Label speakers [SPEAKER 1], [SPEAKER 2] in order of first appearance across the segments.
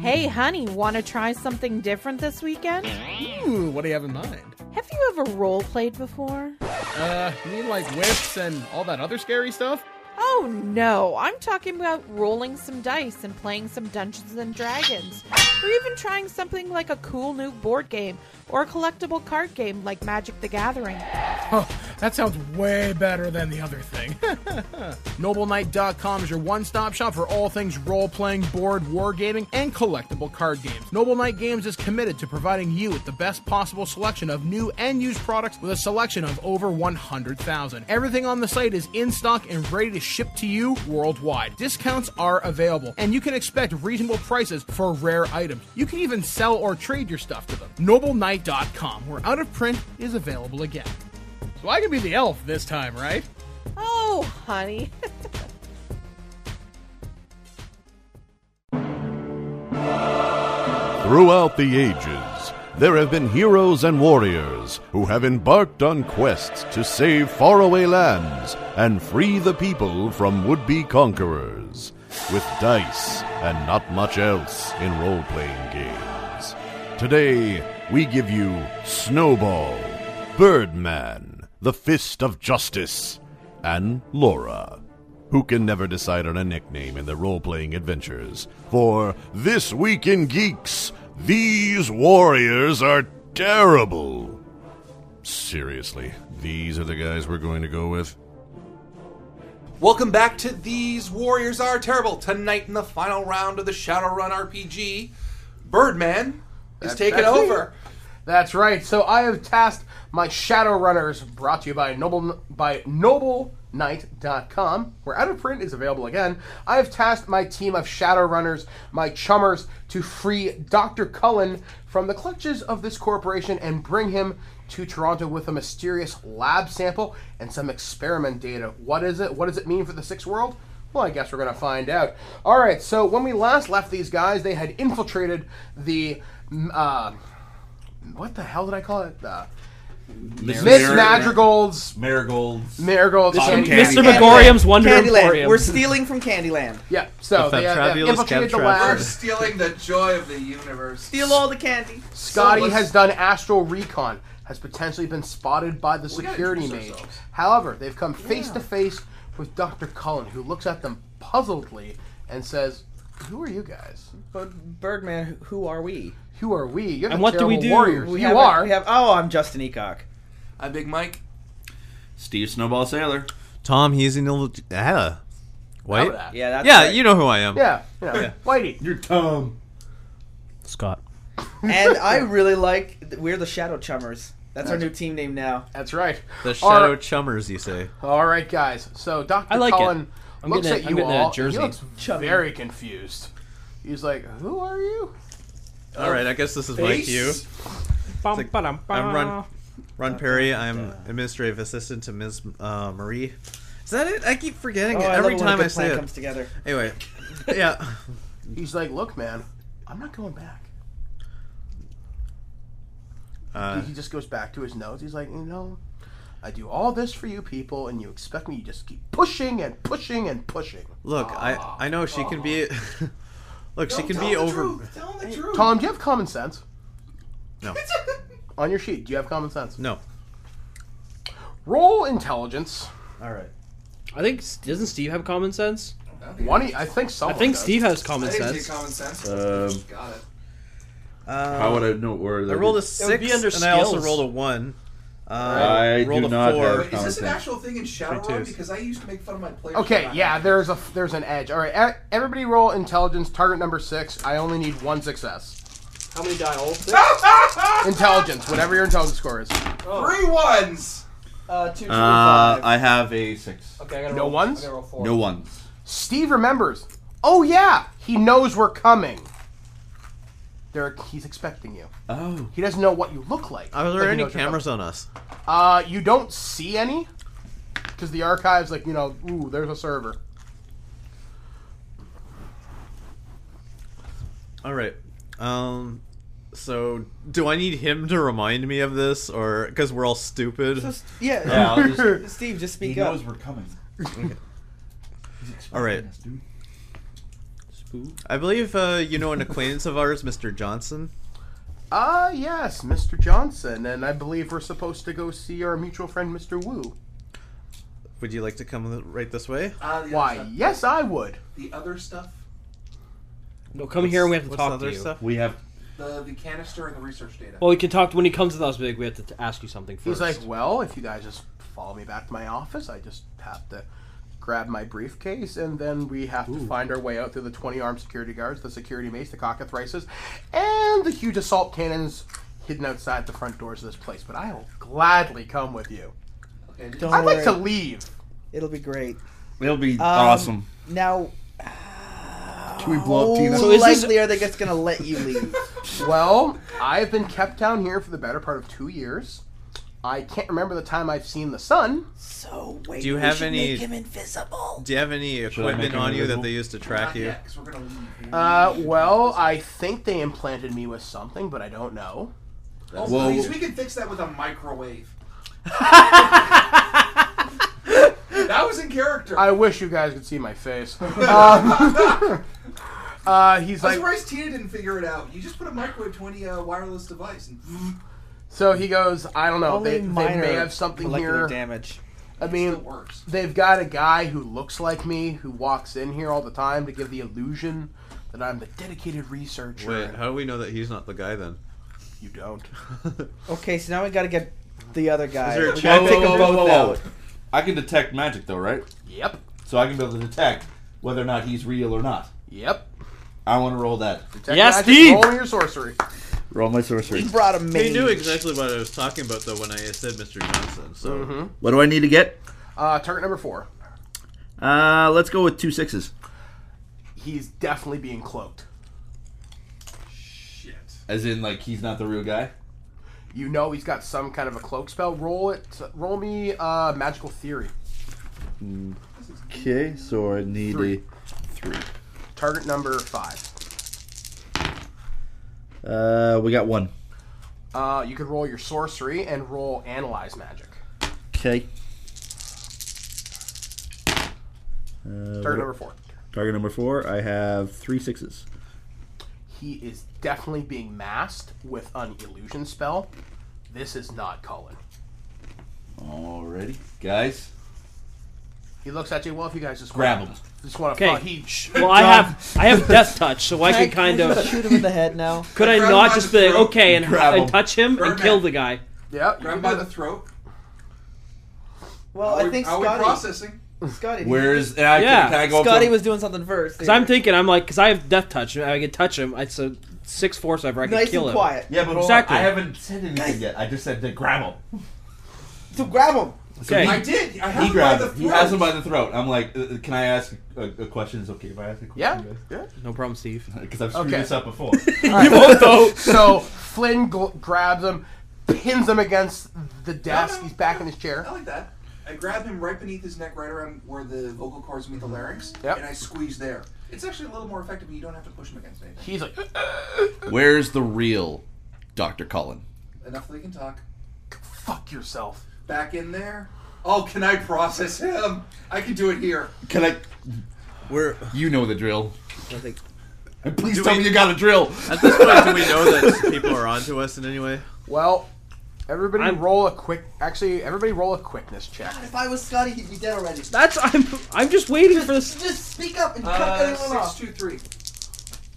[SPEAKER 1] Hey, honey, want to try something different this weekend? Have
[SPEAKER 2] Ooh, what do you have in mind?
[SPEAKER 1] you ever role played before?
[SPEAKER 2] Uh, you mean like whips and all that other scary stuff?
[SPEAKER 1] Oh no, I'm talking about rolling some dice and playing some Dungeons and Dragons, or even trying something like a cool new board game or a collectible card game like Magic the Gathering.
[SPEAKER 3] Oh, that sounds way better than the other thing. NobleKnight.com is your one stop shop for all things role playing, board, wargaming, and collectible card games. Noble Knight Games is committed to providing you with the best possible selection of new and used products with a selection of over 100,000. Everything on the site is in stock and ready to ship to you worldwide. Discounts are available, and you can expect reasonable prices for rare items. You can even sell or trade your stuff to them. NobleKnight.com, where out of print is available again.
[SPEAKER 2] So I can be the elf this time, right?
[SPEAKER 1] Oh, honey.
[SPEAKER 4] Throughout the ages, there have been heroes and warriors who have embarked on quests to save faraway lands and free the people from would be conquerors, with dice and not much else in role playing games. Today, we give you Snowball, Birdman, The Fist of Justice, and Laura who can never decide on a nickname in their role playing adventures. For This Week in Geeks, these warriors are terrible. Seriously, these are the guys we're going to go with?
[SPEAKER 5] Welcome back to These Warriors Are Terrible. Tonight, in the final round of the Shadowrun RPG, Birdman is taking
[SPEAKER 3] that's
[SPEAKER 5] over.
[SPEAKER 3] That's right. So I have tasked my Shadow Runners, brought to you by Noble by NobleKnight.com, where out of print is available again. I have tasked my team of Shadow Runners, my chummers, to free Dr. Cullen from the clutches of this corporation and bring him to Toronto with a mysterious lab sample and some experiment data. What is it? What does it mean for the sixth world? Well, I guess we're going to find out. All right, so when we last left these guys, they had infiltrated the mm, uh, what the hell did I call it? Uh, Miss Madrigal's
[SPEAKER 6] Marigolds.
[SPEAKER 3] Marigold's
[SPEAKER 6] Cotton candy.
[SPEAKER 3] Candy-
[SPEAKER 7] Mr.
[SPEAKER 3] Candy-
[SPEAKER 7] Megorium's Wonder
[SPEAKER 8] Candyland.
[SPEAKER 7] Emporium.
[SPEAKER 8] We're stealing from Candyland.
[SPEAKER 3] Yeah, so
[SPEAKER 7] The
[SPEAKER 3] they, have- they have
[SPEAKER 7] fantabulous
[SPEAKER 3] infiltrated the
[SPEAKER 7] Camp
[SPEAKER 3] lab.
[SPEAKER 5] We're stealing the joy of the universe.
[SPEAKER 8] Steal all the candy.
[SPEAKER 3] Scotty
[SPEAKER 5] So let's-
[SPEAKER 3] has done astral recon, has potentially been spotted by the
[SPEAKER 5] We gotta
[SPEAKER 3] security
[SPEAKER 5] introduce
[SPEAKER 3] mage.
[SPEAKER 5] ourselves.
[SPEAKER 3] However, they've come face to face with Dr. Cullen, who looks at them puzzledly and says, "Who are you guys?
[SPEAKER 8] But Birdman, who are we?
[SPEAKER 3] Who are we? You're
[SPEAKER 7] And
[SPEAKER 3] the
[SPEAKER 7] what do we
[SPEAKER 3] terrible
[SPEAKER 7] do?
[SPEAKER 3] Warriors.
[SPEAKER 8] We
[SPEAKER 3] you
[SPEAKER 8] have a-
[SPEAKER 3] are."
[SPEAKER 8] we have, oh, I'm Justin Eacock.
[SPEAKER 5] I'm Big Mike.
[SPEAKER 6] Steve Snowball Sailor.
[SPEAKER 9] Tom, he's an ill. Ah. Wait.
[SPEAKER 3] that.
[SPEAKER 8] Yeah, that's
[SPEAKER 9] Yeah,
[SPEAKER 8] right.
[SPEAKER 9] you know who I am.
[SPEAKER 3] yeah, yeah, Whitey.
[SPEAKER 6] You're Tom.
[SPEAKER 7] Scott.
[SPEAKER 8] And I really like. We're the Shadow Chummers. That's our new team name now.
[SPEAKER 3] That's right.
[SPEAKER 9] The Shadow
[SPEAKER 3] Our-
[SPEAKER 9] Chummers, you say.
[SPEAKER 5] Uh,
[SPEAKER 3] All right, guys. So Doctor
[SPEAKER 7] I like it.
[SPEAKER 3] Cullen
[SPEAKER 7] I'm
[SPEAKER 3] looks
[SPEAKER 7] getting
[SPEAKER 3] at
[SPEAKER 7] a- I'm
[SPEAKER 3] you
[SPEAKER 7] getting a
[SPEAKER 3] all.
[SPEAKER 7] jersey.
[SPEAKER 3] He looks very confused. He's like, "Who are you?"
[SPEAKER 9] All right, I guess this is my cue. like, I'm Ron, Ron Perry. I'm administrative assistant to Ms. Uh, Marie. Is that it? I keep forgetting
[SPEAKER 8] Oh,
[SPEAKER 9] it
[SPEAKER 8] I love
[SPEAKER 9] every
[SPEAKER 8] it when a
[SPEAKER 9] time
[SPEAKER 8] good
[SPEAKER 9] I say
[SPEAKER 8] plan
[SPEAKER 9] it.
[SPEAKER 8] comes together.
[SPEAKER 9] Anyway, yeah.
[SPEAKER 3] He's like, "Look, man, I'm not going back."
[SPEAKER 9] Uh,
[SPEAKER 3] he just goes back to his notes. He's like, you know, I do all this for you people, and you expect me to just keep pushing and pushing and pushing.
[SPEAKER 9] look, I I know she can be. look, she can be over.
[SPEAKER 5] Tell him the truth.
[SPEAKER 3] Tom, do you have common sense?
[SPEAKER 9] No.
[SPEAKER 3] On your sheet, do you have common sense?
[SPEAKER 9] No.
[SPEAKER 3] Roll intelligence.
[SPEAKER 8] All right.
[SPEAKER 7] I think doesn't Steve have common sense?
[SPEAKER 3] One, e, I think someone.
[SPEAKER 7] I think
[SPEAKER 3] does.
[SPEAKER 7] Steve has
[SPEAKER 5] I
[SPEAKER 7] common
[SPEAKER 5] didn't see
[SPEAKER 7] sense.
[SPEAKER 5] common sense.
[SPEAKER 6] Um,
[SPEAKER 5] Got it.
[SPEAKER 6] how would I know where that
[SPEAKER 9] I rolled a
[SPEAKER 6] is?
[SPEAKER 7] would be
[SPEAKER 9] six, and
[SPEAKER 7] under
[SPEAKER 9] I also
[SPEAKER 7] skills.
[SPEAKER 9] rolled a one. Uh,
[SPEAKER 6] I
[SPEAKER 9] rolled
[SPEAKER 6] do
[SPEAKER 9] a
[SPEAKER 6] not
[SPEAKER 9] four.
[SPEAKER 6] have
[SPEAKER 5] Wait, Uh, is this an
[SPEAKER 6] Common sense.
[SPEAKER 5] actual thing in
[SPEAKER 9] Three
[SPEAKER 5] Shadowrun?
[SPEAKER 9] twos.
[SPEAKER 5] Because I used to make fun of my players.
[SPEAKER 3] Okay,
[SPEAKER 5] for
[SPEAKER 3] yeah,
[SPEAKER 5] not
[SPEAKER 3] there's a there's an edge. All right, e- everybody, roll intelligence. Target number six. I only need one success.
[SPEAKER 7] How many die? All six?
[SPEAKER 3] Intelligence, whatever your intelligence score is.
[SPEAKER 5] having Three ones.
[SPEAKER 8] Uh, two, two,
[SPEAKER 6] Uh,
[SPEAKER 8] five.
[SPEAKER 6] I have a six.
[SPEAKER 7] Okay, I gotta
[SPEAKER 3] No
[SPEAKER 7] roll,
[SPEAKER 3] ones?
[SPEAKER 7] I gotta roll four.
[SPEAKER 6] No ones.
[SPEAKER 3] Steve remembers. Oh yeah, he knows we're coming. There, he's expecting you.
[SPEAKER 6] Oh.
[SPEAKER 3] He doesn't know what you look like.
[SPEAKER 9] Are
[SPEAKER 3] but
[SPEAKER 9] there
[SPEAKER 3] he
[SPEAKER 9] any
[SPEAKER 3] knows you're
[SPEAKER 9] cameras on us?
[SPEAKER 3] Uh, you don't see any because the archives, like you know, ooh, there's a server.
[SPEAKER 9] All right. Um. So, do I need him to remind me of this, or because we're all stupid?
[SPEAKER 8] Just- yeah.
[SPEAKER 6] Yeah, I'll just-
[SPEAKER 8] Steve, just
[SPEAKER 6] he
[SPEAKER 8] speak up.
[SPEAKER 6] knows we're coming.
[SPEAKER 9] All right. I believe uh, you know an acquaintance of ours, Mr. Johnson.
[SPEAKER 3] Ah, yes, Mr. Johnson, and I believe we're supposed to go see our mutual friend, Mr. Wu.
[SPEAKER 9] Would you like to come right this way?
[SPEAKER 5] Uh, the
[SPEAKER 3] Why,
[SPEAKER 5] other stuff.
[SPEAKER 3] yes, I would.
[SPEAKER 5] The other stuff?
[SPEAKER 7] No, come here and we have to
[SPEAKER 9] What's
[SPEAKER 7] talk
[SPEAKER 9] the
[SPEAKER 7] to
[SPEAKER 9] other
[SPEAKER 7] you.
[SPEAKER 9] stuff?
[SPEAKER 6] We have.
[SPEAKER 5] The, the canister and the research data.
[SPEAKER 7] Well, we can talk when he comes to us. Big, we have to t- ask you something
[SPEAKER 3] He's
[SPEAKER 7] first.
[SPEAKER 3] like, well, if you guys just follow me back to my office, I just have to grab my briefcase, and then we have to find our way out through the 20 armed security guards, the security mace, the cockatrices, and the huge assault cannons hidden outside the front doors of this place. But I will gladly come with you.
[SPEAKER 5] Okay,
[SPEAKER 8] Don't
[SPEAKER 3] I'd like
[SPEAKER 8] worry.
[SPEAKER 3] to leave.
[SPEAKER 8] It'll be great.
[SPEAKER 6] It'll be awesome.
[SPEAKER 8] Now,
[SPEAKER 4] Can we blow up Tina?
[SPEAKER 8] how
[SPEAKER 7] So is this-
[SPEAKER 8] likely are they just gonna let you leave?
[SPEAKER 3] Well, I've been kept down here for the better part of two years. I can't remember the time I've seen the sun.
[SPEAKER 8] so wait,
[SPEAKER 9] Do you
[SPEAKER 8] we
[SPEAKER 9] have
[SPEAKER 8] should
[SPEAKER 9] any-
[SPEAKER 8] Make him invisible.
[SPEAKER 9] Do you have any
[SPEAKER 6] I make
[SPEAKER 9] equipment
[SPEAKER 6] him
[SPEAKER 9] on you that
[SPEAKER 6] invisible?
[SPEAKER 9] they use to track you?
[SPEAKER 5] because we're going to leave.
[SPEAKER 3] Uh, well, I think they implanted me with something, but I don't know.
[SPEAKER 5] oh,
[SPEAKER 6] Whoa.
[SPEAKER 5] please, we can fix that with a microwave. that was in character. I
[SPEAKER 3] I wish you guys could see my face. Um, uh, he's
[SPEAKER 5] was
[SPEAKER 3] like,
[SPEAKER 5] surprised Tina didn't figure it out. You just put a microwave to any uh, wireless device. And
[SPEAKER 3] so he goes, I don't know.
[SPEAKER 8] Only
[SPEAKER 3] They, they
[SPEAKER 8] minor
[SPEAKER 3] may have something
[SPEAKER 8] molecular
[SPEAKER 3] here.
[SPEAKER 8] damage.
[SPEAKER 3] I
[SPEAKER 5] it
[SPEAKER 3] mean,
[SPEAKER 5] works.
[SPEAKER 3] they've got a guy who looks like me who walks in here all the time to give the illusion that I'm the dedicated researcher.
[SPEAKER 9] Wait, how do we know that he's not the guy then?
[SPEAKER 3] You don't.
[SPEAKER 8] Okay, so now we gotta get the other guy.
[SPEAKER 9] there a
[SPEAKER 8] we
[SPEAKER 9] check?
[SPEAKER 8] gotta take
[SPEAKER 9] Whoa,
[SPEAKER 8] them
[SPEAKER 9] whoa,
[SPEAKER 8] both
[SPEAKER 9] whoa, whoa,
[SPEAKER 8] out.
[SPEAKER 6] I can detect magic though, right?
[SPEAKER 3] Yep.
[SPEAKER 6] So I can be able to detect whether or not he's real or not.
[SPEAKER 3] Yep.
[SPEAKER 6] I want to roll that.
[SPEAKER 3] Detect
[SPEAKER 7] Yes,
[SPEAKER 3] magic,
[SPEAKER 7] Steve!
[SPEAKER 3] Roll your sorcery.
[SPEAKER 6] Roll my sorcery.
[SPEAKER 8] He brought a maid.
[SPEAKER 9] He knew exactly what I was talking about though when I said Mr. Johnson. So
[SPEAKER 8] Mm-hmm.
[SPEAKER 6] What do I need to get?
[SPEAKER 3] Uh, target number four.
[SPEAKER 6] Uh, let's go with two sixes.
[SPEAKER 3] He's definitely being cloaked.
[SPEAKER 5] Shit.
[SPEAKER 6] As in, like he's not the real guy.
[SPEAKER 3] You know he's got some kind of a cloak spell. Roll it. Roll me uh, magical theory.
[SPEAKER 6] Okay, so I need
[SPEAKER 3] Three.
[SPEAKER 6] three.
[SPEAKER 3] Target number five.
[SPEAKER 6] Uh, we got one.
[SPEAKER 3] Uh, you could roll your sorcery and roll analyze magic.
[SPEAKER 6] Okay.
[SPEAKER 3] Target number four.
[SPEAKER 6] Target number four. I have three sixes.
[SPEAKER 3] He is definitely being masked with an illusion spell. This is not Cullen.
[SPEAKER 6] Alrighty, guys,
[SPEAKER 3] He looks at you. Well, if you guys just
[SPEAKER 6] grab
[SPEAKER 3] wanna-
[SPEAKER 6] him.
[SPEAKER 3] Just want to
[SPEAKER 7] Okay.
[SPEAKER 3] fuck. He sh-
[SPEAKER 7] well, I have I have death touch, so I could kind
[SPEAKER 8] Can I
[SPEAKER 7] of
[SPEAKER 8] shoot him in the head now.
[SPEAKER 7] could I
[SPEAKER 5] Grab him by
[SPEAKER 7] not just
[SPEAKER 5] the
[SPEAKER 7] be like,
[SPEAKER 5] throat.
[SPEAKER 7] okay and,
[SPEAKER 6] Grab him.
[SPEAKER 7] and touch him and
[SPEAKER 5] Birdman.
[SPEAKER 7] kill the guy?
[SPEAKER 3] yeah. you
[SPEAKER 5] Grab
[SPEAKER 3] can
[SPEAKER 5] him by
[SPEAKER 3] do
[SPEAKER 5] the
[SPEAKER 3] that.
[SPEAKER 5] throat.
[SPEAKER 8] Well,
[SPEAKER 5] Are
[SPEAKER 8] I
[SPEAKER 5] we-
[SPEAKER 8] think
[SPEAKER 5] are we
[SPEAKER 8] Scotty.
[SPEAKER 5] processing?
[SPEAKER 8] Scotty.
[SPEAKER 6] Where's and I
[SPEAKER 7] Yeah,
[SPEAKER 6] can, can I go up to
[SPEAKER 8] Scotty
[SPEAKER 6] him?
[SPEAKER 8] was doing something first.
[SPEAKER 7] Because I'm thinking, I'm like, because I have death touch, and I can touch him. It's a six force ever. I can
[SPEAKER 8] nice
[SPEAKER 7] kill
[SPEAKER 8] and
[SPEAKER 7] him.
[SPEAKER 8] quiet.
[SPEAKER 6] Yeah, but hold on,
[SPEAKER 7] Exactly.
[SPEAKER 6] I haven't said anything yet. I just said to grab him.
[SPEAKER 8] So grab him.
[SPEAKER 7] Okay.
[SPEAKER 5] I did. I have
[SPEAKER 6] He
[SPEAKER 5] him by
[SPEAKER 6] grabbed
[SPEAKER 5] the
[SPEAKER 6] him.
[SPEAKER 5] throat.
[SPEAKER 6] He has him by the throat. I'm like, uh, uh, can I ask a, a question? Is it okay if I ask a
[SPEAKER 3] Yeah.
[SPEAKER 6] question?
[SPEAKER 3] Yeah.
[SPEAKER 7] no problem, Steve.
[SPEAKER 6] Because I've screwed
[SPEAKER 3] Okay.
[SPEAKER 6] this up before.
[SPEAKER 3] You both though. So Flynn gl- grabs him, pins him against the desk. He's back in his chair.
[SPEAKER 5] I like that. I grab him right beneath his neck, right around where the vocal cords meet the larynx,
[SPEAKER 3] Yep.
[SPEAKER 5] and I squeeze there. It's actually a little more effective, and you don't have to push him against anything.
[SPEAKER 3] He's like,
[SPEAKER 10] Where's the real Dr. Cullen?
[SPEAKER 5] Enough that he can talk.
[SPEAKER 3] "Fuck yourself."
[SPEAKER 5] Back in there. Oh, can I process him? I can do it here.
[SPEAKER 10] Can I?
[SPEAKER 9] we're
[SPEAKER 10] You know the drill.
[SPEAKER 7] I think
[SPEAKER 10] Please tell me you got a drill.
[SPEAKER 9] at this point do we know that people are onto us in any way?
[SPEAKER 3] Well, everybody
[SPEAKER 7] I'm-
[SPEAKER 3] roll a quick. Actually, everybody roll a quickness check.
[SPEAKER 8] If I was Scotty, he'd be dead already.
[SPEAKER 7] that's I'm I'm just waiting for this.
[SPEAKER 8] Just speak up and cut
[SPEAKER 5] Uh,
[SPEAKER 8] everyone
[SPEAKER 5] six,
[SPEAKER 8] off.
[SPEAKER 5] two, three.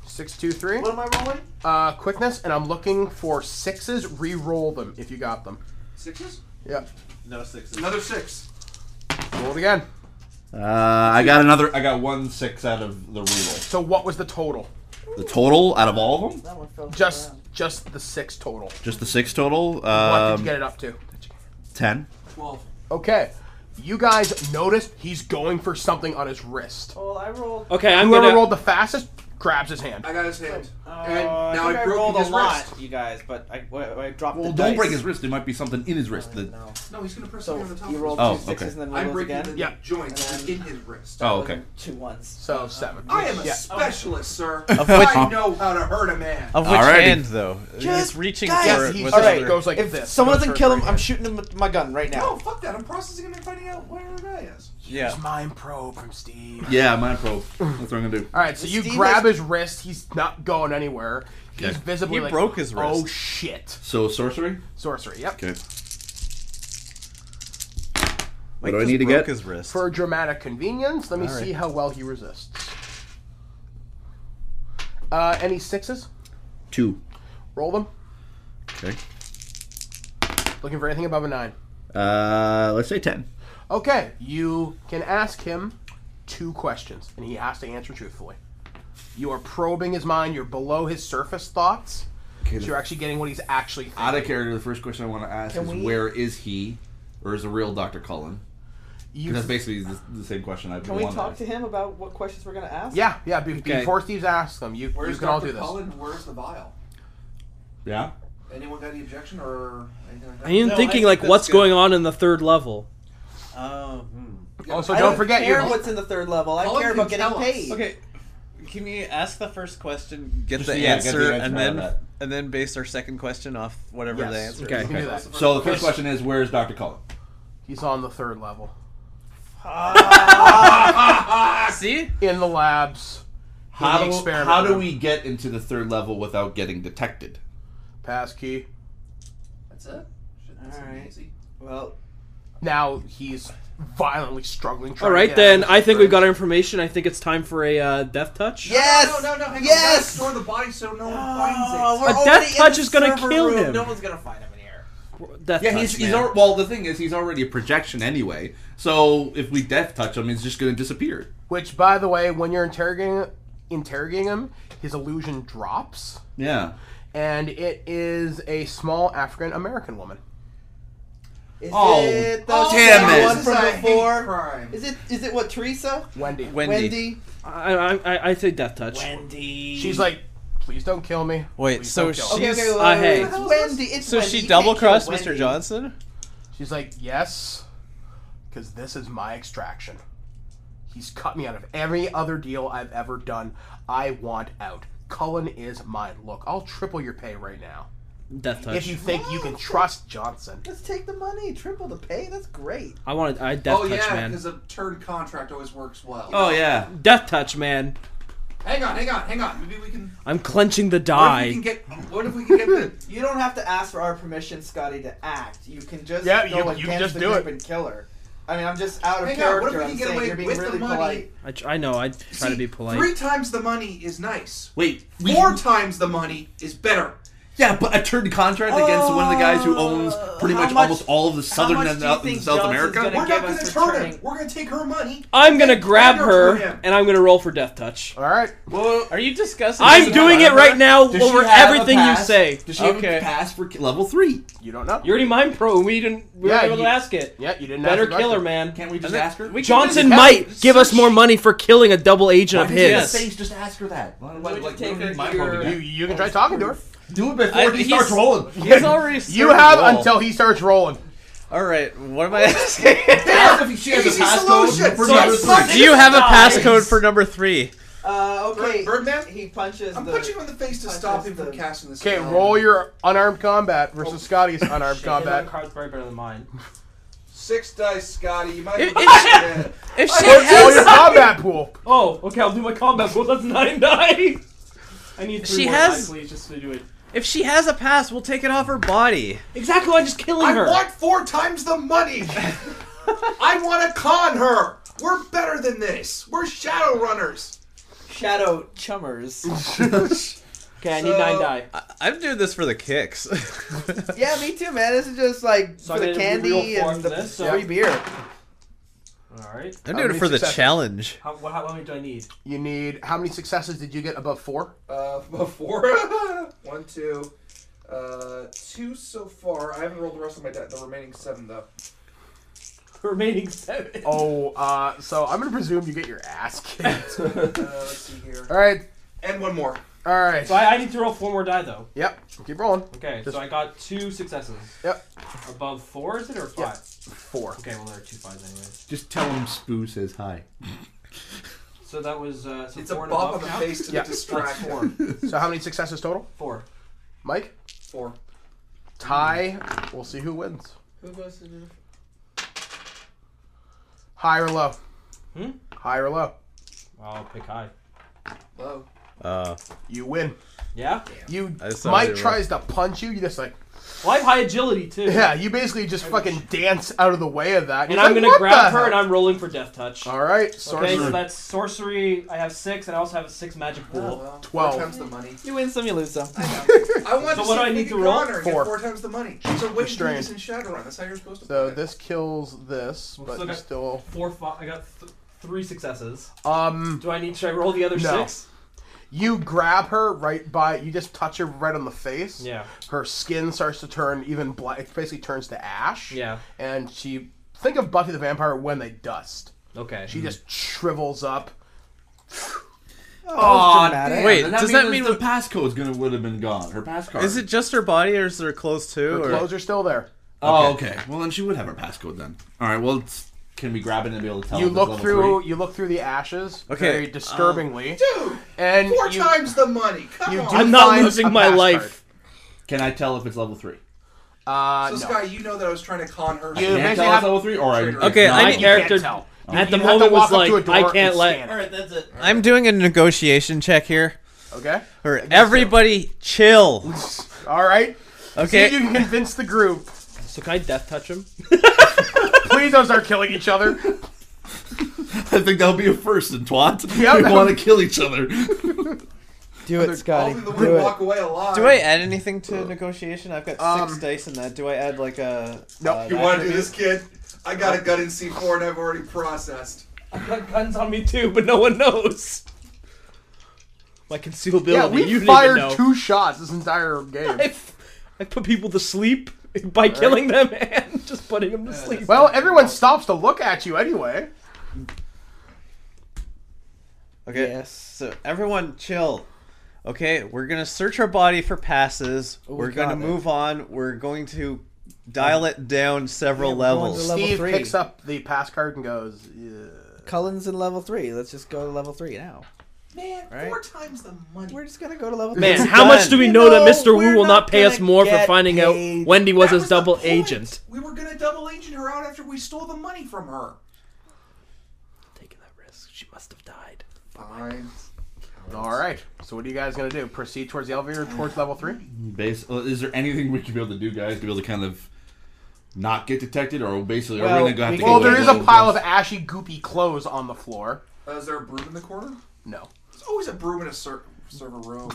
[SPEAKER 3] Six, two, three.
[SPEAKER 8] What am I rolling?
[SPEAKER 3] Uh, quickness, and I'm looking for sixes. Re-roll them if you got them.
[SPEAKER 5] Sixes?
[SPEAKER 3] Yep.
[SPEAKER 9] No sixes.
[SPEAKER 5] Another six.
[SPEAKER 3] Roll it again.
[SPEAKER 10] Uh, I got another.
[SPEAKER 6] I got one six out of the reroll.
[SPEAKER 3] So what was the total?
[SPEAKER 10] The total out of all of them,
[SPEAKER 8] That one fell. to the
[SPEAKER 3] Just
[SPEAKER 8] ground.
[SPEAKER 3] just the six total.
[SPEAKER 10] just the six total.
[SPEAKER 3] What
[SPEAKER 10] Um,
[SPEAKER 3] did you get it up to?
[SPEAKER 10] Ten.
[SPEAKER 5] Twelve.
[SPEAKER 3] Okay. You guys noticed he's going for something on his wrist.
[SPEAKER 8] Well, I rolled.
[SPEAKER 7] Okay, I'm
[SPEAKER 3] Whoever
[SPEAKER 7] gonna.
[SPEAKER 3] rolled the fastest grabs his hand.
[SPEAKER 5] I got his hand.
[SPEAKER 8] Uh,
[SPEAKER 5] and now
[SPEAKER 8] think
[SPEAKER 5] I've broken
[SPEAKER 8] rolled
[SPEAKER 5] his
[SPEAKER 8] a lot,
[SPEAKER 5] wrist.
[SPEAKER 8] you guys, but I, I, I dropped
[SPEAKER 10] Well,
[SPEAKER 8] the
[SPEAKER 10] don't
[SPEAKER 8] dice.
[SPEAKER 10] break his wrist. There might be something in his wrist. That,
[SPEAKER 8] No.
[SPEAKER 5] No, he's going to press
[SPEAKER 8] So
[SPEAKER 5] me on the top.
[SPEAKER 8] you
[SPEAKER 5] of
[SPEAKER 8] rolled
[SPEAKER 5] his
[SPEAKER 10] Oh,
[SPEAKER 8] two sixes and
[SPEAKER 10] okay.
[SPEAKER 8] then
[SPEAKER 5] wrist. I'm
[SPEAKER 8] rolled
[SPEAKER 5] breaking
[SPEAKER 8] again.
[SPEAKER 5] the
[SPEAKER 3] Yeah.
[SPEAKER 5] joints in his wrist.
[SPEAKER 10] oh, okay.
[SPEAKER 8] Two ones.
[SPEAKER 3] So seven.
[SPEAKER 5] I am a
[SPEAKER 3] Yeah.
[SPEAKER 5] specialist, sir.
[SPEAKER 9] which-
[SPEAKER 5] I know how to hurt a
[SPEAKER 7] Oh,
[SPEAKER 5] man.
[SPEAKER 9] Of
[SPEAKER 10] which Alrighty. hand,
[SPEAKER 9] though?
[SPEAKER 8] Just
[SPEAKER 9] he's reaching
[SPEAKER 8] guys-
[SPEAKER 9] for
[SPEAKER 8] Yes,
[SPEAKER 9] it
[SPEAKER 3] he-
[SPEAKER 9] with
[SPEAKER 8] all
[SPEAKER 9] his
[SPEAKER 8] right,
[SPEAKER 9] other-
[SPEAKER 3] goes like
[SPEAKER 8] if
[SPEAKER 3] this.
[SPEAKER 8] someone
[SPEAKER 3] Goes
[SPEAKER 8] doesn't
[SPEAKER 3] for
[SPEAKER 8] kill
[SPEAKER 3] it
[SPEAKER 8] him,
[SPEAKER 3] right
[SPEAKER 5] Oh,
[SPEAKER 8] I'm shooting him with my gun right now.
[SPEAKER 5] No, fuck that. I'm processing him and finding out where our guy is.
[SPEAKER 3] Here's mind probe from Steve.
[SPEAKER 10] Yeah, mind probe. That's what I'm gonna do.
[SPEAKER 3] All right, so you
[SPEAKER 10] Steve
[SPEAKER 3] grab
[SPEAKER 10] has-
[SPEAKER 3] his wrist. He's not going anywhere. He's
[SPEAKER 10] Okay.
[SPEAKER 3] visibly
[SPEAKER 10] He
[SPEAKER 3] like,
[SPEAKER 10] broke his
[SPEAKER 3] Oh
[SPEAKER 10] wrist.
[SPEAKER 3] shit!
[SPEAKER 10] So sorcery.
[SPEAKER 3] Sorcery. Yep.
[SPEAKER 10] Okay.
[SPEAKER 9] Mike
[SPEAKER 10] what do I
[SPEAKER 9] just
[SPEAKER 10] need to
[SPEAKER 9] broke
[SPEAKER 10] get?
[SPEAKER 9] his wrist.
[SPEAKER 3] For dramatic convenience, let me
[SPEAKER 9] All right.
[SPEAKER 3] see how well he resists. Uh, any sixes?
[SPEAKER 10] Two.
[SPEAKER 3] Roll them.
[SPEAKER 10] Okay.
[SPEAKER 3] Looking for anything above a nine.
[SPEAKER 10] Uh, let's say ten.
[SPEAKER 3] Okay, you can ask him two questions, and he has to answer truthfully. You are probing his mind. You're below his surface thoughts.
[SPEAKER 10] Okay,
[SPEAKER 3] so
[SPEAKER 10] the-
[SPEAKER 3] you're actually getting what he's actually thinking.
[SPEAKER 10] Out of character, the first question I want to ask
[SPEAKER 3] Can
[SPEAKER 10] is
[SPEAKER 3] we-
[SPEAKER 10] where is he, or is the real Doctor Cullen?
[SPEAKER 3] You-
[SPEAKER 10] Because that's basically the, the same question I've.
[SPEAKER 8] Can we
[SPEAKER 10] wanted.
[SPEAKER 8] talk to him about what questions we're gonna ask?
[SPEAKER 3] Yeah, yeah. Be-
[SPEAKER 10] Okay.
[SPEAKER 3] Before Steve's asked them, you, you
[SPEAKER 5] Where's
[SPEAKER 3] can all
[SPEAKER 5] Dr.
[SPEAKER 3] do this.
[SPEAKER 5] Cullen? Where's the vial?
[SPEAKER 10] Yeah.
[SPEAKER 5] Anyone got any objection or anything like that?
[SPEAKER 7] I am thinking like what's going on in the third level.
[SPEAKER 9] Oh, hmm.
[SPEAKER 3] Also,
[SPEAKER 8] I
[SPEAKER 3] don't
[SPEAKER 8] don't
[SPEAKER 3] forget
[SPEAKER 8] care
[SPEAKER 3] your-
[SPEAKER 8] what's in the third level. I
[SPEAKER 5] Cullen
[SPEAKER 8] care
[SPEAKER 5] can
[SPEAKER 8] about getting
[SPEAKER 5] tell us.
[SPEAKER 8] paid.
[SPEAKER 9] Okay, can you ask the first question, get,
[SPEAKER 10] Just-
[SPEAKER 9] the,
[SPEAKER 10] yeah, get the
[SPEAKER 9] answer,
[SPEAKER 10] answer
[SPEAKER 9] and
[SPEAKER 10] out of
[SPEAKER 9] then
[SPEAKER 10] that.
[SPEAKER 9] and then base our second question off whatever
[SPEAKER 3] Yes.
[SPEAKER 9] the answer.
[SPEAKER 7] Okay.
[SPEAKER 9] is.
[SPEAKER 3] You can do that.
[SPEAKER 10] So the first question is where is Doctor Cullen?
[SPEAKER 3] He's on the third level
[SPEAKER 6] Ah,
[SPEAKER 9] See,
[SPEAKER 3] in the labs.
[SPEAKER 10] How
[SPEAKER 3] in the
[SPEAKER 10] do,
[SPEAKER 3] experiment
[SPEAKER 10] how do
[SPEAKER 3] room.
[SPEAKER 10] we get into the third level without getting detected?
[SPEAKER 3] pass key?
[SPEAKER 5] That's it. Shit, that's
[SPEAKER 8] All right.
[SPEAKER 5] easy.
[SPEAKER 8] Well,
[SPEAKER 3] Now he's violently struggling.
[SPEAKER 7] All
[SPEAKER 3] trying to
[SPEAKER 7] right
[SPEAKER 3] get
[SPEAKER 7] then,
[SPEAKER 3] out of
[SPEAKER 7] I
[SPEAKER 3] this
[SPEAKER 7] think we've got
[SPEAKER 3] room.
[SPEAKER 7] our information. I think it's time for a uh, death touch.
[SPEAKER 8] yes.
[SPEAKER 5] No, no, no. Hang
[SPEAKER 8] yes.
[SPEAKER 5] On. We gotta Store the body so no one
[SPEAKER 8] Oh,
[SPEAKER 5] finds
[SPEAKER 8] we're
[SPEAKER 7] A death
[SPEAKER 8] already in
[SPEAKER 7] touch
[SPEAKER 8] the
[SPEAKER 7] is gonna
[SPEAKER 8] server
[SPEAKER 7] kill
[SPEAKER 8] room.
[SPEAKER 7] him.
[SPEAKER 8] No one's gonna find him in here.
[SPEAKER 7] Death
[SPEAKER 10] Yeah,
[SPEAKER 7] touch.
[SPEAKER 10] he's, he's
[SPEAKER 7] man.
[SPEAKER 10] al- well. The thing is, he's already a projection anyway. So if we death touch him, he's just going to disappear.
[SPEAKER 3] Which, by the way, when you're interrogating interrogating him, his illusion drops,
[SPEAKER 10] Yeah.
[SPEAKER 3] and it is a small African American woman.
[SPEAKER 8] Is
[SPEAKER 10] Oh,
[SPEAKER 8] it the
[SPEAKER 10] oh,
[SPEAKER 8] same
[SPEAKER 10] damn it.
[SPEAKER 8] one
[SPEAKER 5] it.
[SPEAKER 8] from
[SPEAKER 5] This is a hate
[SPEAKER 8] before?
[SPEAKER 5] crime.
[SPEAKER 8] Is it is it what Teresa?
[SPEAKER 3] Wendy.
[SPEAKER 9] Wendy.
[SPEAKER 8] Wendy.
[SPEAKER 7] I, I, I- I say death touch.
[SPEAKER 8] Wendy.
[SPEAKER 3] She's like, please don't kill me.
[SPEAKER 9] Wait,
[SPEAKER 3] Please
[SPEAKER 9] so
[SPEAKER 3] don't kill me."
[SPEAKER 8] Okay, okay,
[SPEAKER 9] She's- uh,
[SPEAKER 8] wait,
[SPEAKER 7] I
[SPEAKER 8] wait,
[SPEAKER 7] hate-
[SPEAKER 8] wait, wait. It's Wendy. It's
[SPEAKER 9] so
[SPEAKER 8] Wendy.
[SPEAKER 9] she
[SPEAKER 8] You
[SPEAKER 9] double
[SPEAKER 8] can't kill
[SPEAKER 9] crossed Mr.
[SPEAKER 8] Wendy.
[SPEAKER 9] Johnson.
[SPEAKER 3] she's like, yes, because this is my extraction. He's cut me out of every other deal I've ever done. I want out. Cullen is mine. Look, I'll triple your pay right now.
[SPEAKER 7] Death touch.
[SPEAKER 3] If you think you can trust Johnson.
[SPEAKER 8] Let's take the money, triple the pay. That's great.
[SPEAKER 7] I want to I death
[SPEAKER 5] Oh
[SPEAKER 7] touch
[SPEAKER 5] yeah,
[SPEAKER 7] man.
[SPEAKER 5] because a turd contract always works well.
[SPEAKER 10] Oh yeah.
[SPEAKER 7] Death touch man.
[SPEAKER 5] Hang on, hang on, hang on. Maybe we can.
[SPEAKER 7] I'm clenching the
[SPEAKER 5] What if we
[SPEAKER 7] die.
[SPEAKER 5] can get? What if we can get the?
[SPEAKER 8] You don't have to ask for our permission, Scotty, to act. You can just
[SPEAKER 3] Yeah, you-
[SPEAKER 8] go
[SPEAKER 3] you
[SPEAKER 8] against
[SPEAKER 3] can just
[SPEAKER 8] the
[SPEAKER 3] do
[SPEAKER 8] group
[SPEAKER 3] it.
[SPEAKER 8] and kill her. I mean, I'm just out of
[SPEAKER 5] Hang on.
[SPEAKER 8] character.
[SPEAKER 5] What if we
[SPEAKER 8] I'm
[SPEAKER 5] can get
[SPEAKER 8] saying
[SPEAKER 5] away
[SPEAKER 8] you're being
[SPEAKER 5] with
[SPEAKER 8] really
[SPEAKER 5] the money?
[SPEAKER 8] polite.
[SPEAKER 7] I, tr- I know. I try to
[SPEAKER 5] See,
[SPEAKER 7] be polite.
[SPEAKER 5] Three times the money is nice.
[SPEAKER 10] Wait. we-
[SPEAKER 5] Four times the money is better.
[SPEAKER 10] Yeah, but a turned contract against one of the guys who owns pretty
[SPEAKER 8] Uh, How
[SPEAKER 10] much,
[SPEAKER 8] much-
[SPEAKER 10] almost all of the southern
[SPEAKER 8] much
[SPEAKER 10] and
[SPEAKER 8] do you
[SPEAKER 10] out in
[SPEAKER 8] think
[SPEAKER 10] South
[SPEAKER 8] Johnson's
[SPEAKER 10] America.
[SPEAKER 8] gonna
[SPEAKER 5] We're
[SPEAKER 8] give
[SPEAKER 5] not gonna
[SPEAKER 8] us
[SPEAKER 5] turn
[SPEAKER 8] returning.
[SPEAKER 5] him. We're gonna take her money.
[SPEAKER 7] I'm gonna
[SPEAKER 5] and
[SPEAKER 7] grab
[SPEAKER 5] hand
[SPEAKER 7] her
[SPEAKER 5] to him.
[SPEAKER 7] and I'm gonna roll for death touch.
[SPEAKER 3] All right.
[SPEAKER 10] Well,
[SPEAKER 9] Are you discussing?
[SPEAKER 7] I'm
[SPEAKER 9] this
[SPEAKER 7] doing
[SPEAKER 9] in
[SPEAKER 7] it
[SPEAKER 9] front of
[SPEAKER 7] right
[SPEAKER 9] her?
[SPEAKER 7] now
[SPEAKER 10] does she
[SPEAKER 7] over
[SPEAKER 10] have a
[SPEAKER 7] everything you
[SPEAKER 10] pass?
[SPEAKER 7] say.
[SPEAKER 10] Does she have
[SPEAKER 9] Okay.
[SPEAKER 10] a pass for ki- level three?
[SPEAKER 3] You don't know.
[SPEAKER 7] You already mind pro. We didn't. We
[SPEAKER 3] Yeah,
[SPEAKER 7] were able
[SPEAKER 3] you-
[SPEAKER 7] to ask it.
[SPEAKER 3] yeah, you didn't
[SPEAKER 7] Better
[SPEAKER 3] ask the
[SPEAKER 7] kill her,
[SPEAKER 3] question.
[SPEAKER 7] man.
[SPEAKER 10] Can't we just
[SPEAKER 9] then
[SPEAKER 10] ask her?
[SPEAKER 9] we
[SPEAKER 7] Johnson
[SPEAKER 3] Yeah,
[SPEAKER 7] might give us
[SPEAKER 10] search-
[SPEAKER 7] more money for killing a double agent of
[SPEAKER 10] Why did you just
[SPEAKER 7] his.
[SPEAKER 10] say just ask her that? Why- why- like,
[SPEAKER 9] we just
[SPEAKER 10] we
[SPEAKER 9] take
[SPEAKER 10] don't
[SPEAKER 9] her
[SPEAKER 10] need my
[SPEAKER 9] to your-
[SPEAKER 10] voting
[SPEAKER 3] You,
[SPEAKER 10] yet.
[SPEAKER 3] you can try talking to her.
[SPEAKER 10] Do it before
[SPEAKER 9] I-
[SPEAKER 10] he
[SPEAKER 9] he's-
[SPEAKER 10] starts rolling.
[SPEAKER 9] He's already.
[SPEAKER 3] You
[SPEAKER 9] started
[SPEAKER 3] have
[SPEAKER 9] to roll.
[SPEAKER 3] until he starts rolling.
[SPEAKER 9] All right. What am I asking?
[SPEAKER 10] Ask if she has a passcode for
[SPEAKER 5] So
[SPEAKER 10] number
[SPEAKER 5] it's
[SPEAKER 10] three.
[SPEAKER 5] fucking-
[SPEAKER 9] Do you have a
[SPEAKER 5] Nice.
[SPEAKER 9] passcode for number three?
[SPEAKER 8] Uh, okay.
[SPEAKER 5] Bird- Birdman?
[SPEAKER 8] He punches.
[SPEAKER 5] I'm
[SPEAKER 8] the...
[SPEAKER 5] punching him in the face to
[SPEAKER 8] Punches
[SPEAKER 5] stop him from
[SPEAKER 8] the-
[SPEAKER 5] casting this.
[SPEAKER 3] Okay,
[SPEAKER 7] Oh.
[SPEAKER 5] spell.
[SPEAKER 3] roll your unarmed combat versus Scotty's unarmed combat.
[SPEAKER 7] card's probably better than mine.
[SPEAKER 5] six dice, Scotty. You might.
[SPEAKER 7] It-
[SPEAKER 5] be-
[SPEAKER 7] it- If she
[SPEAKER 3] Roll roll your
[SPEAKER 7] has,
[SPEAKER 3] combat pool.
[SPEAKER 7] oh, okay, I'll do my combat. Well, that's nine die. I need three
[SPEAKER 9] She
[SPEAKER 7] more
[SPEAKER 9] has-
[SPEAKER 7] die, please, just to do it.
[SPEAKER 9] If she has a pass, we'll take it off her body.
[SPEAKER 7] Exactly, I'm just killing
[SPEAKER 5] I
[SPEAKER 7] her.
[SPEAKER 5] want four times the money. I want to con her. We're better than this. We're shadow runners.
[SPEAKER 8] Shadow Chummers.
[SPEAKER 7] Okay, I
[SPEAKER 5] So-
[SPEAKER 7] need nine die.
[SPEAKER 9] I- I'm doing this for the kicks.
[SPEAKER 8] yeah, me too, man. This is just like
[SPEAKER 7] So I
[SPEAKER 8] for the
[SPEAKER 7] gotta re-roll
[SPEAKER 8] candy
[SPEAKER 7] four
[SPEAKER 8] and
[SPEAKER 7] for
[SPEAKER 8] the
[SPEAKER 7] this, so-
[SPEAKER 8] free beer.
[SPEAKER 7] All right.
[SPEAKER 3] How
[SPEAKER 9] I'm doing it
[SPEAKER 10] Oh,
[SPEAKER 3] many
[SPEAKER 9] for the
[SPEAKER 3] successes?
[SPEAKER 9] challenge.
[SPEAKER 7] How, wha- how many do I need?
[SPEAKER 3] You need how many successes did you get above four?
[SPEAKER 5] Uh, before one, two, uh, two so far. I haven't rolled the rest of my debt. The remaining seven, though.
[SPEAKER 7] Remaining seven.
[SPEAKER 3] Oh, uh, so I'm gonna presume you get your ass kicked.
[SPEAKER 5] Uh, let's see here.
[SPEAKER 3] all right,
[SPEAKER 5] And one more.
[SPEAKER 3] all right.
[SPEAKER 7] So I, I need to roll four more die though.
[SPEAKER 3] Yep, keep rolling.
[SPEAKER 7] Okay,
[SPEAKER 3] Just-
[SPEAKER 7] so I got two successes.
[SPEAKER 3] Yep.
[SPEAKER 7] Above four is it or five?
[SPEAKER 3] Four.
[SPEAKER 7] Okay, well there are two fives anyways.
[SPEAKER 10] Just tell him Spoo says hi.
[SPEAKER 7] So that was uh, so
[SPEAKER 5] It's a
[SPEAKER 7] four and
[SPEAKER 5] bop on
[SPEAKER 7] above
[SPEAKER 5] the
[SPEAKER 7] count?
[SPEAKER 5] face to
[SPEAKER 3] Yeah.
[SPEAKER 5] the distract.
[SPEAKER 7] Four.
[SPEAKER 3] So how many successes total?
[SPEAKER 7] Four.
[SPEAKER 3] Mike,
[SPEAKER 5] Four.
[SPEAKER 3] tie. We'll see who wins.
[SPEAKER 8] Who goes to the?
[SPEAKER 3] High or low?
[SPEAKER 7] Hmm?
[SPEAKER 3] High or low?
[SPEAKER 7] I'll pick high.
[SPEAKER 5] Low.
[SPEAKER 9] Uh,
[SPEAKER 3] You win.
[SPEAKER 7] Yeah.
[SPEAKER 3] You
[SPEAKER 9] I just thought they
[SPEAKER 3] Mike
[SPEAKER 9] were-
[SPEAKER 3] tries to punch you. You just like
[SPEAKER 7] Well, I have high agility too.
[SPEAKER 3] yeah. You basically just fucking dance out of the way of that.
[SPEAKER 7] And
[SPEAKER 3] He's
[SPEAKER 7] I'm
[SPEAKER 3] like,
[SPEAKER 7] gonna
[SPEAKER 3] "What
[SPEAKER 7] grab
[SPEAKER 3] the
[SPEAKER 7] her, and
[SPEAKER 3] hell?"
[SPEAKER 7] I'm rolling for death touch.
[SPEAKER 3] All right,
[SPEAKER 7] Okay,
[SPEAKER 3] sorcerer.
[SPEAKER 7] so that's sorcery. I have six, and I also have a six magic pool.
[SPEAKER 5] Oh, well.
[SPEAKER 3] Twelve.
[SPEAKER 5] Four times the money.
[SPEAKER 7] You win some, you lose some.
[SPEAKER 5] I want
[SPEAKER 7] So
[SPEAKER 5] to
[SPEAKER 7] what
[SPEAKER 5] see
[SPEAKER 7] do I
[SPEAKER 5] if
[SPEAKER 7] need
[SPEAKER 5] we
[SPEAKER 7] to
[SPEAKER 5] can
[SPEAKER 7] roll?
[SPEAKER 5] honor and get
[SPEAKER 3] Four.
[SPEAKER 5] Four times the money. She's a witch
[SPEAKER 3] Restrained.
[SPEAKER 5] this in Shadowrun. That's how you're supposed to.
[SPEAKER 3] So
[SPEAKER 5] play it.
[SPEAKER 3] this kills this, but
[SPEAKER 7] still
[SPEAKER 3] you
[SPEAKER 7] got-
[SPEAKER 3] still
[SPEAKER 7] Four, five. I got th- three successes.
[SPEAKER 3] um.
[SPEAKER 7] Do I need? Should I roll the other
[SPEAKER 3] No.
[SPEAKER 7] six?
[SPEAKER 3] You grab her right by. You just touch her right on the face.
[SPEAKER 7] Yeah.
[SPEAKER 3] Her skin starts to turn even black. It basically turns to ash.
[SPEAKER 7] Yeah.
[SPEAKER 3] And she think of Buffy the Vampire when they dust.
[SPEAKER 7] Okay.
[SPEAKER 3] She just shrivels up.
[SPEAKER 8] Oh,
[SPEAKER 10] Damn,
[SPEAKER 9] Wait,
[SPEAKER 10] and
[SPEAKER 9] does that
[SPEAKER 10] means
[SPEAKER 9] mean
[SPEAKER 10] the
[SPEAKER 9] we-
[SPEAKER 10] passcode's gonna would have been gone? Her passcode.
[SPEAKER 9] Is it just her body, or is there clothes too?
[SPEAKER 3] Her
[SPEAKER 9] or-
[SPEAKER 3] clothes are still there.
[SPEAKER 10] Oh, okay. Well, then she would have her passcode then. All right. Well, it's- can we grab it and be able to tell?
[SPEAKER 3] You
[SPEAKER 10] if it's
[SPEAKER 3] look
[SPEAKER 10] Oh, level
[SPEAKER 3] through.
[SPEAKER 10] three?
[SPEAKER 3] You look through the ashes.
[SPEAKER 9] Okay,
[SPEAKER 3] Very disturbingly.
[SPEAKER 5] Dude,
[SPEAKER 3] and
[SPEAKER 5] four
[SPEAKER 3] you,
[SPEAKER 5] times the money. Come
[SPEAKER 3] you do
[SPEAKER 5] on.
[SPEAKER 7] I'm not
[SPEAKER 3] find a
[SPEAKER 7] losing my
[SPEAKER 3] pass
[SPEAKER 7] life.
[SPEAKER 10] Can I tell if it's level three?
[SPEAKER 3] card. Uh,
[SPEAKER 5] so
[SPEAKER 3] no.
[SPEAKER 5] Sky, you know that I was trying to con her.
[SPEAKER 3] You-
[SPEAKER 10] Can I
[SPEAKER 3] basically
[SPEAKER 10] tell
[SPEAKER 3] have-
[SPEAKER 10] it's level three? Or I,
[SPEAKER 5] Trigger.
[SPEAKER 10] it's
[SPEAKER 7] Okay,
[SPEAKER 10] not?
[SPEAKER 7] I
[SPEAKER 3] You
[SPEAKER 7] need-
[SPEAKER 3] can't
[SPEAKER 7] character-
[SPEAKER 3] tell. You
[SPEAKER 7] At the
[SPEAKER 3] have to walk
[SPEAKER 7] moment, was
[SPEAKER 3] up to
[SPEAKER 7] like
[SPEAKER 3] a door
[SPEAKER 7] I can't
[SPEAKER 3] and
[SPEAKER 7] let.
[SPEAKER 3] scan it.
[SPEAKER 7] that's it.
[SPEAKER 9] I'm doing a negotiation check here.
[SPEAKER 3] Okay.
[SPEAKER 9] Or everybody chill.
[SPEAKER 3] All right. See if you
[SPEAKER 9] Okay.
[SPEAKER 3] can convince the group.
[SPEAKER 7] So can I death touch him?
[SPEAKER 3] Please don't start killing each other.
[SPEAKER 10] I think that'll be a first in twat.
[SPEAKER 3] Yeah,
[SPEAKER 10] we
[SPEAKER 3] that-
[SPEAKER 10] want to kill each other.
[SPEAKER 8] Do it, Scotty.
[SPEAKER 5] Only the women
[SPEAKER 8] Do it.
[SPEAKER 5] walk away alive.
[SPEAKER 9] Do I add anything to negotiation? I've got six
[SPEAKER 3] Um,
[SPEAKER 9] dice in that. Do I add like a?
[SPEAKER 3] Nope.
[SPEAKER 9] uh,
[SPEAKER 5] You want to do this, kid? I got a gun in C4 and I've already processed.
[SPEAKER 7] I've got guns on me too, but no one knows. My concealability.
[SPEAKER 3] Yeah,
[SPEAKER 7] you
[SPEAKER 3] we
[SPEAKER 7] didn't even know.
[SPEAKER 3] fired two shots this entire game.
[SPEAKER 7] I've, I put people to sleep by killing them and just putting them to sleep.
[SPEAKER 3] Well, everyone stops to look at you anyway.
[SPEAKER 9] Okay. So everyone chill. Okay, we're gonna search our body for passes. we're gonna
[SPEAKER 8] Oh, got it.
[SPEAKER 9] move on. We're going to dial it down several
[SPEAKER 8] Yeah, we're going to
[SPEAKER 9] levels.
[SPEAKER 8] Level
[SPEAKER 3] Steve
[SPEAKER 8] three.
[SPEAKER 3] picks up the pass card and goes, yeah.
[SPEAKER 8] Cullen's in level three. Let's just go to level three now.
[SPEAKER 5] Man, four times the money.
[SPEAKER 8] We're just gonna go to level three.
[SPEAKER 7] Man,
[SPEAKER 9] It's
[SPEAKER 7] how much
[SPEAKER 9] done.
[SPEAKER 7] do we
[SPEAKER 8] You
[SPEAKER 7] know, that
[SPEAKER 8] know,
[SPEAKER 7] Mr. Wu
[SPEAKER 8] we're
[SPEAKER 7] will not
[SPEAKER 8] not
[SPEAKER 7] pay us
[SPEAKER 8] gonna
[SPEAKER 7] more for
[SPEAKER 8] get
[SPEAKER 7] finding
[SPEAKER 8] paid.
[SPEAKER 7] out Wendy was
[SPEAKER 5] That
[SPEAKER 7] his
[SPEAKER 5] the
[SPEAKER 7] double
[SPEAKER 5] point.
[SPEAKER 7] agent?
[SPEAKER 5] We were gonna double agent her out after we stole the money from her.
[SPEAKER 7] Taking that risk, she must have died.
[SPEAKER 5] Fine.
[SPEAKER 3] All right. So what are you guys gonna do? Proceed towards the elevator, towards level three.
[SPEAKER 10] Base, uh, is there anything we can be able to do, guys, to be able to kind of not get detected, or basically are
[SPEAKER 8] Well,
[SPEAKER 10] we gonna have
[SPEAKER 8] we
[SPEAKER 10] to?
[SPEAKER 8] can-
[SPEAKER 10] go
[SPEAKER 3] Well, there
[SPEAKER 10] with
[SPEAKER 3] is a
[SPEAKER 10] level
[SPEAKER 3] pile of
[SPEAKER 10] one?
[SPEAKER 3] ashy, goopy clothes on the floor.
[SPEAKER 5] Uh, is there a broom in the corner?
[SPEAKER 3] No.
[SPEAKER 5] There's always a broom in a ser- server room.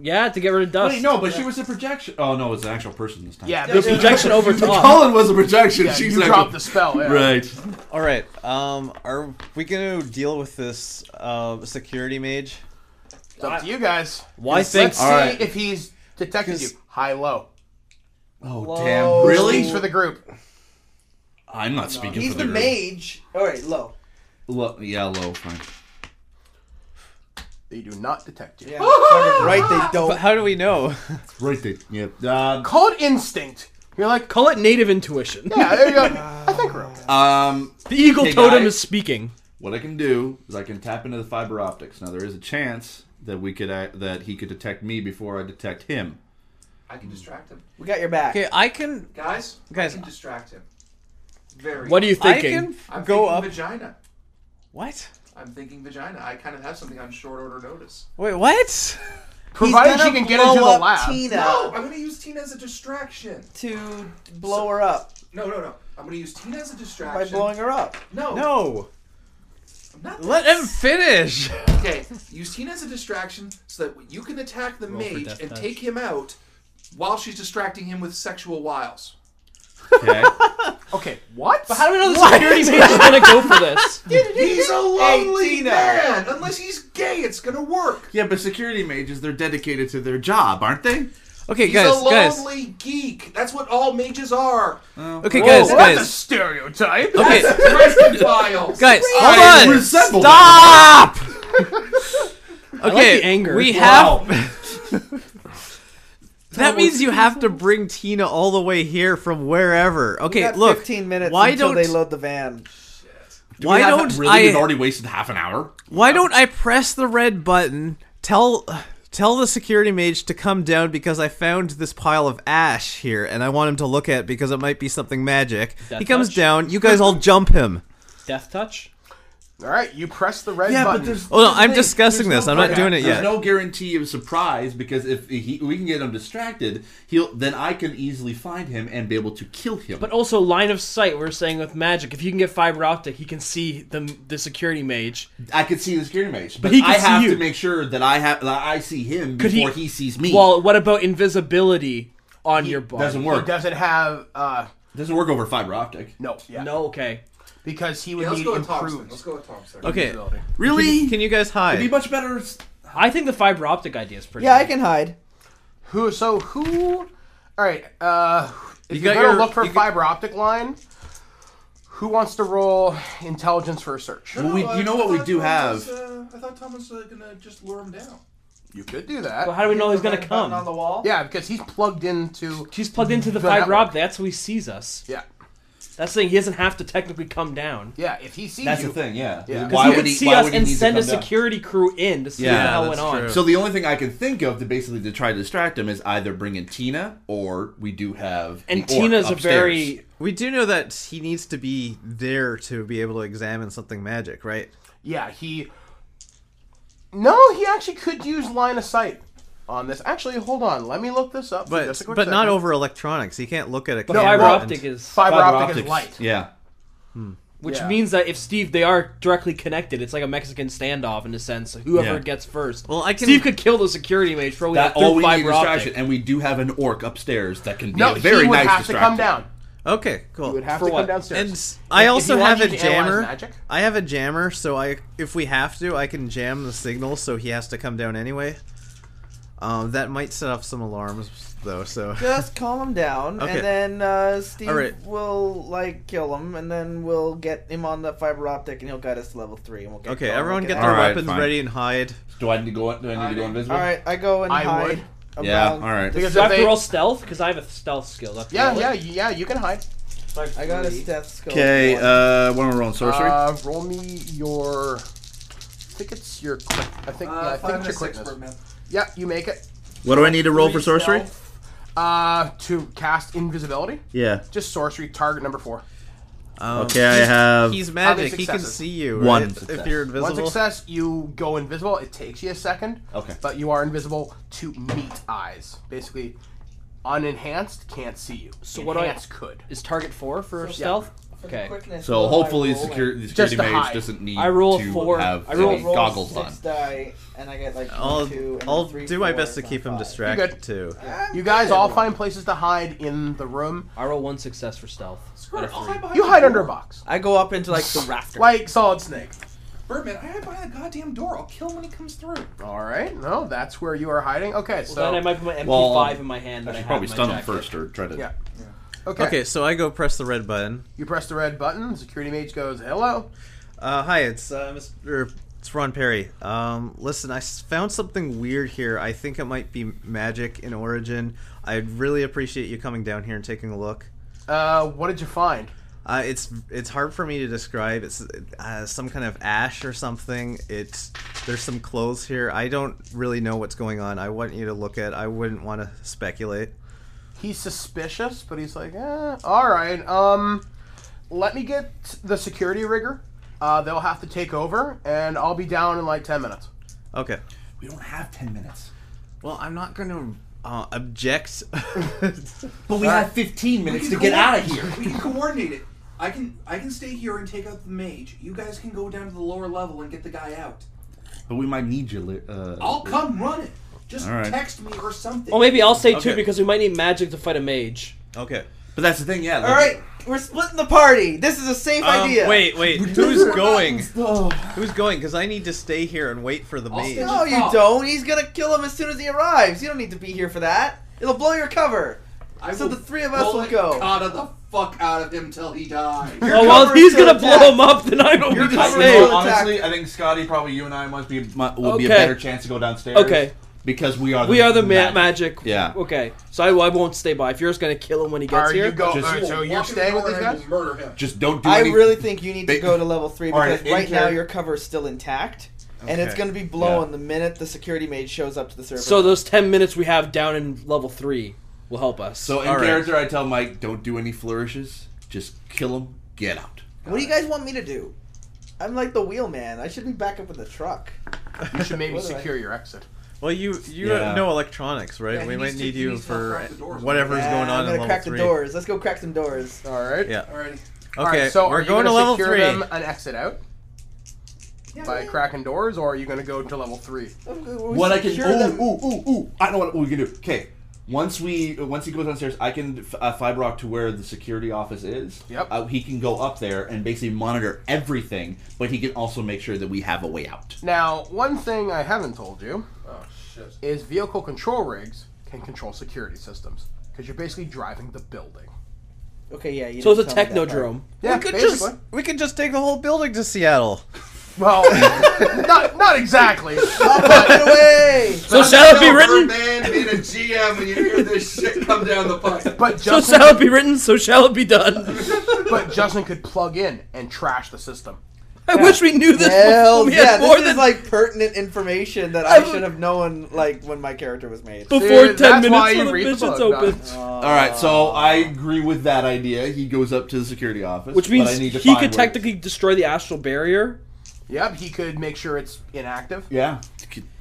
[SPEAKER 7] Yeah, to get rid of dust.
[SPEAKER 10] Wait, no, but she was a projection. Oh no, it's an actual person this time.
[SPEAKER 3] Yeah.
[SPEAKER 7] the
[SPEAKER 3] This,
[SPEAKER 7] projection over top.
[SPEAKER 10] Colin was a projection.
[SPEAKER 3] yeah
[SPEAKER 10] She's
[SPEAKER 3] you
[SPEAKER 10] an
[SPEAKER 3] dropped
[SPEAKER 10] actual-
[SPEAKER 3] the spell. Yeah.
[SPEAKER 10] Right.
[SPEAKER 9] All right. Um, are we gonna deal with this uh, security mage?
[SPEAKER 3] It's up to you guys.
[SPEAKER 7] Why
[SPEAKER 3] Let's
[SPEAKER 7] thanks?
[SPEAKER 3] see
[SPEAKER 10] All right.
[SPEAKER 3] if he's detected you.
[SPEAKER 9] Just-
[SPEAKER 3] High low.
[SPEAKER 10] Oh damn! Really?
[SPEAKER 3] Please for the group.
[SPEAKER 10] I'm not speaking
[SPEAKER 8] He's
[SPEAKER 10] for
[SPEAKER 8] the
[SPEAKER 10] the,
[SPEAKER 8] mage. All right, low.
[SPEAKER 10] Lo- yeah, low. Fine.
[SPEAKER 3] They do not detect you.
[SPEAKER 8] Yeah, fucking right. They
[SPEAKER 9] But
[SPEAKER 8] don't.
[SPEAKER 9] how do we know?
[SPEAKER 10] Right there. Yep. Uh,
[SPEAKER 3] Call it instinct. You're like,
[SPEAKER 7] Call it native intuition.
[SPEAKER 3] yeah, there you go. I think we're okay.
[SPEAKER 10] um,
[SPEAKER 7] The eagle
[SPEAKER 10] Hey,
[SPEAKER 7] totem
[SPEAKER 10] guys.
[SPEAKER 7] is speaking.
[SPEAKER 10] what I can do is I can tap into the fiber optics. Now there is a chance that we could act, that he could detect me before I detect him.
[SPEAKER 5] I can distract him.
[SPEAKER 8] We got your back.
[SPEAKER 9] Okay, I can.
[SPEAKER 5] Guys,
[SPEAKER 9] Guys,
[SPEAKER 5] I can distract him. Very.
[SPEAKER 7] What are you thinking?
[SPEAKER 9] I can f-
[SPEAKER 5] I'm
[SPEAKER 9] go
[SPEAKER 5] thinking
[SPEAKER 9] up.
[SPEAKER 5] vagina.
[SPEAKER 9] What?
[SPEAKER 5] I'm thinking vagina. I kind of have something on short order notice.
[SPEAKER 9] Wait, what?
[SPEAKER 3] Provided
[SPEAKER 8] He's
[SPEAKER 3] she
[SPEAKER 8] gonna
[SPEAKER 3] can get
[SPEAKER 8] blow
[SPEAKER 3] into the
[SPEAKER 8] up
[SPEAKER 3] lab.
[SPEAKER 8] Tina
[SPEAKER 5] No, Oh, I'm gonna use Tina as a distraction.
[SPEAKER 8] to blow her up
[SPEAKER 5] No, no, no. I'm gonna use Tina as a
[SPEAKER 8] by
[SPEAKER 5] distraction.
[SPEAKER 8] blowing her up.
[SPEAKER 5] No,
[SPEAKER 9] No.
[SPEAKER 5] I'm not
[SPEAKER 9] Let him finish.
[SPEAKER 5] Okay, use Tina as a distraction so that you can attack the
[SPEAKER 7] for
[SPEAKER 5] mage
[SPEAKER 7] death
[SPEAKER 5] and
[SPEAKER 7] touch.
[SPEAKER 5] take him out while she's distracting him with sexual wiles.
[SPEAKER 10] Okay.
[SPEAKER 3] Okay, what?
[SPEAKER 7] How do we know the security mage is gonna go for this?
[SPEAKER 5] He's a lonely
[SPEAKER 8] Tina.
[SPEAKER 5] man! Unless he's gay, it's gonna work.
[SPEAKER 10] yeah, but security mages they're dedicated to their job, aren't they?
[SPEAKER 9] Okay,
[SPEAKER 5] He's
[SPEAKER 9] guys,
[SPEAKER 5] a
[SPEAKER 9] guys.
[SPEAKER 5] lonely geek. That's what all mages are.
[SPEAKER 9] Okay,
[SPEAKER 3] Whoa,
[SPEAKER 9] guys,
[SPEAKER 3] that's a
[SPEAKER 9] guys.
[SPEAKER 3] stereotype.
[SPEAKER 9] Okay,
[SPEAKER 5] Presbyophiles.
[SPEAKER 9] guys.
[SPEAKER 10] I
[SPEAKER 9] Hold on.
[SPEAKER 10] resemble
[SPEAKER 9] Stop. Okay,
[SPEAKER 7] the anger.
[SPEAKER 9] we
[SPEAKER 10] Wow.
[SPEAKER 9] have.
[SPEAKER 8] Oh,
[SPEAKER 9] that means you have to bring Tina all the way here from wherever.
[SPEAKER 8] We
[SPEAKER 9] Okay,
[SPEAKER 8] got
[SPEAKER 9] look.
[SPEAKER 8] 15 minutes
[SPEAKER 9] why
[SPEAKER 8] until
[SPEAKER 9] don't-
[SPEAKER 8] they load the van.
[SPEAKER 10] Do
[SPEAKER 9] Why
[SPEAKER 10] we have-
[SPEAKER 9] don't
[SPEAKER 10] really?
[SPEAKER 9] I-
[SPEAKER 10] We've already wasted half an hour.
[SPEAKER 9] Why don't I press the red button? Tell tell the security mage to come down because I found this pile of ash here and I want him to look at it because it might be something magic.
[SPEAKER 7] Death
[SPEAKER 9] he comes
[SPEAKER 7] touch?
[SPEAKER 9] down. You guys all jump him.
[SPEAKER 7] Death touch.
[SPEAKER 3] All right, you press the red button.
[SPEAKER 9] Hold on, Oh, I'm discussing this. I'm not
[SPEAKER 10] Okay.
[SPEAKER 9] doing it
[SPEAKER 10] There's
[SPEAKER 9] yet.
[SPEAKER 10] no guarantee of surprise because if he, we can get him distracted, he'll then I can easily find him and be able to kill him.
[SPEAKER 7] But also line of sight. We're saying with magic, if you can get fiber optic, he can see the the security mage.
[SPEAKER 10] I could see the security mage,
[SPEAKER 7] But
[SPEAKER 10] but,
[SPEAKER 7] he
[SPEAKER 10] I
[SPEAKER 7] can see
[SPEAKER 10] have
[SPEAKER 7] you.
[SPEAKER 10] to make sure that I have that I see him
[SPEAKER 7] Could
[SPEAKER 10] before he, sees me.
[SPEAKER 7] Well, what about invisibility on your body?
[SPEAKER 10] doesn't work.
[SPEAKER 3] He doesn't have. Uh,
[SPEAKER 10] doesn't work over fiber optic.
[SPEAKER 3] no, yeah,
[SPEAKER 7] No. Okay.
[SPEAKER 3] because he would
[SPEAKER 5] Yeah, let's
[SPEAKER 3] need
[SPEAKER 5] go with Thompson. Let's
[SPEAKER 3] improved.
[SPEAKER 5] go with Thompson.
[SPEAKER 9] Okay,
[SPEAKER 3] Invisibility.
[SPEAKER 10] Really?
[SPEAKER 9] Can, can you guys hide?
[SPEAKER 10] It'd be much better. s-
[SPEAKER 7] I think the fiber optic idea is pretty.
[SPEAKER 8] Yeah, I
[SPEAKER 7] good.
[SPEAKER 8] can hide.
[SPEAKER 3] Who? So who? All right. Uh, if
[SPEAKER 9] You
[SPEAKER 3] you are
[SPEAKER 9] got
[SPEAKER 3] gonna
[SPEAKER 9] your-
[SPEAKER 3] look for
[SPEAKER 9] you got-
[SPEAKER 3] fiber optic line, who wants to roll intelligence for a search?
[SPEAKER 10] Well, we, you know what we do have.
[SPEAKER 5] I thought Tom was uh, gonna just lure him down.
[SPEAKER 3] You could do
[SPEAKER 7] But
[SPEAKER 3] that.
[SPEAKER 7] how do we know he's
[SPEAKER 8] The
[SPEAKER 7] gonna
[SPEAKER 8] red button on the
[SPEAKER 7] come?
[SPEAKER 8] wall.
[SPEAKER 3] Yeah, because he's plugged into.
[SPEAKER 7] She's plugged into the
[SPEAKER 3] The
[SPEAKER 7] fiber
[SPEAKER 3] network.
[SPEAKER 7] optic. That's how he sees us.
[SPEAKER 3] Yeah,
[SPEAKER 7] That's the thing. He doesn't have to technically come down.
[SPEAKER 3] yeah. If he sees
[SPEAKER 10] That's
[SPEAKER 3] you,
[SPEAKER 10] the thing, yeah.
[SPEAKER 3] Yeah. 'Cause
[SPEAKER 7] Why he would
[SPEAKER 10] he-
[SPEAKER 7] see
[SPEAKER 10] why
[SPEAKER 7] us
[SPEAKER 10] would he
[SPEAKER 7] and
[SPEAKER 10] need to
[SPEAKER 7] send a
[SPEAKER 10] come down?
[SPEAKER 7] security crew in to see
[SPEAKER 9] Yeah,
[SPEAKER 7] how
[SPEAKER 9] that's
[SPEAKER 7] went on.
[SPEAKER 9] true.
[SPEAKER 10] So the only thing I can think of to basically to try to distract him is either bring in Tina or we do have
[SPEAKER 7] And
[SPEAKER 10] the orc
[SPEAKER 7] Tina's a
[SPEAKER 10] upstairs.
[SPEAKER 7] very
[SPEAKER 9] we do know that he needs to be there to be able to examine something magic, right?
[SPEAKER 3] yeah. He. No, he actually could use line of sight on this. Actually, hold on. Let me look this up. for
[SPEAKER 9] But
[SPEAKER 3] just a quick
[SPEAKER 9] but not
[SPEAKER 3] second.
[SPEAKER 9] over electronics. He can't look at a
[SPEAKER 7] the
[SPEAKER 9] camera.
[SPEAKER 7] fiber
[SPEAKER 3] well,
[SPEAKER 9] and-
[SPEAKER 7] optic is,
[SPEAKER 3] Fiber,
[SPEAKER 10] Fiber
[SPEAKER 3] optic is
[SPEAKER 10] optics,
[SPEAKER 3] light.
[SPEAKER 10] Yeah.
[SPEAKER 7] which
[SPEAKER 3] yeah.
[SPEAKER 7] means that if Steve, they are directly connected. It's like a Mexican standoff in a sense. Whoever
[SPEAKER 10] Yeah.
[SPEAKER 7] gets first.
[SPEAKER 9] Well, I can-
[SPEAKER 7] Steve could kill the security mage for all we
[SPEAKER 10] That
[SPEAKER 7] know, through
[SPEAKER 10] all we need is
[SPEAKER 7] fiber
[SPEAKER 10] distraction,
[SPEAKER 7] optic.
[SPEAKER 10] and we do have an orc upstairs that can be
[SPEAKER 3] No,
[SPEAKER 10] a very
[SPEAKER 3] he would
[SPEAKER 10] nice
[SPEAKER 3] have to come
[SPEAKER 10] distractor.
[SPEAKER 3] down.
[SPEAKER 9] Okay, cool.
[SPEAKER 3] He would have
[SPEAKER 7] For
[SPEAKER 3] to
[SPEAKER 7] what?
[SPEAKER 3] come downstairs.
[SPEAKER 9] And I
[SPEAKER 3] if
[SPEAKER 9] also
[SPEAKER 3] he wants
[SPEAKER 9] have a
[SPEAKER 3] you to analyze
[SPEAKER 9] jammer.
[SPEAKER 3] magic?
[SPEAKER 9] I have a jammer, so I if we have to, I can jam the signal, so he has to come down anyway. Um, that might set off some alarms, though. So
[SPEAKER 8] Just calm him down,
[SPEAKER 9] Okay.
[SPEAKER 8] and then uh, Steve
[SPEAKER 9] All right.
[SPEAKER 8] will like kill him, and then we'll get him on the fiber optic, and he'll guide us to level three, and we'll get.
[SPEAKER 9] okay,
[SPEAKER 8] going.
[SPEAKER 9] everyone
[SPEAKER 8] We'll
[SPEAKER 9] get
[SPEAKER 8] out.
[SPEAKER 9] their
[SPEAKER 10] All right,
[SPEAKER 9] weapons
[SPEAKER 10] fine.
[SPEAKER 9] ready and hide.
[SPEAKER 10] Do I need to go? Do I need to go invisible?
[SPEAKER 8] All right, I go and
[SPEAKER 3] I
[SPEAKER 8] hide.
[SPEAKER 10] would. Yeah,
[SPEAKER 8] around
[SPEAKER 10] all right.
[SPEAKER 8] the
[SPEAKER 3] Because
[SPEAKER 7] Do
[SPEAKER 8] stuff.
[SPEAKER 7] I have
[SPEAKER 3] If
[SPEAKER 7] to
[SPEAKER 3] they-
[SPEAKER 7] roll stealth? Because I have a stealth skill. Do I have to
[SPEAKER 3] Yeah,
[SPEAKER 7] roll it?
[SPEAKER 3] yeah, yeah. You can hide.
[SPEAKER 8] I got a stealth skill.
[SPEAKER 10] Okay. Uh, what am I rolling? Sorcery.
[SPEAKER 3] Uh, roll me your. I think it's your. Quick, I think.
[SPEAKER 5] Uh,
[SPEAKER 3] yeah, I think it's your quickness. Yeah, you make it.
[SPEAKER 10] what do I need to roll for sorcery?
[SPEAKER 3] Uh, to cast invisibility,
[SPEAKER 10] Yeah.
[SPEAKER 3] just sorcery. Target number four.
[SPEAKER 9] Um,
[SPEAKER 10] Okay, I
[SPEAKER 9] he's-
[SPEAKER 10] have-
[SPEAKER 9] He's
[SPEAKER 3] many
[SPEAKER 9] magic. He can
[SPEAKER 3] successes?
[SPEAKER 9] see you.
[SPEAKER 10] One
[SPEAKER 9] right? If
[SPEAKER 10] success.
[SPEAKER 9] you're
[SPEAKER 3] One
[SPEAKER 9] invisible.
[SPEAKER 3] success, you go invisible. It takes you a second.
[SPEAKER 10] Okay.
[SPEAKER 3] But you are invisible to meet eyes. Basically, unenhanced can't see you. So
[SPEAKER 7] what do I-
[SPEAKER 3] Enhanced could.
[SPEAKER 7] Is target four for stealth? Okay.
[SPEAKER 8] Quickness,
[SPEAKER 10] So
[SPEAKER 8] will I
[SPEAKER 10] hopefully,
[SPEAKER 8] roll
[SPEAKER 10] security, the
[SPEAKER 3] Just
[SPEAKER 10] security
[SPEAKER 3] to
[SPEAKER 10] mage
[SPEAKER 3] hide.
[SPEAKER 10] doesn't need
[SPEAKER 7] I roll
[SPEAKER 10] to
[SPEAKER 7] four.
[SPEAKER 10] have
[SPEAKER 7] I roll-
[SPEAKER 10] any
[SPEAKER 8] a roll
[SPEAKER 10] goggles on.
[SPEAKER 8] six die, and I get like one,
[SPEAKER 9] I'll
[SPEAKER 8] two, and
[SPEAKER 9] I'll
[SPEAKER 8] three,
[SPEAKER 9] do my
[SPEAKER 8] fours,
[SPEAKER 9] best to
[SPEAKER 8] and
[SPEAKER 9] keep him
[SPEAKER 8] five.
[SPEAKER 9] distracted too.
[SPEAKER 3] You guys all find places to hide in the room.
[SPEAKER 7] I roll one success for stealth. Out of
[SPEAKER 5] Oh,
[SPEAKER 7] three.
[SPEAKER 3] You hide under a box,
[SPEAKER 8] I go up into like the rafter.
[SPEAKER 3] like Solid Snake.
[SPEAKER 5] Birdman, I hide behind the goddamn door. I'll kill him when he comes through.
[SPEAKER 3] All right. No, that's where you are hiding. Okay. So.
[SPEAKER 7] Well, then I might put my MP5
[SPEAKER 10] Well,
[SPEAKER 7] in my hand.
[SPEAKER 10] I should
[SPEAKER 7] that I have
[SPEAKER 10] probably
[SPEAKER 7] in my
[SPEAKER 10] stun him
[SPEAKER 7] jacket.
[SPEAKER 10] first or try to.
[SPEAKER 3] Yeah.
[SPEAKER 9] Okay. so I go press the red button.
[SPEAKER 3] You press the red button. Security mage goes, "Hello."
[SPEAKER 9] Uh, hi, it's uh, Mr. It's Ron Perry. Um, listen, I s- found something weird here. I think it might be magic in origin. I'd really appreciate you coming down here and taking a look.
[SPEAKER 3] Uh, what did you find?
[SPEAKER 9] Uh, it's it's hard for me to describe. It's uh, some kind of ash or something. It's there's some clothes here. I don't really know what's going on. I want you to look at. I wouldn't want to speculate.
[SPEAKER 3] He's suspicious, but he's like, eh, "All right. Um, let me get the security rigger. Uh, they'll have to take over, and I'll be down in like ten minutes."
[SPEAKER 9] Okay.
[SPEAKER 10] We don't have ten minutes,
[SPEAKER 9] Well, I'm not going to uh, object.
[SPEAKER 10] but we have fifteen minutes to
[SPEAKER 5] can
[SPEAKER 10] get
[SPEAKER 5] go-
[SPEAKER 10] out of here.
[SPEAKER 5] We can coordinate it. I can I can stay here and take out the mage. You guys can go down to the lower level and get the guy out.
[SPEAKER 10] But we might need you. li- Uh,
[SPEAKER 5] I'll come running. Just
[SPEAKER 10] All right.
[SPEAKER 5] text me or something.
[SPEAKER 7] Well, maybe I'll say two
[SPEAKER 9] Okay.
[SPEAKER 7] because we might need magic to fight a mage.
[SPEAKER 9] okay.
[SPEAKER 10] But that's the thing, yeah.
[SPEAKER 8] All right, we're splitting the party. This is a safe
[SPEAKER 9] Um,
[SPEAKER 8] idea.
[SPEAKER 9] wait, wait. Who's going? Who's going? Because I need to stay here and wait for the
[SPEAKER 5] I'll
[SPEAKER 9] mage.
[SPEAKER 5] stay-
[SPEAKER 8] No, you
[SPEAKER 5] Oh.
[SPEAKER 8] don't. He's gonna kill him as soon as he arrives. You don't need to be here for that. It'll blow your cover.
[SPEAKER 5] I
[SPEAKER 8] so the three of us
[SPEAKER 5] pull
[SPEAKER 8] will
[SPEAKER 5] the
[SPEAKER 8] go.
[SPEAKER 5] cotta the fuck out of him till he dies.
[SPEAKER 7] Oh well, if
[SPEAKER 8] cover
[SPEAKER 7] he's
[SPEAKER 8] is
[SPEAKER 7] gonna
[SPEAKER 8] so
[SPEAKER 7] blow him up, then I don't need to
[SPEAKER 8] cover
[SPEAKER 7] stay.
[SPEAKER 8] is so-
[SPEAKER 10] honestly, I think Scotty, probably you and I must be might, would be a
[SPEAKER 7] Okay.
[SPEAKER 10] better chance to go downstairs.
[SPEAKER 7] Okay.
[SPEAKER 10] Because we are. The
[SPEAKER 7] We are the ma- magic.
[SPEAKER 10] Yeah.
[SPEAKER 7] Okay, so I, I won't stay by. If you're just gonna kill him when he gets
[SPEAKER 3] Are
[SPEAKER 7] here,
[SPEAKER 3] you go?
[SPEAKER 10] Just-
[SPEAKER 3] uh, so you're
[SPEAKER 5] Walk in the
[SPEAKER 3] staying with
[SPEAKER 5] door
[SPEAKER 3] these
[SPEAKER 5] and
[SPEAKER 3] guys?
[SPEAKER 5] we'll Murder him.
[SPEAKER 10] Just don't do
[SPEAKER 8] I
[SPEAKER 10] any-
[SPEAKER 8] really think you need to
[SPEAKER 10] they-
[SPEAKER 8] go to level three
[SPEAKER 10] All right,
[SPEAKER 8] because right now
[SPEAKER 10] injured.
[SPEAKER 8] your cover is still intact, and it's
[SPEAKER 9] Okay.
[SPEAKER 8] gonna be blown
[SPEAKER 10] Yeah.
[SPEAKER 8] the minute the security maid shows up to the surface.
[SPEAKER 7] so those ten minutes we have down in level three will help us.
[SPEAKER 10] So in
[SPEAKER 9] All right.
[SPEAKER 10] character, I tell Mike, don't do any flourishes. Just kill him. Get out.
[SPEAKER 8] What do you guys want me to do? I'm like the wheelman. I should be back up in the truck.
[SPEAKER 3] You should maybe
[SPEAKER 8] What do I-
[SPEAKER 3] secure your exit.
[SPEAKER 9] Well, you you
[SPEAKER 10] Yeah.
[SPEAKER 9] know electronics, right?
[SPEAKER 5] Yeah, he
[SPEAKER 9] we
[SPEAKER 5] needs
[SPEAKER 9] might
[SPEAKER 5] to-
[SPEAKER 9] need
[SPEAKER 5] he
[SPEAKER 9] you
[SPEAKER 5] needs to
[SPEAKER 9] for
[SPEAKER 5] crack the doors.
[SPEAKER 9] whatever's
[SPEAKER 8] Ah,
[SPEAKER 9] going on
[SPEAKER 8] I'm
[SPEAKER 9] in
[SPEAKER 8] gonna
[SPEAKER 9] level
[SPEAKER 8] crack
[SPEAKER 9] three.
[SPEAKER 8] the doors. Let's go crack some doors.
[SPEAKER 3] All right.
[SPEAKER 9] Yeah.
[SPEAKER 5] Alrighty.
[SPEAKER 9] Okay,
[SPEAKER 3] All right, so
[SPEAKER 9] we're
[SPEAKER 3] are you
[SPEAKER 9] going to
[SPEAKER 3] gonna
[SPEAKER 9] level
[SPEAKER 3] secure
[SPEAKER 9] three.
[SPEAKER 3] them an exit out by cracking doors, or are you going to go to level three?
[SPEAKER 10] What I can
[SPEAKER 8] Secure them.
[SPEAKER 10] ooh ooh ooh ooh! I know what we can do. Okay, once we once he goes downstairs, I can uh, fiber rock to where the security office is.
[SPEAKER 3] Yep.
[SPEAKER 10] Uh, he can go up there and basically monitor everything, but he can also make sure that we have a way out.
[SPEAKER 3] Now, one thing I haven't told you
[SPEAKER 5] Oh shit.
[SPEAKER 3] is vehicle control rigs can control security systems because you're basically driving the building.
[SPEAKER 8] Okay, yeah. You
[SPEAKER 7] So it's a
[SPEAKER 8] didn't tell me that part.
[SPEAKER 7] technodrome.
[SPEAKER 3] Yeah,
[SPEAKER 9] we could
[SPEAKER 3] basically.
[SPEAKER 9] just we could just take the whole building to Seattle.
[SPEAKER 3] Well, not not exactly.
[SPEAKER 8] Get away!
[SPEAKER 7] So shall it be written?
[SPEAKER 5] Man, being a GM when you hear this shit come down the pipe.
[SPEAKER 3] But
[SPEAKER 7] So
[SPEAKER 3] Justin,
[SPEAKER 7] shall it be written? So shall it be done?
[SPEAKER 3] but Justin could plug in and trash the system.
[SPEAKER 7] I wish we knew this. before
[SPEAKER 8] Hell
[SPEAKER 7] we
[SPEAKER 8] yeah!
[SPEAKER 7] had more
[SPEAKER 8] This is
[SPEAKER 7] than
[SPEAKER 8] like pertinent information that I should have known like when my character was made.
[SPEAKER 7] before
[SPEAKER 3] Dude,
[SPEAKER 7] ten
[SPEAKER 3] Eh, that's why
[SPEAKER 7] minutes
[SPEAKER 3] you
[SPEAKER 7] when the
[SPEAKER 3] read the
[SPEAKER 7] mission's
[SPEAKER 3] book,
[SPEAKER 7] open.
[SPEAKER 3] not-
[SPEAKER 10] All right, so I agree with that idea. He goes up to the security office,
[SPEAKER 7] Which
[SPEAKER 10] but
[SPEAKER 7] means
[SPEAKER 10] I need to
[SPEAKER 7] he
[SPEAKER 10] find
[SPEAKER 7] could
[SPEAKER 10] where-
[SPEAKER 7] technically destroy the astral barrier.
[SPEAKER 3] Yep, he could make sure it's inactive.
[SPEAKER 10] yeah.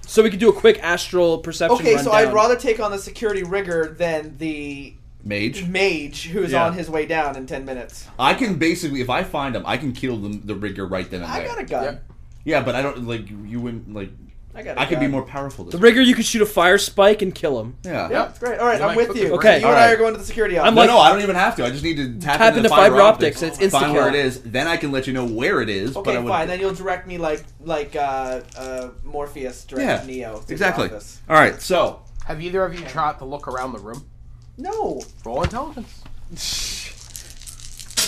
[SPEAKER 7] So we could do a quick astral perception.
[SPEAKER 8] Okay, so I'd
[SPEAKER 7] rundown.
[SPEAKER 8] rather take on the security rigger than the
[SPEAKER 10] Mage,
[SPEAKER 8] mage who's
[SPEAKER 10] Yeah.
[SPEAKER 8] on his way down in ten minutes.
[SPEAKER 10] I can basically, if I find him, I can kill the, the rigger right then and
[SPEAKER 8] I
[SPEAKER 10] there.
[SPEAKER 8] got a gun.
[SPEAKER 3] Yep.
[SPEAKER 10] Yeah, but I don't like you wouldn't like.
[SPEAKER 8] I got. a
[SPEAKER 10] I could be
[SPEAKER 8] gun.
[SPEAKER 10] more powerful. This
[SPEAKER 7] the
[SPEAKER 10] way.
[SPEAKER 7] rigger. You could shoot a fire spike and kill him.
[SPEAKER 10] Yeah.
[SPEAKER 3] Yep.
[SPEAKER 8] Great. All right,
[SPEAKER 3] You
[SPEAKER 8] I'm
[SPEAKER 3] might
[SPEAKER 8] with
[SPEAKER 3] cook
[SPEAKER 8] you.
[SPEAKER 3] the
[SPEAKER 7] Okay.
[SPEAKER 8] You and I
[SPEAKER 10] Alright.
[SPEAKER 8] are going to the security office.
[SPEAKER 7] I'm
[SPEAKER 10] No,
[SPEAKER 7] like-
[SPEAKER 10] no, I don't even have to. I just need to tap,
[SPEAKER 7] Tap
[SPEAKER 10] into,
[SPEAKER 7] into
[SPEAKER 10] fiber,
[SPEAKER 7] fiber
[SPEAKER 10] optics.
[SPEAKER 7] optics, it's
[SPEAKER 10] Find where it
[SPEAKER 7] insta-kill.
[SPEAKER 10] is. Then I can let you know where it is. but I
[SPEAKER 8] okay,
[SPEAKER 10] would,
[SPEAKER 8] fine. Then you'll direct me like like uh, uh, Morpheus directs
[SPEAKER 10] yeah.
[SPEAKER 8] Neo. to the
[SPEAKER 10] exactly.
[SPEAKER 8] office.
[SPEAKER 10] All right. So
[SPEAKER 3] Have either of you tried to look around the room?
[SPEAKER 8] No.
[SPEAKER 3] Roll intelligence.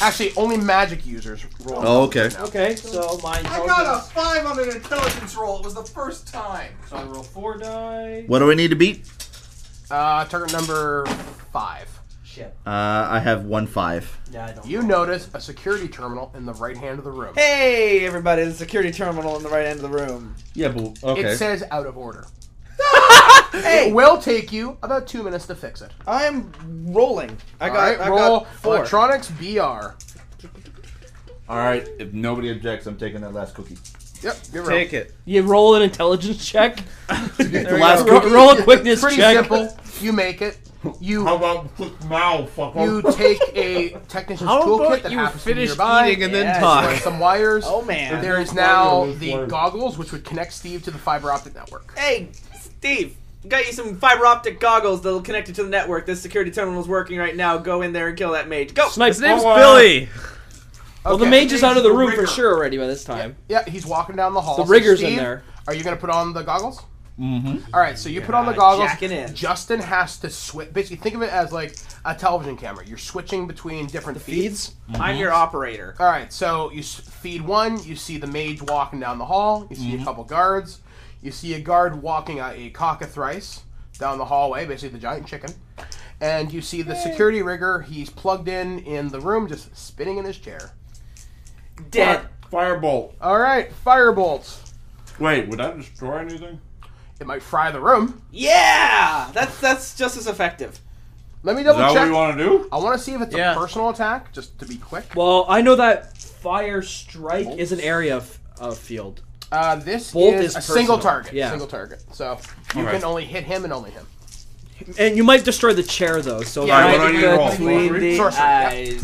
[SPEAKER 3] Actually, only magic users roll.
[SPEAKER 10] Oh, okay.
[SPEAKER 3] intelligence now.
[SPEAKER 7] Okay, so mine.
[SPEAKER 5] I got a five on an intelligence roll. It was the first time.
[SPEAKER 7] So I roll four die.
[SPEAKER 10] what do I need to beat?
[SPEAKER 3] Uh, target number five.
[SPEAKER 7] Shit.
[SPEAKER 10] Uh, I have one five.
[SPEAKER 7] Yeah, I don't.
[SPEAKER 3] You notice a security terminal in the right hand of the room.
[SPEAKER 8] Hey, everybody! The security terminal in the right end of the room.
[SPEAKER 10] Yeah, but okay.
[SPEAKER 3] It says out of order. It
[SPEAKER 8] Hey,
[SPEAKER 3] will take you about two minutes to fix it.
[SPEAKER 8] I'm rolling. I got.
[SPEAKER 3] Alright,
[SPEAKER 8] I
[SPEAKER 3] roll
[SPEAKER 8] got four.
[SPEAKER 3] electronics BR.
[SPEAKER 10] All right. If nobody objects, I'm taking that last cookie.
[SPEAKER 3] Yep, you're
[SPEAKER 9] Take it.
[SPEAKER 7] You roll an intelligence check.
[SPEAKER 10] the last
[SPEAKER 7] Ro-
[SPEAKER 10] cookie.
[SPEAKER 7] roll a quickness
[SPEAKER 3] Pretty
[SPEAKER 7] check.
[SPEAKER 3] simple. You make it. You
[SPEAKER 10] about quick now, fucker?
[SPEAKER 3] you take a technician's
[SPEAKER 9] How
[SPEAKER 3] toolkit
[SPEAKER 9] about
[SPEAKER 3] that
[SPEAKER 9] you
[SPEAKER 3] happens to be
[SPEAKER 9] finish
[SPEAKER 3] nearby.
[SPEAKER 9] eating and then
[SPEAKER 8] Yes.
[SPEAKER 3] Run
[SPEAKER 9] talk?
[SPEAKER 3] some wires.
[SPEAKER 8] Oh man.
[SPEAKER 3] There is now the goggles, which would connect Steve to the fiber optic network.
[SPEAKER 8] Hey, Steve, got you some fiber optic goggles that'll connect you to the network. This security terminal's working right now. Go in there and kill that mage. Go.
[SPEAKER 7] Snipe.
[SPEAKER 9] His name's
[SPEAKER 7] Oh, uh,
[SPEAKER 9] Billy.
[SPEAKER 7] Well, the
[SPEAKER 3] Okay.
[SPEAKER 7] mage is out of the
[SPEAKER 5] The
[SPEAKER 7] room for
[SPEAKER 5] rigger.
[SPEAKER 7] sure already by this time.
[SPEAKER 3] Yeah, he's walking down the hall.
[SPEAKER 7] The
[SPEAKER 3] So,
[SPEAKER 7] rigger's in
[SPEAKER 3] Steve,
[SPEAKER 7] there.
[SPEAKER 3] Are you going to put on the goggles? Mm-hmm. All right, so you put on the goggles.
[SPEAKER 8] jacking in.
[SPEAKER 3] Justin has to switch. Basically, think of it as like a television camera. You're switching between different feeds.
[SPEAKER 7] Feeds.
[SPEAKER 8] I'm your operator.
[SPEAKER 3] All right, so you s- feed one. You see the mage walking down the hall. You see
[SPEAKER 7] Mm-hmm.
[SPEAKER 3] a couple guards. You see a guard walking a, a cockatrice down the hallway, basically the giant chicken. And you see the security rigger. He's plugged in in the room, just spinning in his chair.
[SPEAKER 8] Dead.
[SPEAKER 10] Firebolt.
[SPEAKER 3] All right, firebolts.
[SPEAKER 10] Wait, would that destroy anything?
[SPEAKER 3] It might fry the room.
[SPEAKER 8] Yeah, that's that's just as effective.
[SPEAKER 3] Let me double check.
[SPEAKER 10] want to do?
[SPEAKER 3] I want to see if it's
[SPEAKER 9] Yeah.
[SPEAKER 3] a personal attack, just to be quick.
[SPEAKER 7] Well, I know that fire strike is an area of, of field.
[SPEAKER 3] Uh, this
[SPEAKER 7] Bolt
[SPEAKER 3] is,
[SPEAKER 7] is
[SPEAKER 3] a single
[SPEAKER 7] personal,
[SPEAKER 3] target.
[SPEAKER 7] yeah.
[SPEAKER 3] Single target. So you
[SPEAKER 10] All right.
[SPEAKER 3] can only hit him and only him.
[SPEAKER 7] And you might destroy the chair though. So
[SPEAKER 3] Yeah,
[SPEAKER 7] it
[SPEAKER 10] what do I
[SPEAKER 7] might be
[SPEAKER 10] need
[SPEAKER 7] good
[SPEAKER 10] to roll?
[SPEAKER 7] between
[SPEAKER 10] Sorcery?
[SPEAKER 7] the-
[SPEAKER 3] Sorcery. yeah.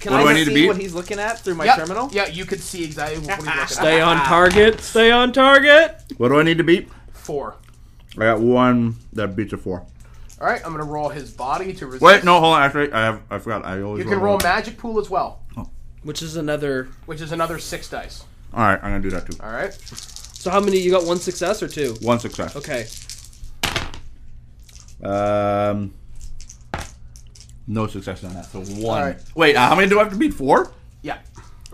[SPEAKER 8] Can
[SPEAKER 10] What do
[SPEAKER 8] I,
[SPEAKER 10] I need to
[SPEAKER 8] see
[SPEAKER 10] beat?
[SPEAKER 8] what he's looking at through my
[SPEAKER 3] Yep.
[SPEAKER 8] terminal?
[SPEAKER 3] Yeah, you could see exactly what he's looking at.
[SPEAKER 7] Stay on target. Stay on target.
[SPEAKER 6] What do I need to beat?
[SPEAKER 3] Four.
[SPEAKER 6] I got one that beats a four.
[SPEAKER 3] All right, I'm gonna roll his body to resist.
[SPEAKER 6] Wait, no, hold on. Actually, I have. I forgot. I always.
[SPEAKER 3] You can roll magic pool as well,
[SPEAKER 7] Which is another.
[SPEAKER 3] which is another six dice.
[SPEAKER 6] All right, I'm gonna do that too.
[SPEAKER 3] All right.
[SPEAKER 7] So how many? You got one success or two?
[SPEAKER 6] One success.
[SPEAKER 7] Okay.
[SPEAKER 6] Um, no success on that. So one.
[SPEAKER 3] All right.
[SPEAKER 6] Wait, uh, how many do I have to beat? Four.
[SPEAKER 3] Yeah.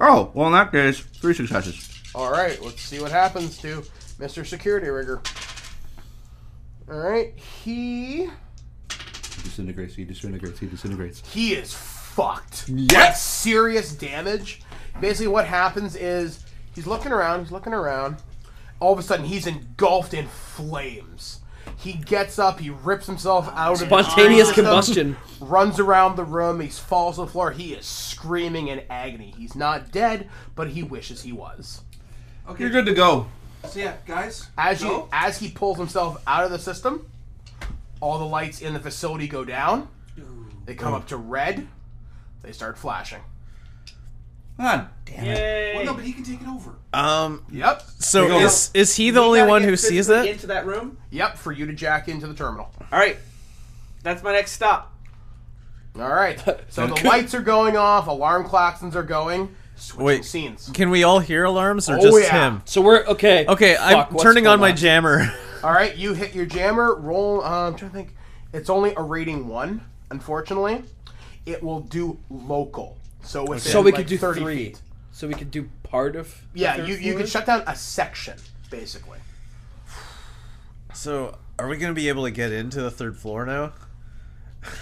[SPEAKER 6] Oh, well, in that case, three successes.
[SPEAKER 3] All right. Let's see what happens to Mr. Security Rigger. All right. He
[SPEAKER 10] Disintegrates. He disintegrates. He disintegrates.
[SPEAKER 3] he is fucked.
[SPEAKER 10] Yes.
[SPEAKER 3] serious damage. Basically, what happens is he's looking around, he's looking around. All of a sudden, he's engulfed in flames. He gets up, he rips himself out of the
[SPEAKER 7] Spontaneous
[SPEAKER 3] train system,
[SPEAKER 7] combustion.
[SPEAKER 3] runs around the room, he falls to the floor. He is screaming in agony. He's not dead, but he wishes he was.
[SPEAKER 5] Okay.
[SPEAKER 10] You're good to go.
[SPEAKER 5] So yeah, guys.
[SPEAKER 3] As you
[SPEAKER 5] go.
[SPEAKER 3] as he pulls himself out of the system, all the lights in the facility go down. They come
[SPEAKER 7] Oh.
[SPEAKER 3] up to red. They start flashing.
[SPEAKER 10] Ah, damn
[SPEAKER 8] Yay.
[SPEAKER 5] Well, no, but he can take it over.
[SPEAKER 9] Um.
[SPEAKER 3] Yep.
[SPEAKER 9] So
[SPEAKER 10] go.
[SPEAKER 9] is is he the
[SPEAKER 8] We
[SPEAKER 9] only
[SPEAKER 8] gotta
[SPEAKER 9] one
[SPEAKER 8] get
[SPEAKER 9] who sees
[SPEAKER 8] physically
[SPEAKER 9] that?
[SPEAKER 8] Into that room.
[SPEAKER 3] Yep, for you to jack into the terminal.
[SPEAKER 8] All right, that's my next stop.
[SPEAKER 3] All right. So the lights are going off, alarm klaxons are going. Switching
[SPEAKER 9] Wait.
[SPEAKER 3] scenes.
[SPEAKER 9] Can we all hear alarms or
[SPEAKER 3] Oh,
[SPEAKER 9] just
[SPEAKER 3] yeah.
[SPEAKER 9] him?
[SPEAKER 7] So we're okay.
[SPEAKER 9] Okay,
[SPEAKER 7] Fuck,
[SPEAKER 9] I'm
[SPEAKER 7] what's
[SPEAKER 9] turning on
[SPEAKER 7] going
[SPEAKER 9] my jammer.
[SPEAKER 3] All right, you hit your jammer. Roll. Uh, I'm trying to think. It's only a rating one, unfortunately. It will do local. So within
[SPEAKER 7] So we
[SPEAKER 3] like,
[SPEAKER 7] could do
[SPEAKER 3] 30
[SPEAKER 7] three.
[SPEAKER 3] Feet.
[SPEAKER 7] So we could do part of. the
[SPEAKER 3] Yeah,
[SPEAKER 7] third
[SPEAKER 3] you, you
[SPEAKER 7] floor?
[SPEAKER 3] could shut down a section, basically.
[SPEAKER 9] So are we gonna be able to get into the third floor now?
[SPEAKER 3] You've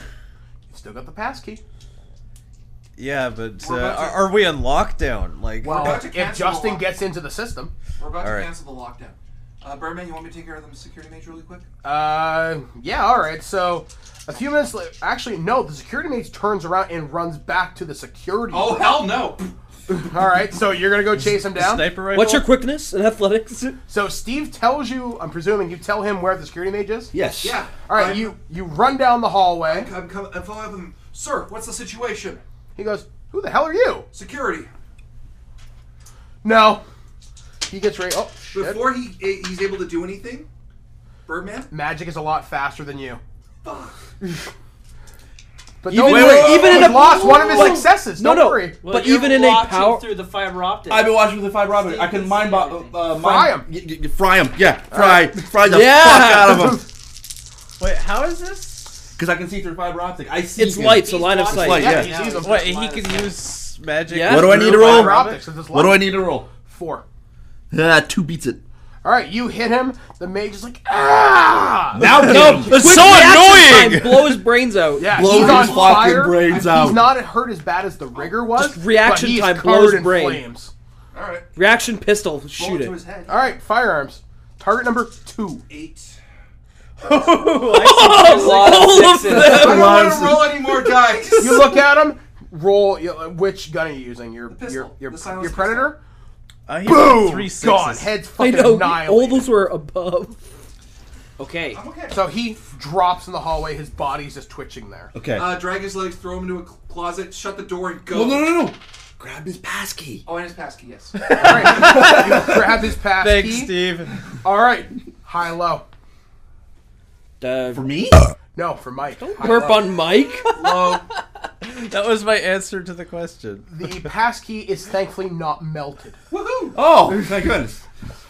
[SPEAKER 3] still got the pass key.
[SPEAKER 9] Yeah, but uh,
[SPEAKER 5] We're about to-
[SPEAKER 9] are, are we on lockdown? Like,
[SPEAKER 3] Well,
[SPEAKER 5] about to
[SPEAKER 3] if
[SPEAKER 5] cancel
[SPEAKER 3] Justin
[SPEAKER 5] off.
[SPEAKER 3] gets into the system,
[SPEAKER 5] We're about to
[SPEAKER 9] All right.
[SPEAKER 5] cancel the lockdown. Uh, Birdman, you want me to take care of the security mage really quick?
[SPEAKER 3] uh, yeah, all right. So a few minutes later, actually, no, the security mage turns around and runs back to the security.
[SPEAKER 5] Oh
[SPEAKER 3] room.
[SPEAKER 5] hell no!
[SPEAKER 3] All right, so you're gonna go chase him down.
[SPEAKER 9] sniper rifle.
[SPEAKER 7] What's your quickness and athletics?
[SPEAKER 3] So Steve tells you, I'm presuming you tell him where the security mage is.
[SPEAKER 10] Yes.
[SPEAKER 5] Yeah.
[SPEAKER 3] All right,
[SPEAKER 5] I'm-
[SPEAKER 3] you you run down the hallway.
[SPEAKER 5] I'm, com- I'm following up with him. Sir, what's the situation?
[SPEAKER 3] He goes, "Who the hell are you?"
[SPEAKER 5] Security.
[SPEAKER 3] No. He gets ready. Oh shit!
[SPEAKER 5] Before he eh, he's able to do anything, Birdman.
[SPEAKER 3] Magic is a lot faster than you.
[SPEAKER 5] Fuck.
[SPEAKER 3] But
[SPEAKER 7] Even
[SPEAKER 3] don't
[SPEAKER 7] in-
[SPEAKER 3] worry,
[SPEAKER 7] even in
[SPEAKER 3] he's
[SPEAKER 7] a-
[SPEAKER 3] lost one of his
[SPEAKER 7] like-
[SPEAKER 3] successes.
[SPEAKER 7] No,
[SPEAKER 3] Don't
[SPEAKER 7] no.
[SPEAKER 3] worry.
[SPEAKER 7] But even in a
[SPEAKER 8] watching
[SPEAKER 7] power-
[SPEAKER 8] through the fiber optic.
[SPEAKER 10] I've been watching with the five robbery.
[SPEAKER 8] See,
[SPEAKER 10] I can
[SPEAKER 8] you
[SPEAKER 10] mind
[SPEAKER 8] see
[SPEAKER 10] bo-
[SPEAKER 8] everything.
[SPEAKER 10] uh,
[SPEAKER 3] Fry
[SPEAKER 10] mind-
[SPEAKER 3] 'em.
[SPEAKER 10] Y- y- y- fry him. Yeah, fry, fry the
[SPEAKER 7] Yeah.
[SPEAKER 10] fuck out of him.
[SPEAKER 9] Wait, how is this?
[SPEAKER 10] Because I can see through fiber optic. I see.
[SPEAKER 7] It's
[SPEAKER 10] him.
[SPEAKER 7] light, so line of
[SPEAKER 8] watching
[SPEAKER 7] sight.
[SPEAKER 10] light,
[SPEAKER 3] Yeah,
[SPEAKER 10] yeah.
[SPEAKER 3] he's even
[SPEAKER 9] Wait, he can use magic.
[SPEAKER 7] Yeah.
[SPEAKER 10] What do I
[SPEAKER 9] through
[SPEAKER 10] need to roll?
[SPEAKER 9] fiber optic?
[SPEAKER 10] What do I need to roll?
[SPEAKER 3] Four.
[SPEAKER 10] Ah, two beats it.
[SPEAKER 3] All right, you hit him. The mage is like, ah!
[SPEAKER 10] Now no,
[SPEAKER 9] That's so
[SPEAKER 7] Reaction
[SPEAKER 9] annoying.
[SPEAKER 7] time, blow his brains out.
[SPEAKER 3] Yeah,
[SPEAKER 10] Blow
[SPEAKER 3] he's
[SPEAKER 10] his
[SPEAKER 3] on
[SPEAKER 10] fucking
[SPEAKER 3] fire.
[SPEAKER 10] brains
[SPEAKER 3] he's
[SPEAKER 10] out.
[SPEAKER 3] not hurt as bad as the rigor was.
[SPEAKER 7] Just reaction
[SPEAKER 3] but he's
[SPEAKER 7] time
[SPEAKER 3] covered
[SPEAKER 7] blows
[SPEAKER 3] in
[SPEAKER 7] brain.
[SPEAKER 3] flames.
[SPEAKER 5] All right.
[SPEAKER 7] Reaction pistol,
[SPEAKER 5] Roll
[SPEAKER 7] shoot
[SPEAKER 5] it to his
[SPEAKER 7] it.
[SPEAKER 5] head.
[SPEAKER 3] All right, firearms. Target number two.
[SPEAKER 5] Eight.
[SPEAKER 7] All of them.
[SPEAKER 5] I don't want to roll any more dice.
[SPEAKER 3] You look at him. Roll. you- uh, Which gun are you using? Your
[SPEAKER 5] pistol.
[SPEAKER 3] your your,
[SPEAKER 5] The silenced
[SPEAKER 3] your predator.
[SPEAKER 9] Uh, he rolled
[SPEAKER 3] Boom!
[SPEAKER 9] Three sixes.
[SPEAKER 3] Gone. Heads
[SPEAKER 7] I
[SPEAKER 3] fucking
[SPEAKER 7] know.
[SPEAKER 3] annihilated.
[SPEAKER 7] All those were above.
[SPEAKER 8] Okay.
[SPEAKER 5] I'm okay.
[SPEAKER 3] So he drops in the hallway. His body's just twitching there.
[SPEAKER 10] Okay.
[SPEAKER 5] Uh, drag his legs, throw him into a cl- closet, shut the door, and go.
[SPEAKER 10] no, no, no, no. Grab his pass key.
[SPEAKER 5] Oh, and his passkey, yes.
[SPEAKER 3] All right. you grab his pass
[SPEAKER 9] Thanks,
[SPEAKER 3] key.
[SPEAKER 9] Steve.
[SPEAKER 3] All right. High low.
[SPEAKER 7] Uh,
[SPEAKER 10] Me?
[SPEAKER 3] No, for Mike. High,
[SPEAKER 7] burp
[SPEAKER 3] low.
[SPEAKER 7] on Mike.
[SPEAKER 9] That was my answer to the question.
[SPEAKER 3] The pass key is thankfully not melted.
[SPEAKER 5] Woohoo!
[SPEAKER 10] Oh, thank goodness.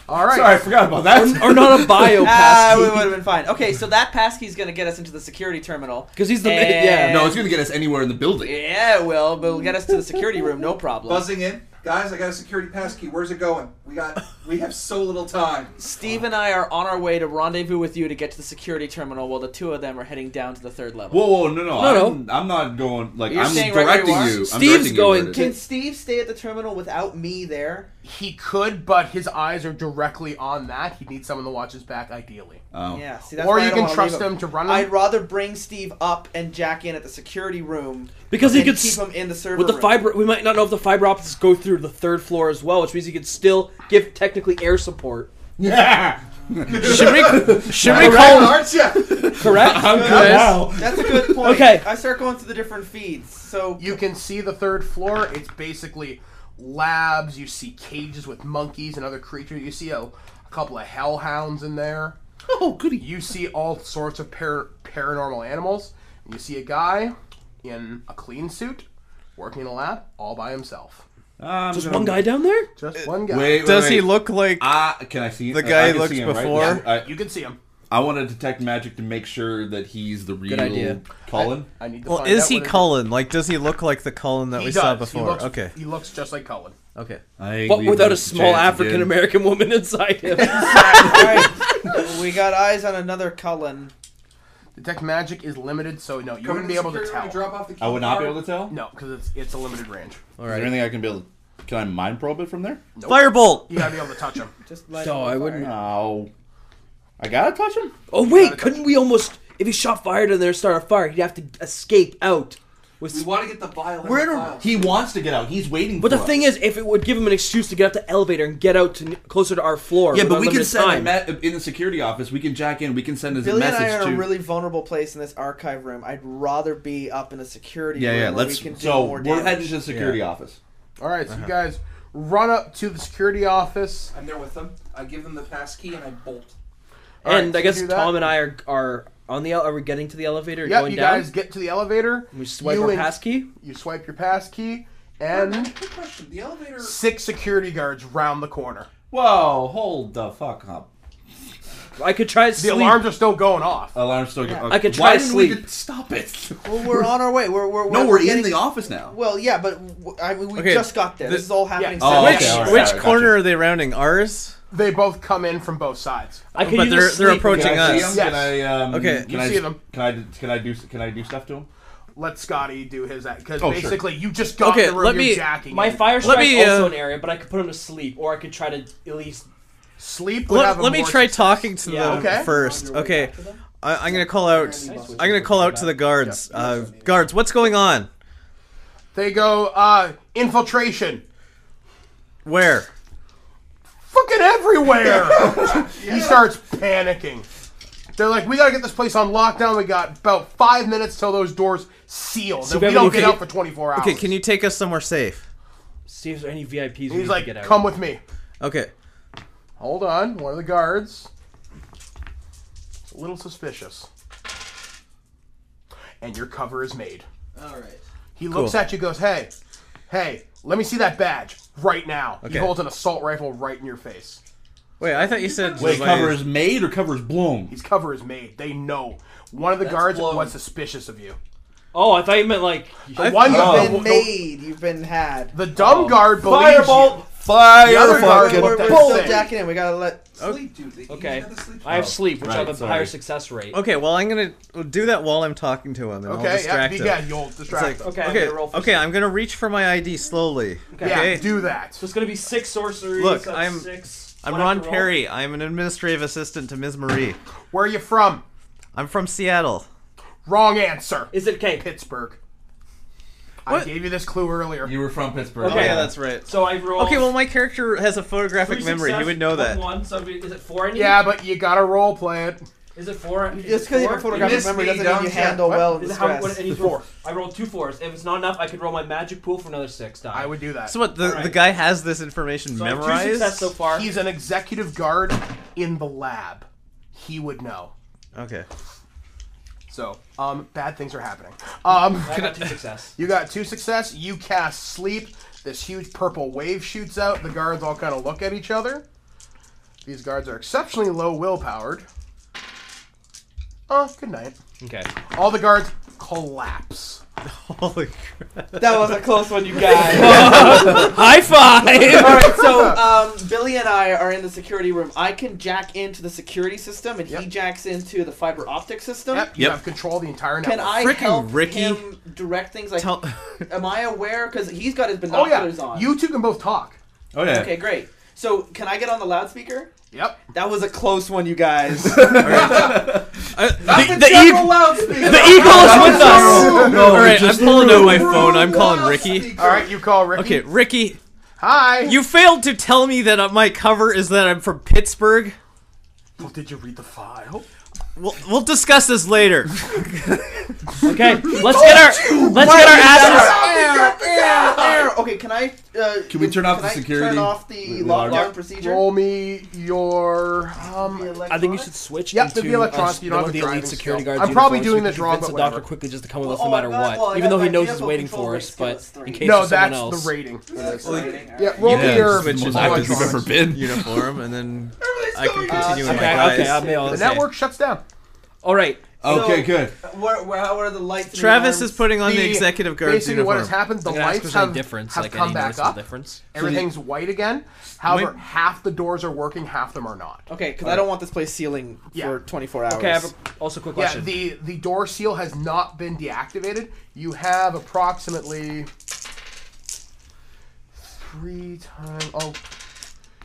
[SPEAKER 3] All right.
[SPEAKER 10] Sorry, I forgot about that.
[SPEAKER 7] or not a bio
[SPEAKER 8] Ah,
[SPEAKER 7] pass
[SPEAKER 8] we would have been fine. Okay, so that passkey's gonna get us into the security terminal.
[SPEAKER 7] because he's the
[SPEAKER 8] And-
[SPEAKER 7] yeah.
[SPEAKER 10] no, it's gonna get us anywhere in the building.
[SPEAKER 8] Yeah, it will, but it'll get us to the security room, no problem.
[SPEAKER 5] Buzzing in. Guys, I got a security passkey. Where's it going? We got. We have so little time.
[SPEAKER 8] Steve and I are on our way to rendezvous with you to get to the security terminal, while the two of them are heading down to the third level.
[SPEAKER 10] Whoa, whoa, no, no,
[SPEAKER 7] No,
[SPEAKER 10] I'm, I'm not going. Like
[SPEAKER 8] You're
[SPEAKER 10] I'm
[SPEAKER 8] staying right where
[SPEAKER 10] directing
[SPEAKER 8] you are?
[SPEAKER 10] you. I'm
[SPEAKER 7] Steve's
[SPEAKER 10] directing you
[SPEAKER 7] going,
[SPEAKER 10] where it
[SPEAKER 8] Can
[SPEAKER 10] is.
[SPEAKER 8] Steve stay at the terminal without me there?
[SPEAKER 3] He could, but his eyes are directly on that. He needs someone to watch his back, ideally.
[SPEAKER 10] Oh.
[SPEAKER 8] Yeah, see, that's
[SPEAKER 3] or
[SPEAKER 8] why I
[SPEAKER 3] you
[SPEAKER 8] don't
[SPEAKER 3] can
[SPEAKER 8] wanna
[SPEAKER 3] trust
[SPEAKER 8] leave him.
[SPEAKER 3] him to run.
[SPEAKER 8] I'd rather bring Steve up and Jack in at the security room
[SPEAKER 7] because he
[SPEAKER 8] and
[SPEAKER 7] could
[SPEAKER 8] keep
[SPEAKER 7] s-
[SPEAKER 8] him in the server
[SPEAKER 7] with the
[SPEAKER 8] room.
[SPEAKER 7] fiber. We might not know if the fiber optics go through the third floor as well, which means he could still give technically air support.
[SPEAKER 10] Yeah.
[SPEAKER 9] Should we? Should we
[SPEAKER 5] Right,
[SPEAKER 9] call?
[SPEAKER 5] aren't you?
[SPEAKER 7] Correct.
[SPEAKER 10] I'm good
[SPEAKER 9] Guys.
[SPEAKER 10] now.
[SPEAKER 8] That's a good point.
[SPEAKER 7] Okay.
[SPEAKER 8] I start going through the different feeds. So
[SPEAKER 3] You can see the third floor. It's basically labs. You see cages with monkeys and other creatures. You see a, a couple of hellhounds in there.
[SPEAKER 10] Oh, goody.
[SPEAKER 3] You see all sorts of par- paranormal animals. And you see a guy in a clean suit working in a lab all by himself. Uh,
[SPEAKER 10] Um,
[SPEAKER 7] Just one guy down there.
[SPEAKER 3] Just one guy.
[SPEAKER 10] Wait, wait,
[SPEAKER 9] Does
[SPEAKER 10] wait.
[SPEAKER 9] he look like?
[SPEAKER 10] Ah, can I see
[SPEAKER 9] The
[SPEAKER 10] I- I
[SPEAKER 9] guy
[SPEAKER 10] can
[SPEAKER 9] looks
[SPEAKER 10] see him, right?
[SPEAKER 9] before?
[SPEAKER 10] Yeah,
[SPEAKER 3] You can see him.
[SPEAKER 10] I, I want to detect magic to make sure that he's the real
[SPEAKER 7] idea.
[SPEAKER 10] Colin.
[SPEAKER 3] I need to
[SPEAKER 9] Well,
[SPEAKER 3] find
[SPEAKER 9] is
[SPEAKER 3] out
[SPEAKER 9] he
[SPEAKER 3] what it-
[SPEAKER 9] Cullen? Like, does he look like the Cullen that
[SPEAKER 3] He
[SPEAKER 9] we
[SPEAKER 3] does.
[SPEAKER 9] saw
[SPEAKER 3] He
[SPEAKER 9] before?
[SPEAKER 3] looks,
[SPEAKER 9] okay.
[SPEAKER 3] He looks just like Cullen.
[SPEAKER 9] Okay.
[SPEAKER 10] I
[SPEAKER 7] What
[SPEAKER 10] leave
[SPEAKER 7] without
[SPEAKER 10] him
[SPEAKER 7] a
[SPEAKER 10] to
[SPEAKER 7] small
[SPEAKER 10] chance
[SPEAKER 7] African
[SPEAKER 10] again.
[SPEAKER 7] American woman inside him?
[SPEAKER 8] Alright, we got eyes on another Cullen.
[SPEAKER 3] Detect magic is limited, so no, you
[SPEAKER 5] Come
[SPEAKER 3] wouldn't
[SPEAKER 5] into
[SPEAKER 3] be
[SPEAKER 5] the
[SPEAKER 3] able to
[SPEAKER 5] security room
[SPEAKER 3] tell.
[SPEAKER 5] and Drop off the key
[SPEAKER 10] I would not be able to tell.
[SPEAKER 3] No, because it's it's a limited range.
[SPEAKER 10] Is there anything I can build? Can I mind probe it from there?
[SPEAKER 9] Firebolt.
[SPEAKER 3] You gotta be able to touch him.
[SPEAKER 8] Just like
[SPEAKER 7] no, I wouldn't.
[SPEAKER 10] No. I gotta touch him.
[SPEAKER 11] Oh wait, couldn't we almost? If he shot fired in there and started a fire, he'd have to escape out.
[SPEAKER 5] We want to get the vial.
[SPEAKER 11] We're in
[SPEAKER 5] the
[SPEAKER 11] a-
[SPEAKER 5] vial.
[SPEAKER 10] He wants to get out. He's waiting.
[SPEAKER 11] But
[SPEAKER 10] for
[SPEAKER 11] the thing is, if it would give him an excuse to get up the elevator and get out to n- closer to our floor,
[SPEAKER 10] Yeah, but we can
[SPEAKER 11] could
[SPEAKER 10] send a
[SPEAKER 11] time.
[SPEAKER 10] me- in the security office. We can jack in. We can send his
[SPEAKER 8] Billy and
[SPEAKER 10] message
[SPEAKER 8] I are
[SPEAKER 10] to.
[SPEAKER 8] in a really vulnerable place in this archive room. I'd rather be up in a security
[SPEAKER 10] Yeah,
[SPEAKER 8] room
[SPEAKER 10] yeah,
[SPEAKER 8] where
[SPEAKER 10] let's-
[SPEAKER 8] we can do
[SPEAKER 10] so
[SPEAKER 8] more
[SPEAKER 10] we're
[SPEAKER 8] damage.
[SPEAKER 10] heading to the security office.
[SPEAKER 3] All right, so you
[SPEAKER 10] Uh-huh.
[SPEAKER 3] guys run up to the security office.
[SPEAKER 5] I'm there with them. I give them the pass key and I bolt.
[SPEAKER 11] and
[SPEAKER 3] Alright,
[SPEAKER 11] I guess
[SPEAKER 3] do that.
[SPEAKER 11] Tom and I are are on the. el- Are we getting to the elevator?
[SPEAKER 3] Yep,
[SPEAKER 11] going
[SPEAKER 3] you
[SPEAKER 11] down?
[SPEAKER 3] guys get to the elevator.
[SPEAKER 11] We swipe
[SPEAKER 3] You
[SPEAKER 11] our
[SPEAKER 3] and-
[SPEAKER 11] pass key.
[SPEAKER 3] You swipe your pass key, and
[SPEAKER 5] Quick question: The elevator.
[SPEAKER 3] six security guards round the corner.
[SPEAKER 10] Whoa! Hold the fuck up.
[SPEAKER 11] I could try to
[SPEAKER 3] The alarms are still going off.
[SPEAKER 10] Alarm still.
[SPEAKER 8] Yeah.
[SPEAKER 10] go- uh,
[SPEAKER 8] I could
[SPEAKER 10] Why
[SPEAKER 8] try to
[SPEAKER 10] didn't we
[SPEAKER 8] sleep.
[SPEAKER 10] get- stop it.
[SPEAKER 8] Well, we're on our way. We're, we're,
[SPEAKER 10] No, we're in
[SPEAKER 8] getting-
[SPEAKER 10] the office now.
[SPEAKER 8] Well, yeah, but w- I mean, we
[SPEAKER 9] Okay,
[SPEAKER 8] just got there.
[SPEAKER 9] the-
[SPEAKER 8] This is all happening.
[SPEAKER 9] Yeah. Oh,
[SPEAKER 8] suddenly.
[SPEAKER 9] okay, all right, all right,
[SPEAKER 8] corner
[SPEAKER 9] are they rounding? Ours?
[SPEAKER 3] They both come in from both sides.
[SPEAKER 9] I could But use they're- a they're sleep. approaching
[SPEAKER 10] Can I see
[SPEAKER 9] us.
[SPEAKER 10] him?
[SPEAKER 3] Yes.
[SPEAKER 10] Can I, um,
[SPEAKER 3] Okay.
[SPEAKER 10] Can
[SPEAKER 3] You
[SPEAKER 10] I,
[SPEAKER 3] see them.
[SPEAKER 10] Can I? Can I do? Can I do stuff to him?
[SPEAKER 3] Let Scotty do his act because
[SPEAKER 10] Oh, sure.
[SPEAKER 3] basically you just got in the room. you're jacking
[SPEAKER 7] My
[SPEAKER 3] it.
[SPEAKER 7] fire strike's
[SPEAKER 9] uh,
[SPEAKER 7] also an area, but I could put him to sleep, or I could try to at least
[SPEAKER 3] sleep.
[SPEAKER 7] would
[SPEAKER 9] Let,
[SPEAKER 7] have a
[SPEAKER 9] let me
[SPEAKER 7] more
[SPEAKER 9] try
[SPEAKER 7] success.
[SPEAKER 9] talking to
[SPEAKER 7] Yeah.
[SPEAKER 9] them
[SPEAKER 7] Okay.
[SPEAKER 9] first. Okay, I, I'm gonna call out. I'm gonna call out to the guards. Uh, guards, what's going on?
[SPEAKER 3] They go uh, infiltration.
[SPEAKER 9] Where?
[SPEAKER 3] Fucking everywhere. He starts panicking. They're like, we gotta get this place on lockdown. We got about five minutes till those doors seal.
[SPEAKER 9] See
[SPEAKER 3] Then
[SPEAKER 9] if
[SPEAKER 3] we don't
[SPEAKER 9] everybody-
[SPEAKER 3] get out for 24 hours.
[SPEAKER 9] Okay, can you take us somewhere safe?
[SPEAKER 11] See if there are any VIPs. we
[SPEAKER 3] He's
[SPEAKER 11] need to
[SPEAKER 3] like,
[SPEAKER 11] get out.
[SPEAKER 3] come with me.
[SPEAKER 9] Okay.
[SPEAKER 3] Hold on. One of the guards. It's a little suspicious. And your cover is made.
[SPEAKER 12] All right.
[SPEAKER 3] He looks
[SPEAKER 9] Cool.
[SPEAKER 3] at you, goes, "Hey, hey, let me see that badge right now."
[SPEAKER 9] Okay.
[SPEAKER 3] He holds an assault rifle right in your face.
[SPEAKER 9] Wait, I thought you said.
[SPEAKER 10] Wait, cover is made or cover is blown?
[SPEAKER 3] His cover is made. They know. One of the
[SPEAKER 7] That's
[SPEAKER 3] guards
[SPEAKER 7] blown.
[SPEAKER 3] was suspicious of you.
[SPEAKER 7] Oh, I thought you meant like
[SPEAKER 3] The one
[SPEAKER 8] You've
[SPEAKER 3] guard,
[SPEAKER 8] been made. You've been had.
[SPEAKER 3] The dumb guard believes you. The
[SPEAKER 8] Fire
[SPEAKER 3] other guard
[SPEAKER 8] We're,
[SPEAKER 3] looked at you
[SPEAKER 8] we're, we're still
[SPEAKER 3] saying,
[SPEAKER 8] jacking in. We gotta let.
[SPEAKER 5] Sleep, dude.
[SPEAKER 7] Okay. I have sleep, which I have a higher success rate.
[SPEAKER 9] Okay, well I'm gonna do that while I'm talking to him, and
[SPEAKER 3] Okay, yeah,
[SPEAKER 9] I'll distract
[SPEAKER 3] be
[SPEAKER 9] him.
[SPEAKER 3] good, you'll distract
[SPEAKER 9] It's
[SPEAKER 3] him.
[SPEAKER 9] like,
[SPEAKER 3] Okay, I'm
[SPEAKER 9] okay,
[SPEAKER 3] gonna roll for
[SPEAKER 9] okay, I'm gonna reach for my ID slowly. Okay,
[SPEAKER 3] Yeah, do that.
[SPEAKER 7] So it's gonna be six sorceries.
[SPEAKER 9] look,
[SPEAKER 7] that's
[SPEAKER 9] I'm
[SPEAKER 7] six.
[SPEAKER 9] I'm
[SPEAKER 7] What I have
[SPEAKER 9] Ron
[SPEAKER 7] to roll?
[SPEAKER 9] Perry. I'm an administrative assistant to Ms. Marie.
[SPEAKER 3] Where are you from?
[SPEAKER 9] I'm from Seattle.
[SPEAKER 3] Wrong answer.
[SPEAKER 7] Is it K?
[SPEAKER 3] Pittsburgh. I gave you this clue earlier.
[SPEAKER 10] You were from Pittsburgh.
[SPEAKER 9] Okay, that's right.
[SPEAKER 7] So I roll.
[SPEAKER 9] Okay, well my character has a photographic
[SPEAKER 7] Three
[SPEAKER 9] memory. He
[SPEAKER 7] success,
[SPEAKER 9] would know
[SPEAKER 7] one
[SPEAKER 9] that.
[SPEAKER 7] One, so it'd be- is it four? I need?
[SPEAKER 3] Yeah, but you gotta role play it.
[SPEAKER 7] Is it four? Is
[SPEAKER 8] Just
[SPEAKER 7] it
[SPEAKER 8] 'cause you
[SPEAKER 7] four?
[SPEAKER 8] have a photographic You missed memory me, doesn't mean don't you you? handle
[SPEAKER 7] What?
[SPEAKER 8] well in
[SPEAKER 7] Is it
[SPEAKER 8] the
[SPEAKER 7] how-
[SPEAKER 8] stress.
[SPEAKER 7] I need
[SPEAKER 8] The four.
[SPEAKER 7] I rolled two fours. If it's not enough, I could roll my magic pool for another six die. I
[SPEAKER 3] would do that.
[SPEAKER 9] So what? The, the guy has this information
[SPEAKER 7] So I have two
[SPEAKER 9] memorized.
[SPEAKER 7] success so far.
[SPEAKER 3] He's an executive guard in the lab. He would know.
[SPEAKER 9] Okay.
[SPEAKER 3] So, um, bad things are happening. Um,
[SPEAKER 7] I got two success.
[SPEAKER 3] You got two success. You cast sleep. This huge purple wave shoots out. The guards all kind of look at each other. These guards are exceptionally low will powered. Oh, good night.
[SPEAKER 7] Okay.
[SPEAKER 3] All the guards collapse.
[SPEAKER 9] Holy crap.
[SPEAKER 8] That was a close one, you guys.
[SPEAKER 11] High five!
[SPEAKER 8] All right, so um, Billy and I are in the security room. I can jack into the security system, and he jacks into the fiber optic system.
[SPEAKER 3] Yep. You have control of the entire network.
[SPEAKER 8] Can I help him direct things? Like,
[SPEAKER 3] Tell-
[SPEAKER 8] am I aware? Because he's got his
[SPEAKER 3] Oh yeah,
[SPEAKER 8] binoculars on.
[SPEAKER 3] you two can both talk.
[SPEAKER 10] Oh yeah.
[SPEAKER 8] Okay, great. So, can I get on the loudspeaker?
[SPEAKER 3] Yep.
[SPEAKER 8] That was a close one, you guys.
[SPEAKER 9] the- the eag- the eagle is with
[SPEAKER 10] Oh,
[SPEAKER 9] us. All right, I'm pulling out my phone. I'm calling Ricky.
[SPEAKER 3] All right, you call Ricky.
[SPEAKER 9] Okay, Ricky.
[SPEAKER 3] Hi.
[SPEAKER 9] You failed to tell me that uh, my cover is that I'm from Pittsburgh.
[SPEAKER 3] Well, did you read the file?
[SPEAKER 9] We'll, we'll discuss this later.
[SPEAKER 7] okay,
[SPEAKER 9] let's get our let's get our asses.
[SPEAKER 8] Okay, can I? Uh,
[SPEAKER 10] Can we turn off
[SPEAKER 8] can
[SPEAKER 10] the
[SPEAKER 8] I
[SPEAKER 10] security?
[SPEAKER 8] Turn off the lock alarm procedure.
[SPEAKER 3] Roll me your. Um,
[SPEAKER 11] I think you should switch.
[SPEAKER 3] Yep,
[SPEAKER 11] into
[SPEAKER 3] the electronics.
[SPEAKER 11] us-
[SPEAKER 3] You don't
[SPEAKER 11] one
[SPEAKER 3] have
[SPEAKER 11] of
[SPEAKER 3] to
[SPEAKER 11] the
[SPEAKER 3] drive
[SPEAKER 11] elite
[SPEAKER 3] and
[SPEAKER 11] security
[SPEAKER 3] steal.
[SPEAKER 11] guards.
[SPEAKER 3] I'm probably
[SPEAKER 11] uniform, so
[SPEAKER 3] doing
[SPEAKER 11] we
[SPEAKER 3] this
[SPEAKER 11] can
[SPEAKER 3] wrong,
[SPEAKER 11] convince
[SPEAKER 3] but
[SPEAKER 11] the doctor
[SPEAKER 3] whatever.
[SPEAKER 11] quickly just to come with us
[SPEAKER 3] Well,
[SPEAKER 11] no
[SPEAKER 3] oh,
[SPEAKER 11] matter
[SPEAKER 3] I got-
[SPEAKER 11] what,
[SPEAKER 3] well, I
[SPEAKER 11] even
[SPEAKER 3] got
[SPEAKER 11] though he
[SPEAKER 3] my
[SPEAKER 11] knows he's
[SPEAKER 3] vehicle
[SPEAKER 11] waiting for
[SPEAKER 3] controller
[SPEAKER 11] us. But
[SPEAKER 3] skills
[SPEAKER 11] in
[SPEAKER 3] three.
[SPEAKER 11] case
[SPEAKER 3] No,
[SPEAKER 11] of someone
[SPEAKER 3] that's the
[SPEAKER 11] else.
[SPEAKER 3] rating. That's
[SPEAKER 11] Like-
[SPEAKER 3] rating. Yeah, roll me your
[SPEAKER 9] active
[SPEAKER 3] electronics.
[SPEAKER 9] uniform, and then I can continue with my
[SPEAKER 11] okay,
[SPEAKER 9] guys.
[SPEAKER 11] okay, I'll be all
[SPEAKER 3] The
[SPEAKER 11] the same.
[SPEAKER 3] network shuts down.
[SPEAKER 11] All right.
[SPEAKER 10] Okay, good.
[SPEAKER 8] Where, where, how are the lights? and
[SPEAKER 9] Travis
[SPEAKER 8] alarms?
[SPEAKER 9] is putting on the, executive guard's
[SPEAKER 3] Basically,
[SPEAKER 9] uniform.
[SPEAKER 3] what has happened? The
[SPEAKER 11] I'm gonna ask if
[SPEAKER 3] lights
[SPEAKER 11] there's any
[SPEAKER 3] have,
[SPEAKER 11] difference,
[SPEAKER 3] have
[SPEAKER 11] like,
[SPEAKER 3] come
[SPEAKER 11] any
[SPEAKER 3] back
[SPEAKER 11] noticeable
[SPEAKER 3] up.
[SPEAKER 11] difference.
[SPEAKER 3] Everything's white again. However, half the doors are working, half them are not.
[SPEAKER 8] Okay, because I don't want this place sealing for 24 hours.
[SPEAKER 11] Okay, I have a, also a quick
[SPEAKER 3] Yeah,
[SPEAKER 11] question.
[SPEAKER 3] the the door seal has not been deactivated. You have approximately three times. Oh,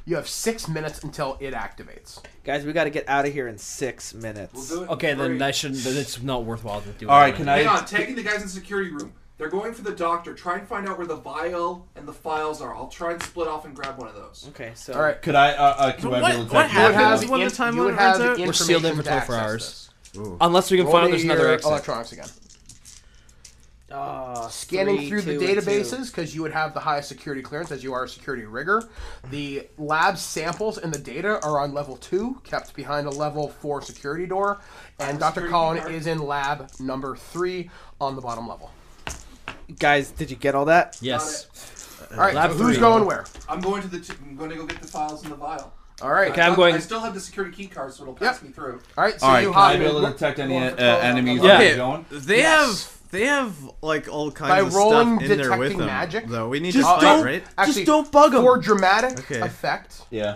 [SPEAKER 3] You have six minutes until it activates.
[SPEAKER 8] Guys, we got to get out of here in six minutes.
[SPEAKER 5] We'll do it in
[SPEAKER 7] Okay, then
[SPEAKER 5] three.
[SPEAKER 7] I shouldn't. Then it's not worthwhile to do. it.
[SPEAKER 5] Hang on, taking the guys in the security room. They're going for the doctor. Try and find out where the vial and the files are. I'll try and split off and grab one of those.
[SPEAKER 8] Okay, so
[SPEAKER 3] All right.
[SPEAKER 10] Could I? Uh, uh, could I be able to take-
[SPEAKER 3] when the time limit runs out?
[SPEAKER 7] We're sealed in for 24 hours. Unless we can find out there's another exit.
[SPEAKER 3] electronics again.
[SPEAKER 8] ah,
[SPEAKER 3] Scanning through the databases because you would have the highest security clearance as you are a security rigger. The lab samples and the data are on level two, kept behind a level four security door, and Dr. Collin is in lab number three on the bottom level.
[SPEAKER 8] guys, did you get all that?
[SPEAKER 7] Yes.
[SPEAKER 10] Uh,
[SPEAKER 3] All right, so who's going where?
[SPEAKER 5] I'm going to the. T- I'm going to go get the files and the vial.
[SPEAKER 3] All right.
[SPEAKER 5] I- I still have the security key card, so it'll pass me through.
[SPEAKER 3] All right.
[SPEAKER 10] All right, can I be able to detect any uh, enemies? Yeah.
[SPEAKER 9] Okay,
[SPEAKER 10] Going?
[SPEAKER 9] They have they have like all kinds
[SPEAKER 3] By
[SPEAKER 9] of
[SPEAKER 3] rolling
[SPEAKER 9] stuff in there with
[SPEAKER 3] detecting
[SPEAKER 9] them.
[SPEAKER 3] magic,
[SPEAKER 9] Though we need
[SPEAKER 3] Just
[SPEAKER 9] to fight,
[SPEAKER 3] don't-
[SPEAKER 9] right?
[SPEAKER 3] Actually, don't bug them. For dramatic
[SPEAKER 9] Okay.
[SPEAKER 3] effect,
[SPEAKER 10] Yeah.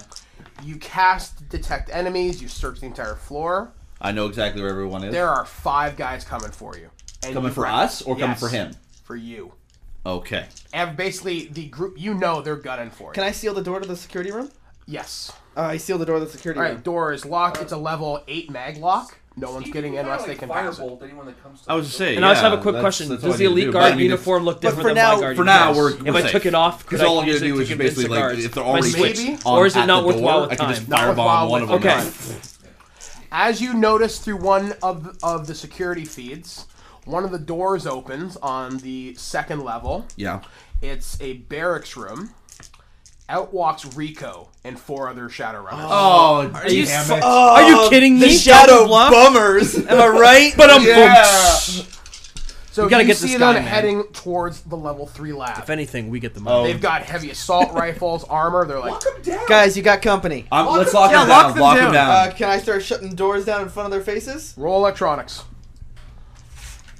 [SPEAKER 3] you cast detect enemies. You search the entire floor.
[SPEAKER 10] I know exactly where everyone is.
[SPEAKER 3] There are five guys coming for you. And
[SPEAKER 10] Coming
[SPEAKER 3] you
[SPEAKER 10] for
[SPEAKER 3] rec-
[SPEAKER 10] us or coming for him?
[SPEAKER 3] For you.
[SPEAKER 10] Okay.
[SPEAKER 3] And basically, the group you know they're gunning for you.
[SPEAKER 8] Can I seal the door to the security room?
[SPEAKER 3] Yes.
[SPEAKER 8] Uh, I seal the door to the security
[SPEAKER 3] All
[SPEAKER 8] room.
[SPEAKER 3] right. Door is locked. It's a level eight mag lock. No one's getting in
[SPEAKER 5] Kinda
[SPEAKER 3] unless
[SPEAKER 5] like
[SPEAKER 3] they can pass it.
[SPEAKER 5] firebolt anyone that comes to
[SPEAKER 10] I was just saying.
[SPEAKER 7] And I also have a quick question: Does the elite guard uniform look different than my guard?
[SPEAKER 10] For now,
[SPEAKER 7] uniform?
[SPEAKER 10] we're,
[SPEAKER 7] if
[SPEAKER 10] we're
[SPEAKER 7] I
[SPEAKER 10] safe.
[SPEAKER 7] took it off, could
[SPEAKER 10] 'Cause
[SPEAKER 7] I
[SPEAKER 10] all I'm
[SPEAKER 7] use
[SPEAKER 10] gonna
[SPEAKER 7] it
[SPEAKER 10] do
[SPEAKER 7] to
[SPEAKER 10] is
[SPEAKER 7] convince
[SPEAKER 10] basically
[SPEAKER 7] the
[SPEAKER 10] like
[SPEAKER 7] guards?
[SPEAKER 10] if they're already
[SPEAKER 7] If I
[SPEAKER 10] switched
[SPEAKER 7] switch-
[SPEAKER 10] on
[SPEAKER 7] or is it
[SPEAKER 10] at
[SPEAKER 7] not
[SPEAKER 10] the
[SPEAKER 7] worthwhile
[SPEAKER 10] door,
[SPEAKER 7] with
[SPEAKER 10] I
[SPEAKER 7] time?
[SPEAKER 10] can just firebomb one of them.
[SPEAKER 7] Okay.
[SPEAKER 3] As you notice through one of of the security feeds, one of the doors opens on the second level.
[SPEAKER 10] Yeah.
[SPEAKER 3] It's a barracks room. Out walks Rico and four other Shadowrunners.
[SPEAKER 10] Oh, Are you damn fu- it.
[SPEAKER 7] Are you kidding me? Double bluff?
[SPEAKER 3] Am
[SPEAKER 7] I right? But I'm
[SPEAKER 3] yeah. So
[SPEAKER 7] We gotta
[SPEAKER 3] you
[SPEAKER 7] get
[SPEAKER 3] see
[SPEAKER 7] this
[SPEAKER 3] them
[SPEAKER 7] guy, man.
[SPEAKER 3] heading towards the level three lab.
[SPEAKER 7] If anything, we get the money.
[SPEAKER 3] They've got heavy assault rifles, armor. They're like,
[SPEAKER 8] Guys, you got company.
[SPEAKER 10] I'm- Lock let's them lock down. them Yeah, down, lock them lock them down. down.
[SPEAKER 8] Uh, can I start shutting doors down in front of their faces?
[SPEAKER 3] roll electronics.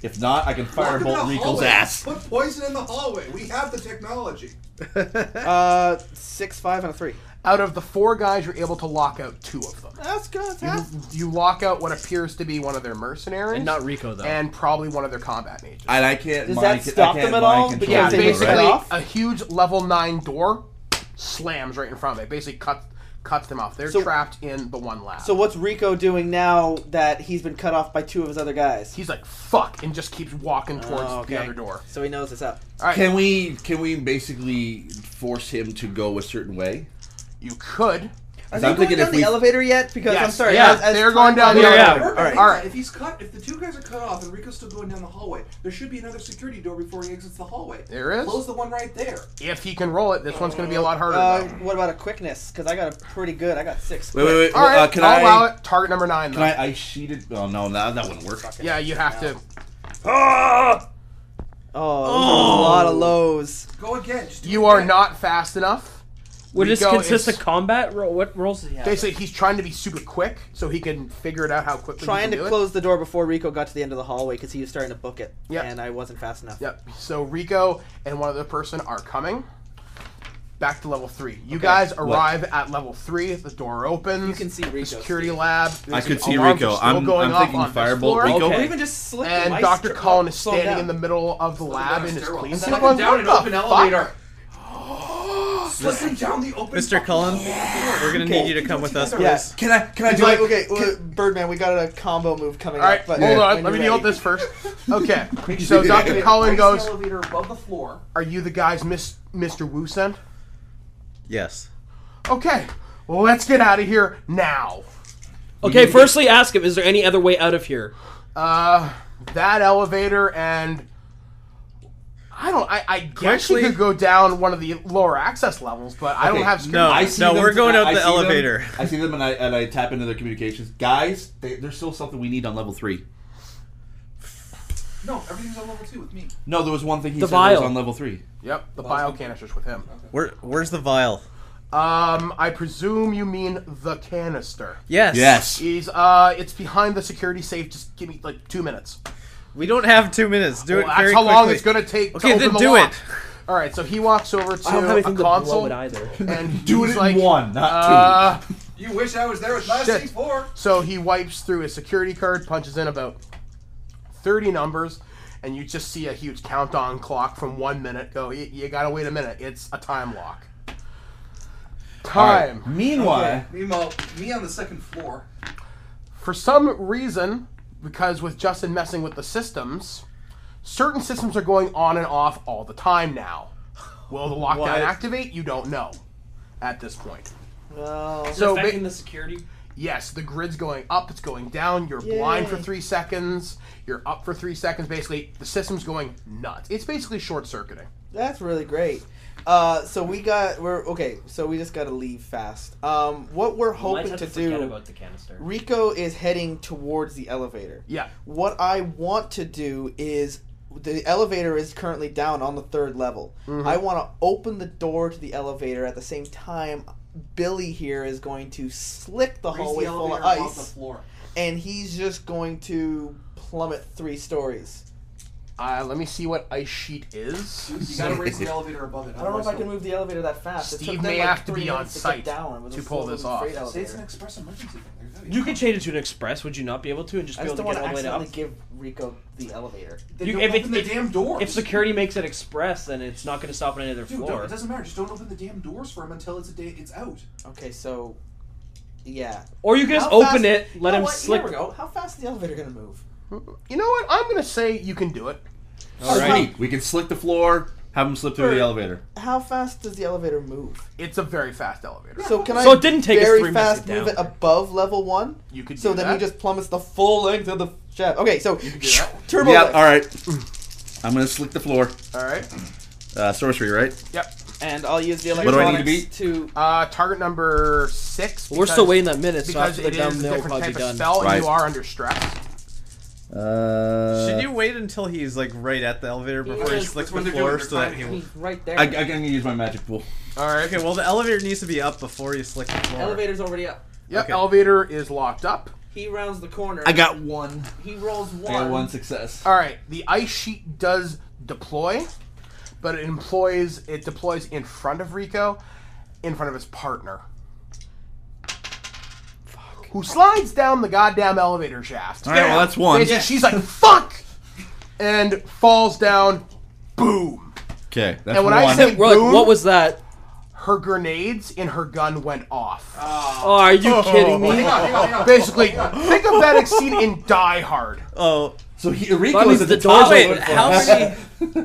[SPEAKER 10] If not, I can
[SPEAKER 5] Lock them in
[SPEAKER 10] firebolt
[SPEAKER 5] the
[SPEAKER 10] Rico's
[SPEAKER 5] hallway.
[SPEAKER 10] ass.
[SPEAKER 5] Put poison in the hallway. We have the technology.
[SPEAKER 8] uh, six, five, and a three.
[SPEAKER 3] Out of the four guys, you're able to lock out two of them.
[SPEAKER 8] That's good.
[SPEAKER 3] You, you lock out what appears to be one of their mercenaries,
[SPEAKER 7] And not Rico, though.
[SPEAKER 3] and probably one of their combat mages.
[SPEAKER 10] And I can't.
[SPEAKER 8] Does
[SPEAKER 10] my-
[SPEAKER 8] that
[SPEAKER 10] I
[SPEAKER 8] stop
[SPEAKER 10] can't
[SPEAKER 8] them at
[SPEAKER 10] my
[SPEAKER 8] all?
[SPEAKER 10] control
[SPEAKER 8] Because
[SPEAKER 10] it,
[SPEAKER 8] they
[SPEAKER 10] right?
[SPEAKER 8] just
[SPEAKER 3] Basically,
[SPEAKER 8] Right off?
[SPEAKER 3] a huge level nine door slams right in front of them. It basically cuts cuts them off. They're
[SPEAKER 8] So-
[SPEAKER 3] trapped in the one lab.
[SPEAKER 8] So what's Rico doing now that he's been cut off by two of his other guys?
[SPEAKER 3] He's like, "Fuck," and just keeps walking towards
[SPEAKER 8] Oh, okay.
[SPEAKER 3] the other door.
[SPEAKER 8] So he knows it's up.
[SPEAKER 3] All right,
[SPEAKER 10] Can we? Can we basically force him to go a certain way?
[SPEAKER 3] you could.
[SPEAKER 8] Are they
[SPEAKER 10] I'm
[SPEAKER 8] going
[SPEAKER 10] thinking
[SPEAKER 8] down
[SPEAKER 10] if
[SPEAKER 8] the
[SPEAKER 10] we-
[SPEAKER 8] elevator yet? Because I'm
[SPEAKER 3] Yes.
[SPEAKER 8] sorry.
[SPEAKER 3] Yeah,
[SPEAKER 8] as- as
[SPEAKER 3] they're going
[SPEAKER 8] time
[SPEAKER 3] down
[SPEAKER 8] goes
[SPEAKER 3] the
[SPEAKER 8] on-
[SPEAKER 3] elevator.
[SPEAKER 8] All right.
[SPEAKER 3] All right.
[SPEAKER 5] If he's cut, if the two guys are cut off and Rico's still going down the hallway, there should be another security door before he exits the hallway.
[SPEAKER 3] There is.
[SPEAKER 5] Close the one right there.
[SPEAKER 3] If he can roll it, this one's going to be a lot harder.
[SPEAKER 8] Uh,
[SPEAKER 3] though.
[SPEAKER 8] what about a quickness? Because I got a pretty good. I got six.
[SPEAKER 10] Wait, wait, wait.
[SPEAKER 3] All right,
[SPEAKER 10] well, uh, can
[SPEAKER 3] I'll
[SPEAKER 10] I?
[SPEAKER 3] allow it. Target number nine. Though.
[SPEAKER 10] Can I? I sheeted. Oh no, that that wouldn't work.
[SPEAKER 3] yeah, you have to.
[SPEAKER 8] Oh, those are a lot of lows.
[SPEAKER 5] Go again. Just do
[SPEAKER 3] You
[SPEAKER 5] it
[SPEAKER 3] are
[SPEAKER 5] again.
[SPEAKER 3] not fast enough.
[SPEAKER 7] Would this
[SPEAKER 3] Rico
[SPEAKER 7] consist
[SPEAKER 3] is-
[SPEAKER 7] of combat? Ro- What rolls does he have?
[SPEAKER 3] Basically, he's trying to be super quick so he can figure it out how quickly.
[SPEAKER 8] Trying
[SPEAKER 3] he can
[SPEAKER 8] to
[SPEAKER 3] do
[SPEAKER 8] close the door before Rico got to the end of the hallway because he was starting to book it.
[SPEAKER 3] Yep.
[SPEAKER 8] And I wasn't fast enough.
[SPEAKER 3] It. Yep. So Rico and one other person are coming. Back to level three. You guys arrive at level three. The door opens.
[SPEAKER 8] You can see
[SPEAKER 3] the
[SPEAKER 8] Rico.
[SPEAKER 3] security lab.
[SPEAKER 10] I
[SPEAKER 3] There's
[SPEAKER 10] could see
[SPEAKER 3] alarms
[SPEAKER 10] Rico.
[SPEAKER 3] are still
[SPEAKER 10] I'm,
[SPEAKER 3] going
[SPEAKER 10] I'm
[SPEAKER 3] off
[SPEAKER 10] thinking
[SPEAKER 3] on this
[SPEAKER 10] fireball
[SPEAKER 3] floor.
[SPEAKER 10] Rico.
[SPEAKER 8] Or even just slip
[SPEAKER 3] And
[SPEAKER 8] the
[SPEAKER 3] Dr.
[SPEAKER 8] ice-
[SPEAKER 3] Cullen is
[SPEAKER 8] slow
[SPEAKER 3] standing
[SPEAKER 8] down.
[SPEAKER 3] in the middle of the lab
[SPEAKER 5] down
[SPEAKER 3] in
[SPEAKER 5] a
[SPEAKER 3] his
[SPEAKER 5] stairwell.
[SPEAKER 3] clean
[SPEAKER 5] And
[SPEAKER 3] suit.
[SPEAKER 5] then
[SPEAKER 3] going,
[SPEAKER 5] down an
[SPEAKER 3] "What
[SPEAKER 5] open
[SPEAKER 3] the fuck?"
[SPEAKER 5] elevator. Slip him down the open.
[SPEAKER 9] Mr. Cullen, we're gonna
[SPEAKER 8] Okay.
[SPEAKER 9] need you to come with us, please.
[SPEAKER 8] Yeah.
[SPEAKER 10] Can I? Can I
[SPEAKER 8] He's
[SPEAKER 10] do
[SPEAKER 8] like,
[SPEAKER 10] it?
[SPEAKER 8] okay, well, Birdman, we got a combo move coming
[SPEAKER 3] All right,
[SPEAKER 8] up. But
[SPEAKER 3] hold on.
[SPEAKER 8] when
[SPEAKER 3] Let me
[SPEAKER 8] you're
[SPEAKER 3] deal with
[SPEAKER 8] ready.
[SPEAKER 3] this first. Okay. So Dr. Cullen
[SPEAKER 5] Raise
[SPEAKER 3] goes,
[SPEAKER 5] The elevator above the floor.
[SPEAKER 3] "Are you the guys, Miss, Mr. Wu sent?"
[SPEAKER 9] Yes.
[SPEAKER 3] Okay. Well, let's get out of here now.
[SPEAKER 7] Okay, firstly, ask him: Is there any other way out of here?
[SPEAKER 3] Uh, that elevator and I don't. I, I guess you
[SPEAKER 9] Quickly.
[SPEAKER 3] could go down one of the lower access levels, but I don't
[SPEAKER 10] Okay,
[SPEAKER 3] have.
[SPEAKER 9] no.
[SPEAKER 10] I
[SPEAKER 3] security.
[SPEAKER 10] see
[SPEAKER 9] No,
[SPEAKER 10] them-
[SPEAKER 9] we're going up
[SPEAKER 10] I
[SPEAKER 9] the
[SPEAKER 10] see them-
[SPEAKER 9] elevator.
[SPEAKER 10] I see them and I and I tap into their communications. Guys, they, there's still something we need on level three.
[SPEAKER 5] No, everything's on level two with me.
[SPEAKER 10] No, there was one thing he
[SPEAKER 7] The
[SPEAKER 10] said that was
[SPEAKER 7] vial.
[SPEAKER 10] on level three.
[SPEAKER 3] Yep, the bio canisters with him.
[SPEAKER 9] Where where's the vial?
[SPEAKER 3] Um, I presume you mean the canister.
[SPEAKER 9] Yes.
[SPEAKER 10] Yes.
[SPEAKER 3] He's uh, it's behind the security safe. Just give me like two minutes.
[SPEAKER 9] We don't have two minutes. Do it
[SPEAKER 3] Well, that's
[SPEAKER 9] very
[SPEAKER 3] how long
[SPEAKER 9] quickly.
[SPEAKER 3] it's gonna take.
[SPEAKER 9] Okay,
[SPEAKER 3] to
[SPEAKER 9] then
[SPEAKER 3] open the
[SPEAKER 9] do
[SPEAKER 3] lock.
[SPEAKER 9] it.
[SPEAKER 3] All right, so he walks over to
[SPEAKER 7] I don't have
[SPEAKER 3] a
[SPEAKER 7] anything to blow
[SPEAKER 3] console
[SPEAKER 7] it either.
[SPEAKER 3] and
[SPEAKER 10] Do it
[SPEAKER 3] he's
[SPEAKER 10] in
[SPEAKER 3] like,
[SPEAKER 10] one, not two.
[SPEAKER 3] Uh,
[SPEAKER 5] You wish I was there with my
[SPEAKER 3] Shit.
[SPEAKER 5] C4.
[SPEAKER 3] So he wipes through his security card, punches in about 30 numbers, and you just see a huge countdown clock from one minute go, "Y- you gotta wait a minute, it's a time lock. time.
[SPEAKER 10] All right. Meanwhile-
[SPEAKER 3] Okay.
[SPEAKER 5] Meanwhile, me on the second floor.
[SPEAKER 3] for some reason, because with Justin messing with the systems, certain systems are going on and off all the time now. Will the lockdown
[SPEAKER 7] What?
[SPEAKER 3] activate? You don't know at this point.
[SPEAKER 7] Well,
[SPEAKER 3] So
[SPEAKER 7] so affecting
[SPEAKER 3] ba-
[SPEAKER 7] the security.
[SPEAKER 3] Yes, the grid's going up, it's going down, you're blind for three seconds, you're up for three seconds. Basically, the system's going nuts. It's basically short circuiting.
[SPEAKER 8] That's really great. Uh, so we got we're okay. So we just got to leave fast. Um, what we're hoping
[SPEAKER 13] have
[SPEAKER 8] to,
[SPEAKER 13] to forget
[SPEAKER 8] do.
[SPEAKER 13] about the canister.
[SPEAKER 8] Rico is heading towards the elevator.
[SPEAKER 3] Yeah.
[SPEAKER 8] What I want to do is the elevator is currently down on the third level.
[SPEAKER 13] Mhm.
[SPEAKER 8] I want to open the door to the elevator at the same time. Billy here is going to slick the
[SPEAKER 5] Raise the
[SPEAKER 8] hallway full of
[SPEAKER 5] elevator above
[SPEAKER 8] ice,
[SPEAKER 5] the floor.
[SPEAKER 8] and he's just going to plummet three stories.
[SPEAKER 3] Uh, let me see what ice sheet is.
[SPEAKER 5] You gotta raise the elevator above it.
[SPEAKER 8] I don't know if I can move the elevator that fast. It
[SPEAKER 3] Steve
[SPEAKER 8] took them,
[SPEAKER 3] may
[SPEAKER 8] like,
[SPEAKER 3] have to
[SPEAKER 8] three
[SPEAKER 3] be on
[SPEAKER 8] minutes get
[SPEAKER 3] site
[SPEAKER 8] down with
[SPEAKER 3] to
[SPEAKER 8] a
[SPEAKER 3] pull
[SPEAKER 8] slow
[SPEAKER 3] this
[SPEAKER 8] moving
[SPEAKER 3] off.
[SPEAKER 8] freight
[SPEAKER 5] See, it's
[SPEAKER 8] elevator.
[SPEAKER 5] an express emergency. thing.
[SPEAKER 7] You could change it to an express. Would you not be able to, and just
[SPEAKER 8] I
[SPEAKER 7] be
[SPEAKER 8] just
[SPEAKER 7] able
[SPEAKER 8] don't
[SPEAKER 7] to
[SPEAKER 8] want
[SPEAKER 7] get
[SPEAKER 8] to
[SPEAKER 7] all the way to
[SPEAKER 8] accidentally
[SPEAKER 7] up?
[SPEAKER 8] give Rico the elevator.
[SPEAKER 7] You- if it- if- If security makes it express, then it's not going to stop on any other
[SPEAKER 5] Dude,
[SPEAKER 7] floor.
[SPEAKER 5] no, it doesn't matter. Just don't open the damn doors for him until it's a day. It's out.
[SPEAKER 8] Okay, so yeah.
[SPEAKER 7] Or you can just
[SPEAKER 8] How
[SPEAKER 7] open
[SPEAKER 8] fast-
[SPEAKER 7] it, let
[SPEAKER 8] You know
[SPEAKER 7] him
[SPEAKER 8] what?
[SPEAKER 7] slick-
[SPEAKER 8] Here we go. How fast is the elevator gonna move?
[SPEAKER 3] You know what? I'm gonna say you can do it.
[SPEAKER 10] All right, we can slick the floor, have them slip through the elevator.
[SPEAKER 8] How fast does the elevator move?
[SPEAKER 3] It's a very fast elevator.
[SPEAKER 8] So can I?
[SPEAKER 10] So it didn't take us
[SPEAKER 8] very
[SPEAKER 10] three minutes
[SPEAKER 8] fast
[SPEAKER 10] to
[SPEAKER 8] move
[SPEAKER 10] down.
[SPEAKER 8] it above level one.
[SPEAKER 3] You could.
[SPEAKER 8] So
[SPEAKER 3] do
[SPEAKER 8] then
[SPEAKER 3] that.
[SPEAKER 8] he just plummets the full length of the shaft. Okay, so turbo.
[SPEAKER 10] Yeah.
[SPEAKER 8] lift.
[SPEAKER 10] All right. I'm gonna slick the floor.
[SPEAKER 3] All right.
[SPEAKER 10] Uh, sorcery, right?
[SPEAKER 3] Yep.
[SPEAKER 8] And I'll use the
[SPEAKER 10] What do I need to
[SPEAKER 8] electronics to
[SPEAKER 3] uh, target number six.
[SPEAKER 7] Well, we're
[SPEAKER 3] because-
[SPEAKER 7] still waiting that minute, so
[SPEAKER 3] because
[SPEAKER 7] after they're
[SPEAKER 3] it
[SPEAKER 7] down,
[SPEAKER 3] is a
[SPEAKER 7] they'll
[SPEAKER 3] different
[SPEAKER 7] probably
[SPEAKER 3] type
[SPEAKER 7] be
[SPEAKER 3] of
[SPEAKER 7] done.
[SPEAKER 3] Spell and
[SPEAKER 10] Right.
[SPEAKER 3] you are under stress.
[SPEAKER 10] Uh,
[SPEAKER 9] Should you wait until he's like right at the elevator before he
[SPEAKER 8] is. That's
[SPEAKER 9] slicks the
[SPEAKER 8] when they're
[SPEAKER 9] floor
[SPEAKER 8] doing
[SPEAKER 9] so that
[SPEAKER 8] their
[SPEAKER 9] he
[SPEAKER 8] timing. He's right there.
[SPEAKER 10] I, I can use my magic pool.
[SPEAKER 3] All right.
[SPEAKER 9] Okay. Well, the elevator needs to be up before you slick the floor.
[SPEAKER 8] elevator's already up.
[SPEAKER 3] Yep. Elevator is locked up.
[SPEAKER 8] He rounds the corner.
[SPEAKER 10] I got one.
[SPEAKER 8] He rolls one.
[SPEAKER 10] success.
[SPEAKER 3] All right. The ice sheet does deploy, but it employs it deploys in front of Rico, in front of his partner, who slides down the goddamn elevator shaft.
[SPEAKER 10] All right, well, that's one.
[SPEAKER 3] And she- She's like fuck, and falls down. Boom.
[SPEAKER 10] Okay, that's
[SPEAKER 3] and when
[SPEAKER 10] one.
[SPEAKER 3] I say
[SPEAKER 7] We're like,
[SPEAKER 3] boom,
[SPEAKER 7] "What was that?
[SPEAKER 3] Her grenades in her gun went off.
[SPEAKER 7] Oh, are you kidding me?
[SPEAKER 3] Hang on, hang on, hang on. Basically, think of that scene in Die Hard.
[SPEAKER 9] Oh,
[SPEAKER 10] so he,
[SPEAKER 3] That means
[SPEAKER 10] Rico's at the,
[SPEAKER 3] the
[SPEAKER 10] top.
[SPEAKER 3] door's open for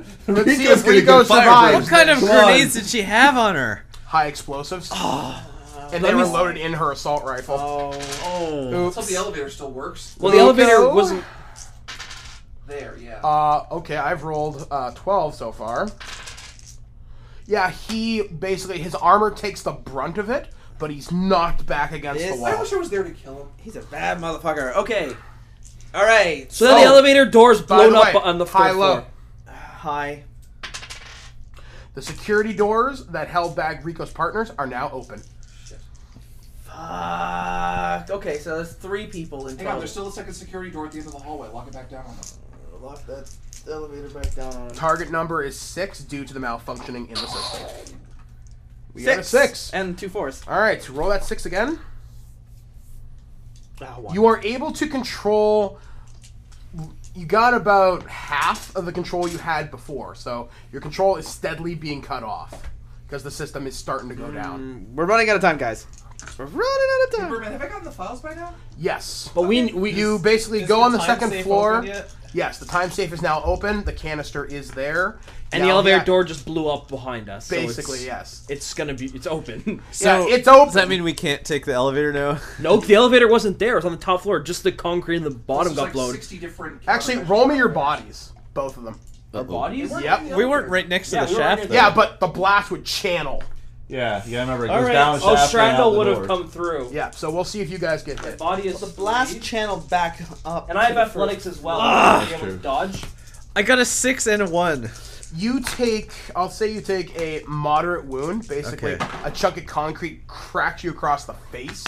[SPEAKER 3] us. Let's see if Rico survives.
[SPEAKER 9] What kind of
[SPEAKER 3] Come
[SPEAKER 9] grenades
[SPEAKER 3] on.
[SPEAKER 9] did she have on her?
[SPEAKER 3] High explosives. and
[SPEAKER 9] Let
[SPEAKER 3] they
[SPEAKER 9] me
[SPEAKER 3] were
[SPEAKER 9] see.
[SPEAKER 3] loaded in her assault rifle.
[SPEAKER 5] Oh. Let's hope the elevator still works.
[SPEAKER 7] Well, the elevator wasn't.
[SPEAKER 5] There, yeah.
[SPEAKER 3] Uh, okay, I've rolled uh, 12 so far. Yeah, he basically, his armor takes the brunt of it, but he's knocked back against the
[SPEAKER 8] This-
[SPEAKER 3] wall.
[SPEAKER 8] I wish
[SPEAKER 5] I was there to kill him.
[SPEAKER 8] He's a bad motherfucker. Okay. All right.
[SPEAKER 7] So then the elevator door's
[SPEAKER 3] Oh. By
[SPEAKER 7] blown
[SPEAKER 3] the way,
[SPEAKER 7] up on the
[SPEAKER 3] high
[SPEAKER 7] fourth
[SPEAKER 3] low.
[SPEAKER 7] floor.
[SPEAKER 8] High.
[SPEAKER 3] The security doors that held back Rico's partners are now open.
[SPEAKER 8] Fuck. Okay, so there's three people in
[SPEAKER 5] Hang on,
[SPEAKER 8] total.
[SPEAKER 5] there's still a second security door at the end of the hallway. Lock it back down on them.
[SPEAKER 8] Lock that elevator back down on
[SPEAKER 3] Target number is six due to the malfunctioning in the system. We got a
[SPEAKER 8] Six.
[SPEAKER 3] six
[SPEAKER 8] and two fours.
[SPEAKER 12] Uh,
[SPEAKER 3] All right, roll that six again.
[SPEAKER 5] Ah,
[SPEAKER 3] You are able to control. You got about half of the control you had before, so your control is steadily being cut off because the system is starting to
[SPEAKER 5] Hmm.
[SPEAKER 3] go down.
[SPEAKER 8] We're running out of time, guys. We're running out of time.
[SPEAKER 5] Superman, have I gotten the files by now?
[SPEAKER 3] Yes, but we, we you basically
[SPEAKER 5] is
[SPEAKER 3] go
[SPEAKER 5] the
[SPEAKER 3] on the
[SPEAKER 5] time
[SPEAKER 3] second
[SPEAKER 5] safe
[SPEAKER 3] floor.
[SPEAKER 5] open yet?
[SPEAKER 3] Yes, the time safe is now open. The canister is there,
[SPEAKER 7] And the
[SPEAKER 3] Now
[SPEAKER 7] elevator
[SPEAKER 3] that-
[SPEAKER 7] door just blew up behind us. so it's-
[SPEAKER 3] Basically, yes.
[SPEAKER 7] It's gonna be. It's open.
[SPEAKER 9] Does that mean we can't take the elevator now?
[SPEAKER 7] Nope, the elevator wasn't there. It was on the top floor. Just the concrete in the bottom
[SPEAKER 9] This was
[SPEAKER 7] got
[SPEAKER 9] like
[SPEAKER 7] blown.
[SPEAKER 9] 60
[SPEAKER 5] different.
[SPEAKER 3] Actually, roll me your bodies, both of them.
[SPEAKER 7] Our bodies?
[SPEAKER 3] Yep.
[SPEAKER 9] We weren't right next to Yeah, the we weren't shaft, near the-
[SPEAKER 3] Yeah, but the blast would channel.
[SPEAKER 10] Yeah, yeah, I remember it
[SPEAKER 3] All
[SPEAKER 10] goes
[SPEAKER 3] right.
[SPEAKER 10] down. the
[SPEAKER 3] Oh,
[SPEAKER 10] shaft and out
[SPEAKER 7] Shrapnel
[SPEAKER 10] the
[SPEAKER 7] would have
[SPEAKER 10] door.
[SPEAKER 7] come through.
[SPEAKER 3] Yeah, so we'll see if you guys get hit.
[SPEAKER 7] Body is
[SPEAKER 8] the blast channel back up.
[SPEAKER 7] And I have
[SPEAKER 8] to the
[SPEAKER 7] athletics
[SPEAKER 8] first.
[SPEAKER 7] as well.
[SPEAKER 9] Ah.
[SPEAKER 7] Be able to dodge.
[SPEAKER 9] I got a six and a one.
[SPEAKER 3] You take, I'll say you take a moderate wound. Basically,
[SPEAKER 9] Okay.
[SPEAKER 3] a chunk of concrete cracked you across the face,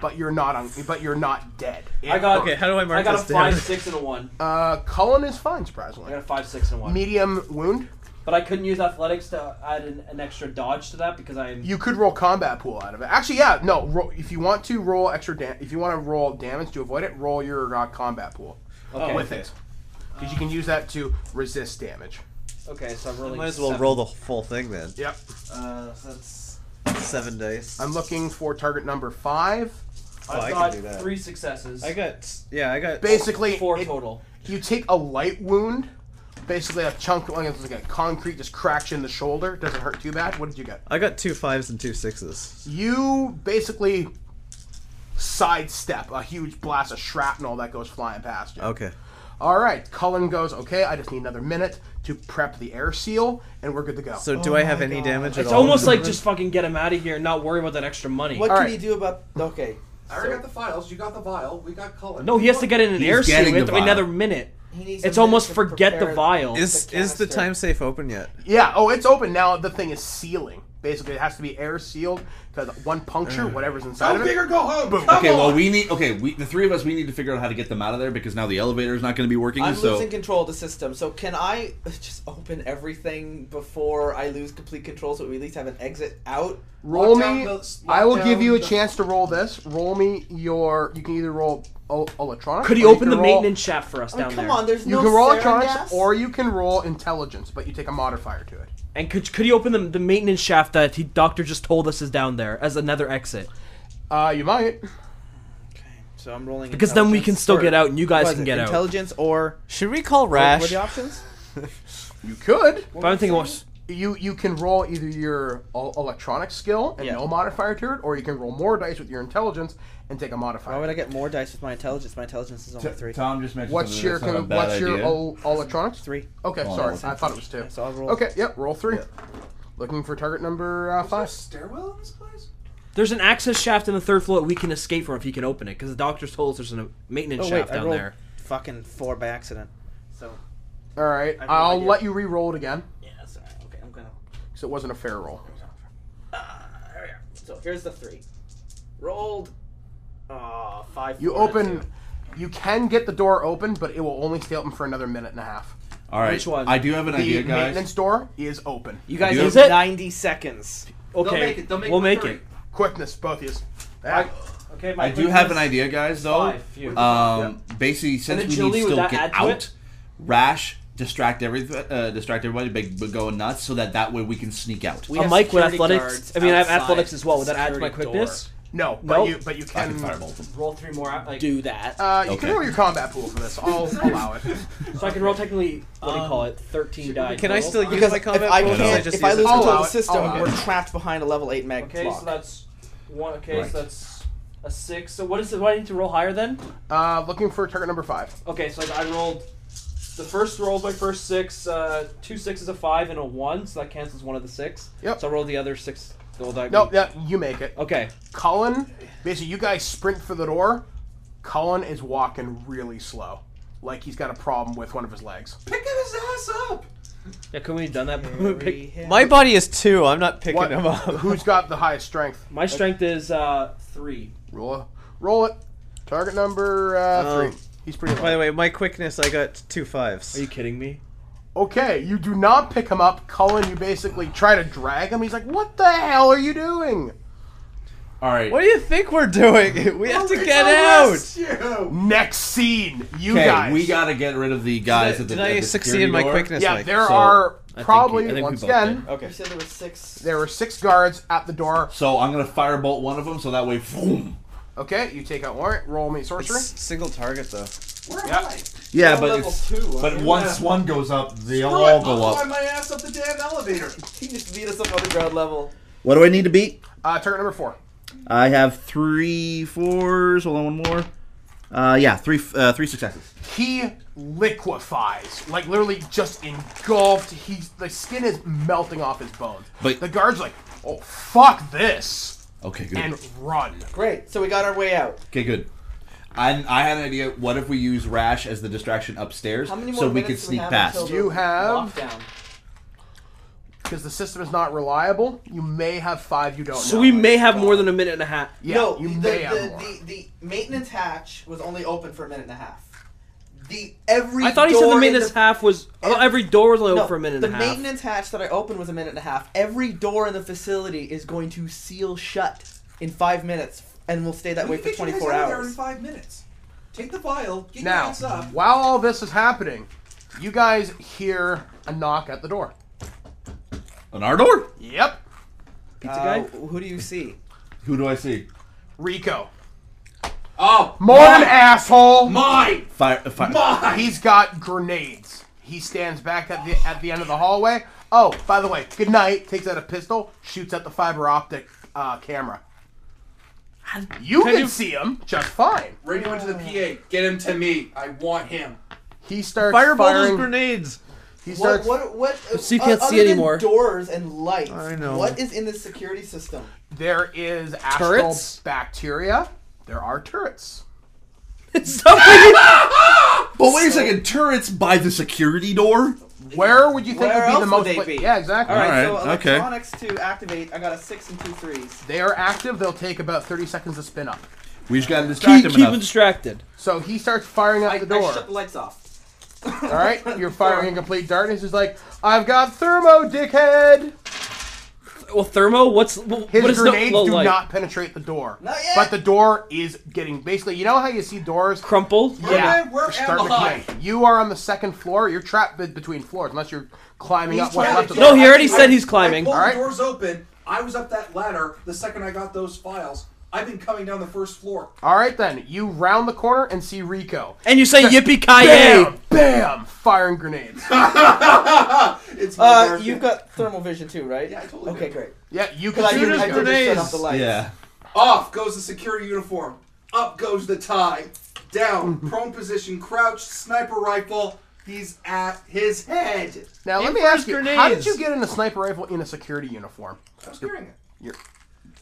[SPEAKER 3] but you're not on, but you're not dead. It
[SPEAKER 7] I got.
[SPEAKER 3] hurt.
[SPEAKER 7] I got a five, six, and a one.
[SPEAKER 3] Uh, Cullen is fine, surprisingly. I
[SPEAKER 7] got a five, six, and one.
[SPEAKER 3] Medium wound.
[SPEAKER 7] But I couldn't use athletics to add an, an extra dodge to that because I'm.
[SPEAKER 3] You could roll combat pool out of it. Actually, yeah, no. Roll, if you want to roll extra, da- if you want to roll damage to avoid it, roll your uh, combat pool
[SPEAKER 7] Okay.
[SPEAKER 3] with it, because you can use that to resist damage.
[SPEAKER 7] Okay, so I'm rolling.
[SPEAKER 9] Might as well
[SPEAKER 7] seven.
[SPEAKER 9] roll the full thing then.
[SPEAKER 3] Yep.
[SPEAKER 8] Uh, so that's
[SPEAKER 9] Seven dice.
[SPEAKER 3] I'm looking for target number five.
[SPEAKER 9] Oh, I
[SPEAKER 8] I've
[SPEAKER 9] can
[SPEAKER 8] got
[SPEAKER 9] do that.
[SPEAKER 8] three successes.
[SPEAKER 9] I got yeah, I got
[SPEAKER 3] basically
[SPEAKER 8] four
[SPEAKER 3] it-
[SPEAKER 8] total.
[SPEAKER 3] You take a light wound, basically a chunk like it's like a concrete just cracks in the shoulder. Doesn't hurt too bad. What did you get?
[SPEAKER 9] I got two fives and two sixes.
[SPEAKER 3] You basically sidestep a huge blast of shrapnel that goes flying past you.
[SPEAKER 9] Okay.
[SPEAKER 3] All right, Cullen goes. Okay, I just need another minute to prep the air seal, and we're good to go.
[SPEAKER 9] So do I have any damage at
[SPEAKER 7] It's
[SPEAKER 9] all?
[SPEAKER 7] almost like just fucking get him out of here and not worry about that extra money.
[SPEAKER 12] What can you do about? Okay,
[SPEAKER 5] I already got the files. You got the vial. We got Cullen.
[SPEAKER 7] No, he has to get in an
[SPEAKER 9] He's
[SPEAKER 7] air suit.
[SPEAKER 9] getting
[SPEAKER 7] We have
[SPEAKER 9] the
[SPEAKER 7] to wait
[SPEAKER 9] vial.
[SPEAKER 7] another minute.
[SPEAKER 12] needs
[SPEAKER 7] It's
[SPEAKER 12] a minute
[SPEAKER 7] almost
[SPEAKER 12] to
[SPEAKER 7] forget the
[SPEAKER 12] prepare
[SPEAKER 7] vial.
[SPEAKER 9] Is is the time safe open yet?
[SPEAKER 3] Yeah. Oh, it's open now. The thing is sealing. Basically, it has to be air sealed because one puncture, whatever's inside of it. Boom.
[SPEAKER 10] okay, well we need okay, we the three of us we need to figure out how to get them out of there because now the elevator is not going to be working.
[SPEAKER 12] I'm
[SPEAKER 10] so
[SPEAKER 12] losing control of the system. So can I just open everything before I lose complete control, so we at least have an exit out?
[SPEAKER 3] Roll
[SPEAKER 12] Lock down
[SPEAKER 3] me.
[SPEAKER 12] the-
[SPEAKER 3] I will
[SPEAKER 12] lock
[SPEAKER 3] give
[SPEAKER 12] down
[SPEAKER 3] you a
[SPEAKER 12] the-
[SPEAKER 3] chance to roll this. Roll me your. You can either roll o- electronics.
[SPEAKER 7] Could he
[SPEAKER 3] or you can
[SPEAKER 7] open the
[SPEAKER 3] roll-
[SPEAKER 7] maintenance shaft for us
[SPEAKER 12] I mean,
[SPEAKER 7] down
[SPEAKER 12] come
[SPEAKER 7] there?
[SPEAKER 12] on, there's
[SPEAKER 3] You
[SPEAKER 12] no
[SPEAKER 3] can roll
[SPEAKER 12] sarin
[SPEAKER 3] electronics,
[SPEAKER 12] gas?
[SPEAKER 3] or you can roll intelligence, but you take a modifier to it.
[SPEAKER 7] And could could he open the, the maintenance shaft that he doctor just told us is down there as another exit?
[SPEAKER 3] Uh, you might.
[SPEAKER 12] So I'm rolling
[SPEAKER 7] Because then we can
[SPEAKER 12] intelligence
[SPEAKER 7] still get
[SPEAKER 12] or-
[SPEAKER 7] out and you guys
[SPEAKER 12] what is
[SPEAKER 7] can
[SPEAKER 12] it,
[SPEAKER 7] get out.
[SPEAKER 12] Intelligence or
[SPEAKER 9] should we call
[SPEAKER 12] What were the options?
[SPEAKER 3] You could.
[SPEAKER 7] But I'm thinking, what's
[SPEAKER 3] You you can roll either your o- electronic skill and no modifier to it, or you can roll more dice with your intelligence and take a modifier.
[SPEAKER 12] Why would I get more dice with my intelligence? My intelligence is only three.
[SPEAKER 10] Tom just mentioned
[SPEAKER 3] What's your
[SPEAKER 10] something that's not a
[SPEAKER 3] what's
[SPEAKER 10] bad
[SPEAKER 3] your
[SPEAKER 10] idea.
[SPEAKER 3] o- electronics?
[SPEAKER 12] Three.
[SPEAKER 3] Okay,
[SPEAKER 10] Oh,
[SPEAKER 3] sorry,
[SPEAKER 10] that's
[SPEAKER 3] I thought it was two.
[SPEAKER 12] So I'll roll.
[SPEAKER 3] Okay, yep, roll three. Looking for target number uh, five.
[SPEAKER 5] stairwell in this place?
[SPEAKER 7] there's an access shaft in the third floor that we can escape from if he can open it because the doctor's told us there's a maintenance
[SPEAKER 12] Oh wait,
[SPEAKER 7] shaft
[SPEAKER 12] I
[SPEAKER 7] down
[SPEAKER 12] rolled
[SPEAKER 7] there.
[SPEAKER 12] fucking four by accident. So
[SPEAKER 3] All right,
[SPEAKER 12] I have no
[SPEAKER 3] I'll
[SPEAKER 12] idea.
[SPEAKER 3] let you re-roll it again
[SPEAKER 12] yeah, that's all right. Okay, I'm gonna.
[SPEAKER 3] because it wasn't a fair roll.
[SPEAKER 12] There we are. So here's the three. Rolled.
[SPEAKER 7] Uh,
[SPEAKER 12] Oh, five.
[SPEAKER 3] You
[SPEAKER 12] four, and
[SPEAKER 3] open. You can get the door open, but it will only stay open for another minute and a half.
[SPEAKER 10] All right.
[SPEAKER 7] Which one?
[SPEAKER 10] I do have an
[SPEAKER 3] the
[SPEAKER 10] idea, guys.
[SPEAKER 3] maintenance door is open.
[SPEAKER 12] You guys
[SPEAKER 10] Do
[SPEAKER 12] have
[SPEAKER 7] it?
[SPEAKER 12] 90 seconds.
[SPEAKER 7] Okay,
[SPEAKER 5] make it. They'll make
[SPEAKER 7] we'll
[SPEAKER 5] it
[SPEAKER 7] make
[SPEAKER 5] three.
[SPEAKER 7] it.
[SPEAKER 3] Quickness, both of you.
[SPEAKER 7] Okay,
[SPEAKER 10] I do have an idea, guys. Though,
[SPEAKER 7] Five, you.
[SPEAKER 10] um, basically, since
[SPEAKER 7] then
[SPEAKER 10] we
[SPEAKER 7] Julie,
[SPEAKER 10] need to
[SPEAKER 7] would
[SPEAKER 10] still
[SPEAKER 7] that
[SPEAKER 10] get
[SPEAKER 7] add to it?
[SPEAKER 10] out, Rash distract every uh, distract everybody, but, but go nuts, so that that way we can sneak out.
[SPEAKER 12] We
[SPEAKER 7] A
[SPEAKER 12] have
[SPEAKER 7] mic with
[SPEAKER 12] security
[SPEAKER 7] athletics.
[SPEAKER 12] guards
[SPEAKER 7] I mean, I have
[SPEAKER 12] outside
[SPEAKER 7] athletics as well. Would that add to my
[SPEAKER 12] security
[SPEAKER 7] quickness?
[SPEAKER 3] No, but
[SPEAKER 7] Nope.
[SPEAKER 3] you but you
[SPEAKER 10] I
[SPEAKER 3] can.
[SPEAKER 10] can firebolt them.
[SPEAKER 7] Roll three more. out,
[SPEAKER 12] door.
[SPEAKER 7] Like,
[SPEAKER 12] Do that.
[SPEAKER 3] Uh, you can
[SPEAKER 10] Okay.
[SPEAKER 3] roll your combat pool for this. I'll allow it.
[SPEAKER 7] so I can roll technically. What do you call it? Thirteen die.
[SPEAKER 9] Can I
[SPEAKER 7] total.
[SPEAKER 9] still use
[SPEAKER 12] because
[SPEAKER 9] my
[SPEAKER 12] if
[SPEAKER 9] combat?
[SPEAKER 12] I
[SPEAKER 9] pool, or should
[SPEAKER 12] can't,
[SPEAKER 9] just
[SPEAKER 12] if Oh, I
[SPEAKER 9] use
[SPEAKER 12] lose
[SPEAKER 9] it?
[SPEAKER 3] I'll
[SPEAKER 12] control
[SPEAKER 3] allow
[SPEAKER 12] of the
[SPEAKER 3] it.
[SPEAKER 12] system,
[SPEAKER 3] I'll allow
[SPEAKER 12] we're
[SPEAKER 3] it.
[SPEAKER 12] trapped behind a level eight mag
[SPEAKER 7] Okay,
[SPEAKER 12] block.
[SPEAKER 7] so that's one. Okay,
[SPEAKER 10] Right.
[SPEAKER 7] so that's a six. So what is it? What I need to roll higher then?
[SPEAKER 3] Uh, looking for target number five.
[SPEAKER 7] Okay, so I rolled the first roll my first six, uh, two sixes, a five, and a one. So that cancels one of the six.
[SPEAKER 3] Yep.
[SPEAKER 7] So I rolled the other six. Roll die.
[SPEAKER 3] No, yeah, you make it.
[SPEAKER 7] Okay.
[SPEAKER 3] Cullen, basically, you guys sprint for the door. Cullen is walking really slow, like he's got a problem with one of his legs.
[SPEAKER 5] Pick his ass up.
[SPEAKER 7] Yeah, couldn't we have done that? Pick-
[SPEAKER 9] My body is two. I'm not picking
[SPEAKER 3] What?
[SPEAKER 9] them up.
[SPEAKER 3] Who's got the highest strength?
[SPEAKER 7] My strength is uh, three.
[SPEAKER 3] Roll, it. roll it. Target number uh,
[SPEAKER 10] Um,
[SPEAKER 3] three. He's pretty low.
[SPEAKER 9] By the way, my quickness, I got two fives.
[SPEAKER 7] Are you kidding me?
[SPEAKER 3] Okay, you do not pick him up, Cullen. You basically try to drag him. He's like, "What the hell are you doing?"
[SPEAKER 10] All right.
[SPEAKER 9] What do you think we're doing? We have to get out.
[SPEAKER 5] You.
[SPEAKER 3] Next scene, you
[SPEAKER 10] Okay,
[SPEAKER 3] guys.
[SPEAKER 10] we gotta get rid of the guys
[SPEAKER 9] Did
[SPEAKER 10] at the.
[SPEAKER 9] I
[SPEAKER 10] at the
[SPEAKER 9] succeed
[SPEAKER 10] security
[SPEAKER 9] in my
[SPEAKER 10] door.
[SPEAKER 9] quickness?
[SPEAKER 3] yeah,
[SPEAKER 9] like-
[SPEAKER 3] there
[SPEAKER 10] So,
[SPEAKER 3] are
[SPEAKER 10] I think-
[SPEAKER 3] probably
[SPEAKER 10] I think we
[SPEAKER 3] once
[SPEAKER 10] both
[SPEAKER 3] again
[SPEAKER 10] did.
[SPEAKER 12] You said there were six.
[SPEAKER 3] there were six guards at the door.
[SPEAKER 10] So I'm gonna firebolt one of them, so that way, boom.
[SPEAKER 3] Okay, you take out Warrant. Roll me sorcery.
[SPEAKER 9] It's single target though.
[SPEAKER 5] Where am I?
[SPEAKER 10] Yeah,
[SPEAKER 12] Level
[SPEAKER 10] but it's,
[SPEAKER 12] two,
[SPEAKER 10] but
[SPEAKER 12] okay.
[SPEAKER 10] once one goes up, they
[SPEAKER 5] Screw
[SPEAKER 10] all
[SPEAKER 5] it,
[SPEAKER 10] go
[SPEAKER 5] I'll
[SPEAKER 10] up.
[SPEAKER 5] climb my ass up the damn elevator.
[SPEAKER 12] You just beat us up on the ground level.
[SPEAKER 10] What do I need to beat?
[SPEAKER 3] Uh, target number four.
[SPEAKER 10] I have three fours. Hold on, one more. Uh, yeah, three uh, three successes.
[SPEAKER 3] He liquefies, like literally just engulfed. He's the skin is melting off his bones.
[SPEAKER 10] But-
[SPEAKER 3] the guards like, "Oh fuck this,"
[SPEAKER 10] Okay, good.
[SPEAKER 3] and run.
[SPEAKER 12] Great. So we got our way out.
[SPEAKER 10] okay, good. And I had an idea. What if we use Rash as the distraction upstairs,
[SPEAKER 12] How many more
[SPEAKER 10] so we could
[SPEAKER 12] minutes do we
[SPEAKER 10] sneak
[SPEAKER 12] have
[SPEAKER 10] past?
[SPEAKER 12] until
[SPEAKER 3] You
[SPEAKER 12] the
[SPEAKER 3] have-
[SPEAKER 12] lockdown?
[SPEAKER 3] Because the system is not reliable, you may have five you don't know.
[SPEAKER 7] So we may have more than a minute and a half.
[SPEAKER 3] Yeah,
[SPEAKER 12] no,
[SPEAKER 3] you
[SPEAKER 12] the,
[SPEAKER 3] may
[SPEAKER 12] the,
[SPEAKER 3] have more.
[SPEAKER 12] The, the maintenance hatch was only open for a minute and a half. The every
[SPEAKER 7] I thought he said
[SPEAKER 12] door
[SPEAKER 7] the
[SPEAKER 12] in
[SPEAKER 7] maintenance
[SPEAKER 12] the-
[SPEAKER 7] half was. I thought every door was only
[SPEAKER 12] No,
[SPEAKER 7] open for a minute and
[SPEAKER 12] the
[SPEAKER 7] a half.
[SPEAKER 12] maintenance hatch that I opened was a minute and a half. Every door in the facility is going to seal shut in five minutes, and will stay that way
[SPEAKER 5] We can
[SPEAKER 12] for
[SPEAKER 5] get you guys
[SPEAKER 12] 24
[SPEAKER 5] out of there in
[SPEAKER 12] hours.
[SPEAKER 5] five minutes. Take the vial. Get your
[SPEAKER 3] now,
[SPEAKER 5] ass up.
[SPEAKER 3] while all this is happening, you guys hear a knock at the door.
[SPEAKER 10] On our door?
[SPEAKER 3] Yep.
[SPEAKER 12] Pizza guy? Uh, Who do you see?
[SPEAKER 10] Who do I see?
[SPEAKER 3] Rico.
[SPEAKER 5] Oh,
[SPEAKER 3] Morning, asshole.
[SPEAKER 5] Mine.
[SPEAKER 10] Fire. fire.
[SPEAKER 3] He's got grenades. He stands back at the at the end of the hallway. Oh, by the way, good night. Takes out a pistol, shoots at the fiber optic uh, camera. You can,
[SPEAKER 5] Can you-
[SPEAKER 3] see him just fine.
[SPEAKER 5] Radio into the PA. Get him to me. I want him.
[SPEAKER 3] He starts
[SPEAKER 5] Fireball those
[SPEAKER 3] firing
[SPEAKER 9] grenades.
[SPEAKER 3] He
[SPEAKER 12] What,
[SPEAKER 3] starts.
[SPEAKER 12] what, what,
[SPEAKER 3] So you can't
[SPEAKER 12] o- other
[SPEAKER 3] see
[SPEAKER 12] than
[SPEAKER 3] anymore.
[SPEAKER 12] doors and lights.
[SPEAKER 3] I know.
[SPEAKER 12] What is in the security system?
[SPEAKER 3] There is astral
[SPEAKER 12] Turrets?
[SPEAKER 3] bacteria. There are turrets.
[SPEAKER 10] But wait a second, turrets by the security door?
[SPEAKER 3] Where would you
[SPEAKER 12] think Where would be the else would most they pla-
[SPEAKER 10] likely?
[SPEAKER 12] be?
[SPEAKER 3] Yeah, exactly.
[SPEAKER 10] All right,
[SPEAKER 12] so
[SPEAKER 10] okay.
[SPEAKER 12] electronics to activate. I got a six and two threes.
[SPEAKER 3] They are active. They'll take about 30 seconds to spin up.
[SPEAKER 10] We just gotta distract him enough.
[SPEAKER 11] distracted.
[SPEAKER 3] So he starts firing out the door.
[SPEAKER 12] I shut the lights off.
[SPEAKER 3] All right, you're firing in complete darkness. He's like, I've got thermo, dickhead.
[SPEAKER 11] Well, thermo. What's well,
[SPEAKER 3] His
[SPEAKER 11] what is
[SPEAKER 3] grenades
[SPEAKER 11] no,
[SPEAKER 3] do
[SPEAKER 11] like?
[SPEAKER 3] not penetrate the door, but the door is getting basically. You know how you see doors
[SPEAKER 11] crumple?
[SPEAKER 3] Yeah,
[SPEAKER 5] Where- where
[SPEAKER 3] they're starting
[SPEAKER 5] am
[SPEAKER 3] to
[SPEAKER 5] I?
[SPEAKER 3] connect. You are on the second floor. You're trapped be- between floors unless you're climbing
[SPEAKER 5] He's
[SPEAKER 3] up. What's
[SPEAKER 5] trying
[SPEAKER 3] left
[SPEAKER 5] to
[SPEAKER 3] of
[SPEAKER 5] get-
[SPEAKER 3] the-
[SPEAKER 5] I- I pulled the doors open. I was up that ladder the second I got those files. I've been coming down the first floor.
[SPEAKER 3] All right, then you round the corner and see Rico,
[SPEAKER 11] and you say yippee
[SPEAKER 3] bam, bam, firing grenades.
[SPEAKER 12] it's uh, you've got thermal vision too, right? Yeah, I totally Okay, great.
[SPEAKER 3] Yeah, you
[SPEAKER 12] Because I
[SPEAKER 5] Shoot
[SPEAKER 12] did-
[SPEAKER 5] his
[SPEAKER 12] I did just shut off the
[SPEAKER 5] grenades.
[SPEAKER 12] lights.
[SPEAKER 10] Yeah.
[SPEAKER 5] Off goes the security uniform. Up goes the tie. Down, prone position, crouched, sniper rifle. He's at his head.
[SPEAKER 3] Now let me ask you, how did you get in a sniper rifle in a security uniform?
[SPEAKER 5] I was carrying it.
[SPEAKER 3] Your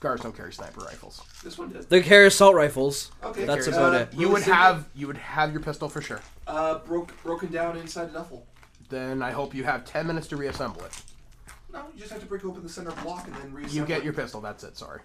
[SPEAKER 3] guards don't carry sniper rifles.
[SPEAKER 5] This one did.
[SPEAKER 11] They carry assault rifles.
[SPEAKER 5] Okay.
[SPEAKER 11] that's
[SPEAKER 5] Carry
[SPEAKER 11] about
[SPEAKER 5] assault.
[SPEAKER 11] it.
[SPEAKER 3] You would have you would have your pistol for sure.
[SPEAKER 5] Uh, broke, broken down inside duffel.
[SPEAKER 3] Then I hope you have ten minutes to reassemble it.
[SPEAKER 5] No, you just have to break open the center block and then reset.
[SPEAKER 3] You get your pistol. That's it. Sorry.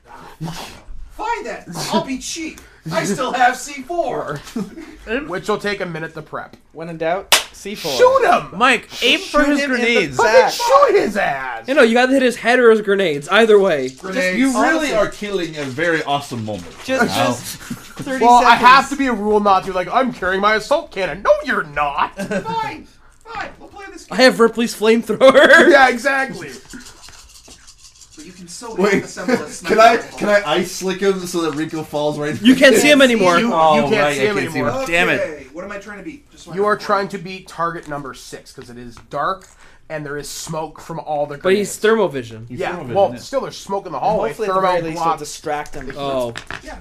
[SPEAKER 5] Fine then. I'll be cheap. I still have C4.
[SPEAKER 3] Which will take a minute to prep.
[SPEAKER 12] When in doubt, C4.
[SPEAKER 3] Shoot him,
[SPEAKER 11] Mike. Aim for his grenades.
[SPEAKER 3] Fucking shoot his ass.
[SPEAKER 11] You know, you gotta hit his head or his grenades. Either way.
[SPEAKER 10] Just- you really are killing a very awesome moment.
[SPEAKER 12] Just-
[SPEAKER 10] Wow.
[SPEAKER 12] just- 30
[SPEAKER 3] well, I
[SPEAKER 12] seconds.
[SPEAKER 3] have to be a rule not to. Like, I'm carrying my assault cannon. No, you're not.
[SPEAKER 5] Fine. Fine. We'll play this game.
[SPEAKER 11] I have Ripley's flamethrower.
[SPEAKER 3] yeah, exactly.
[SPEAKER 5] But you can so
[SPEAKER 10] Wait,
[SPEAKER 5] assemble a
[SPEAKER 10] can
[SPEAKER 5] sniper
[SPEAKER 10] I
[SPEAKER 5] rifle.
[SPEAKER 10] can I ice slick him so that Rico falls right?
[SPEAKER 11] You can't see him anymore.
[SPEAKER 3] You, you
[SPEAKER 10] Oh,
[SPEAKER 3] can't
[SPEAKER 10] right,
[SPEAKER 3] see
[SPEAKER 10] I
[SPEAKER 3] him
[SPEAKER 10] can't see
[SPEAKER 3] anymore.
[SPEAKER 10] him. Damn it.
[SPEAKER 5] Okay, What am I trying to be? Just so
[SPEAKER 3] You are trying to beat target number six because it is dark and there is smoke from all the. Grenades.
[SPEAKER 11] But he's thermovision.
[SPEAKER 3] Yeah, well, still there's smoke in the hallway.
[SPEAKER 12] hopefully at the
[SPEAKER 3] thermo
[SPEAKER 12] very least it'll
[SPEAKER 3] block.
[SPEAKER 12] distract him.
[SPEAKER 11] Oh.
[SPEAKER 5] Yeah.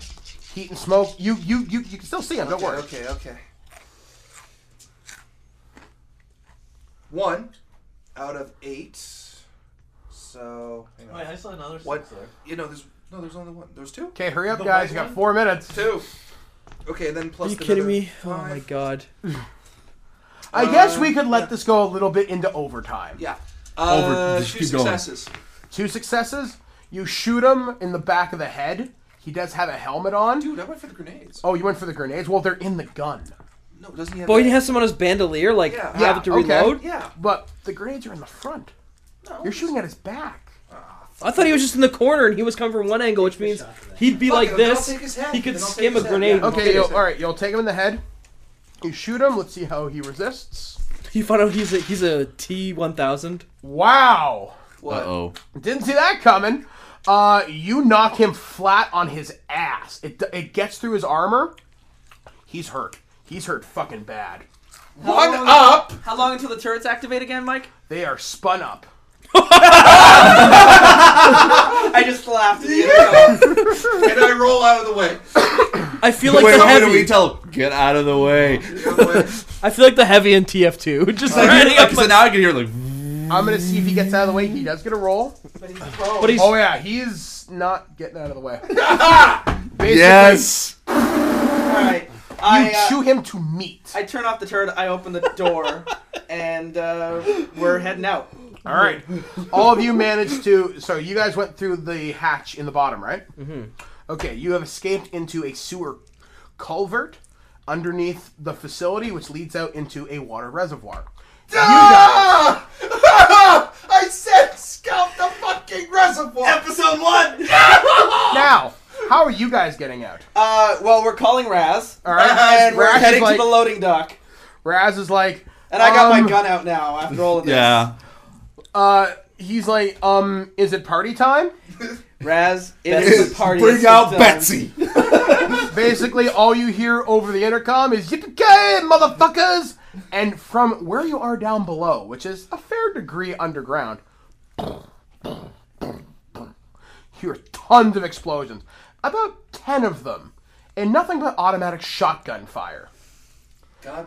[SPEAKER 3] Heat and smoke. You you you, you can still see him. don't
[SPEAKER 5] Okay,
[SPEAKER 3] worry.
[SPEAKER 5] okay, okay. One out of eight. So. Hang on.
[SPEAKER 7] Wait, I saw another six
[SPEAKER 5] What?
[SPEAKER 7] there.
[SPEAKER 5] You know, there's no, there's only one. There's two.
[SPEAKER 3] Okay, hurry up,
[SPEAKER 5] The
[SPEAKER 3] guys.
[SPEAKER 5] white
[SPEAKER 3] You got
[SPEAKER 5] one?
[SPEAKER 3] four minutes.
[SPEAKER 5] Two. Okay, then
[SPEAKER 11] Are
[SPEAKER 5] plus.
[SPEAKER 11] you kidding
[SPEAKER 5] another
[SPEAKER 11] me? Oh
[SPEAKER 5] five.
[SPEAKER 11] my god.
[SPEAKER 3] I guess we could
[SPEAKER 11] Um,
[SPEAKER 3] let this go a little bit into overtime.
[SPEAKER 5] Yeah. Uh,
[SPEAKER 10] Over- just
[SPEAKER 5] two
[SPEAKER 10] keep going.
[SPEAKER 5] successes.
[SPEAKER 3] Two successes. You shoot him in the back of the head. He does have a helmet on.
[SPEAKER 5] Dude, I went for the grenades.
[SPEAKER 3] Oh, you went for the grenades. Well, they're in the gun.
[SPEAKER 5] No, doesn't he have?
[SPEAKER 11] Boy,
[SPEAKER 5] that?
[SPEAKER 11] he has some on his bandolier, like,
[SPEAKER 5] Yeah.
[SPEAKER 11] have it to reload?
[SPEAKER 5] Yeah.
[SPEAKER 3] But the grenades are in the front. You're shooting at his back.
[SPEAKER 11] I thought he was just in the corner and he was coming from one angle, which means he'd be
[SPEAKER 5] Fuck
[SPEAKER 11] like
[SPEAKER 5] it, then I'll
[SPEAKER 11] this.
[SPEAKER 5] take his head,
[SPEAKER 11] He could
[SPEAKER 5] then I'll
[SPEAKER 11] skim
[SPEAKER 5] take
[SPEAKER 11] a
[SPEAKER 5] his head,
[SPEAKER 11] grenade.
[SPEAKER 5] yeah.
[SPEAKER 11] and
[SPEAKER 3] Okay,
[SPEAKER 11] hit
[SPEAKER 3] you'll,
[SPEAKER 11] his head.
[SPEAKER 3] all right. You'll take him in the head. You shoot him. Let's see how he resists.
[SPEAKER 11] He found out he's a he's a T one thousand.
[SPEAKER 3] Wow.
[SPEAKER 5] What?
[SPEAKER 10] oh.
[SPEAKER 3] Didn't see that coming. Uh, you knock him flat on his ass. It, it gets through his armor. He's hurt. He's hurt fucking bad.
[SPEAKER 5] One up.
[SPEAKER 8] How long until the turrets activate again, Mike?
[SPEAKER 3] They are spun up.
[SPEAKER 8] I just laughed. At you.
[SPEAKER 5] and I roll out of the way.
[SPEAKER 11] I feel like
[SPEAKER 10] wait,
[SPEAKER 11] the
[SPEAKER 10] wait,
[SPEAKER 11] heavy.
[SPEAKER 10] wait, we tell him, get out of the way.
[SPEAKER 11] I feel like the heavy in TF two. Just like running up.
[SPEAKER 10] so now I can hear like.
[SPEAKER 3] I'm gonna see if he gets out of the way. He does get a roll.
[SPEAKER 11] But he's
[SPEAKER 3] Oh yeah, he's not getting out of the way. Basically,
[SPEAKER 10] Yes.
[SPEAKER 8] All right.
[SPEAKER 3] You
[SPEAKER 8] I, uh,
[SPEAKER 3] chew him to meat.
[SPEAKER 8] I turn off the turret. I open the door, and uh, we're heading out.
[SPEAKER 3] All right, all of you managed to. So you guys went through the hatch in the bottom, right? Mm-hmm. Okay, you have escaped into a sewer culvert underneath the facility, which leads out into a water reservoir. You guys,
[SPEAKER 5] I said scalp the fucking reservoir. Episode one.
[SPEAKER 3] now, how are you guys getting out?
[SPEAKER 12] Uh, well, we're calling Raz,
[SPEAKER 3] All right,
[SPEAKER 12] and we're
[SPEAKER 3] Raz is
[SPEAKER 12] heading
[SPEAKER 3] like-
[SPEAKER 12] to the loading dock.
[SPEAKER 3] Raz is like,
[SPEAKER 12] And I got
[SPEAKER 3] um,
[SPEAKER 12] my gun out now after all of this.
[SPEAKER 10] Yeah.
[SPEAKER 3] Uh, he's like, um, is it party time?
[SPEAKER 8] Raz, it is party
[SPEAKER 3] Bring
[SPEAKER 8] time.
[SPEAKER 3] out Betsy. Basically, all you hear over the intercom is "Yippee motherfuckers!" And from where you are down below, which is a fair degree underground, hear tons of explosions, about ten of them, and nothing but automatic shotgun fire.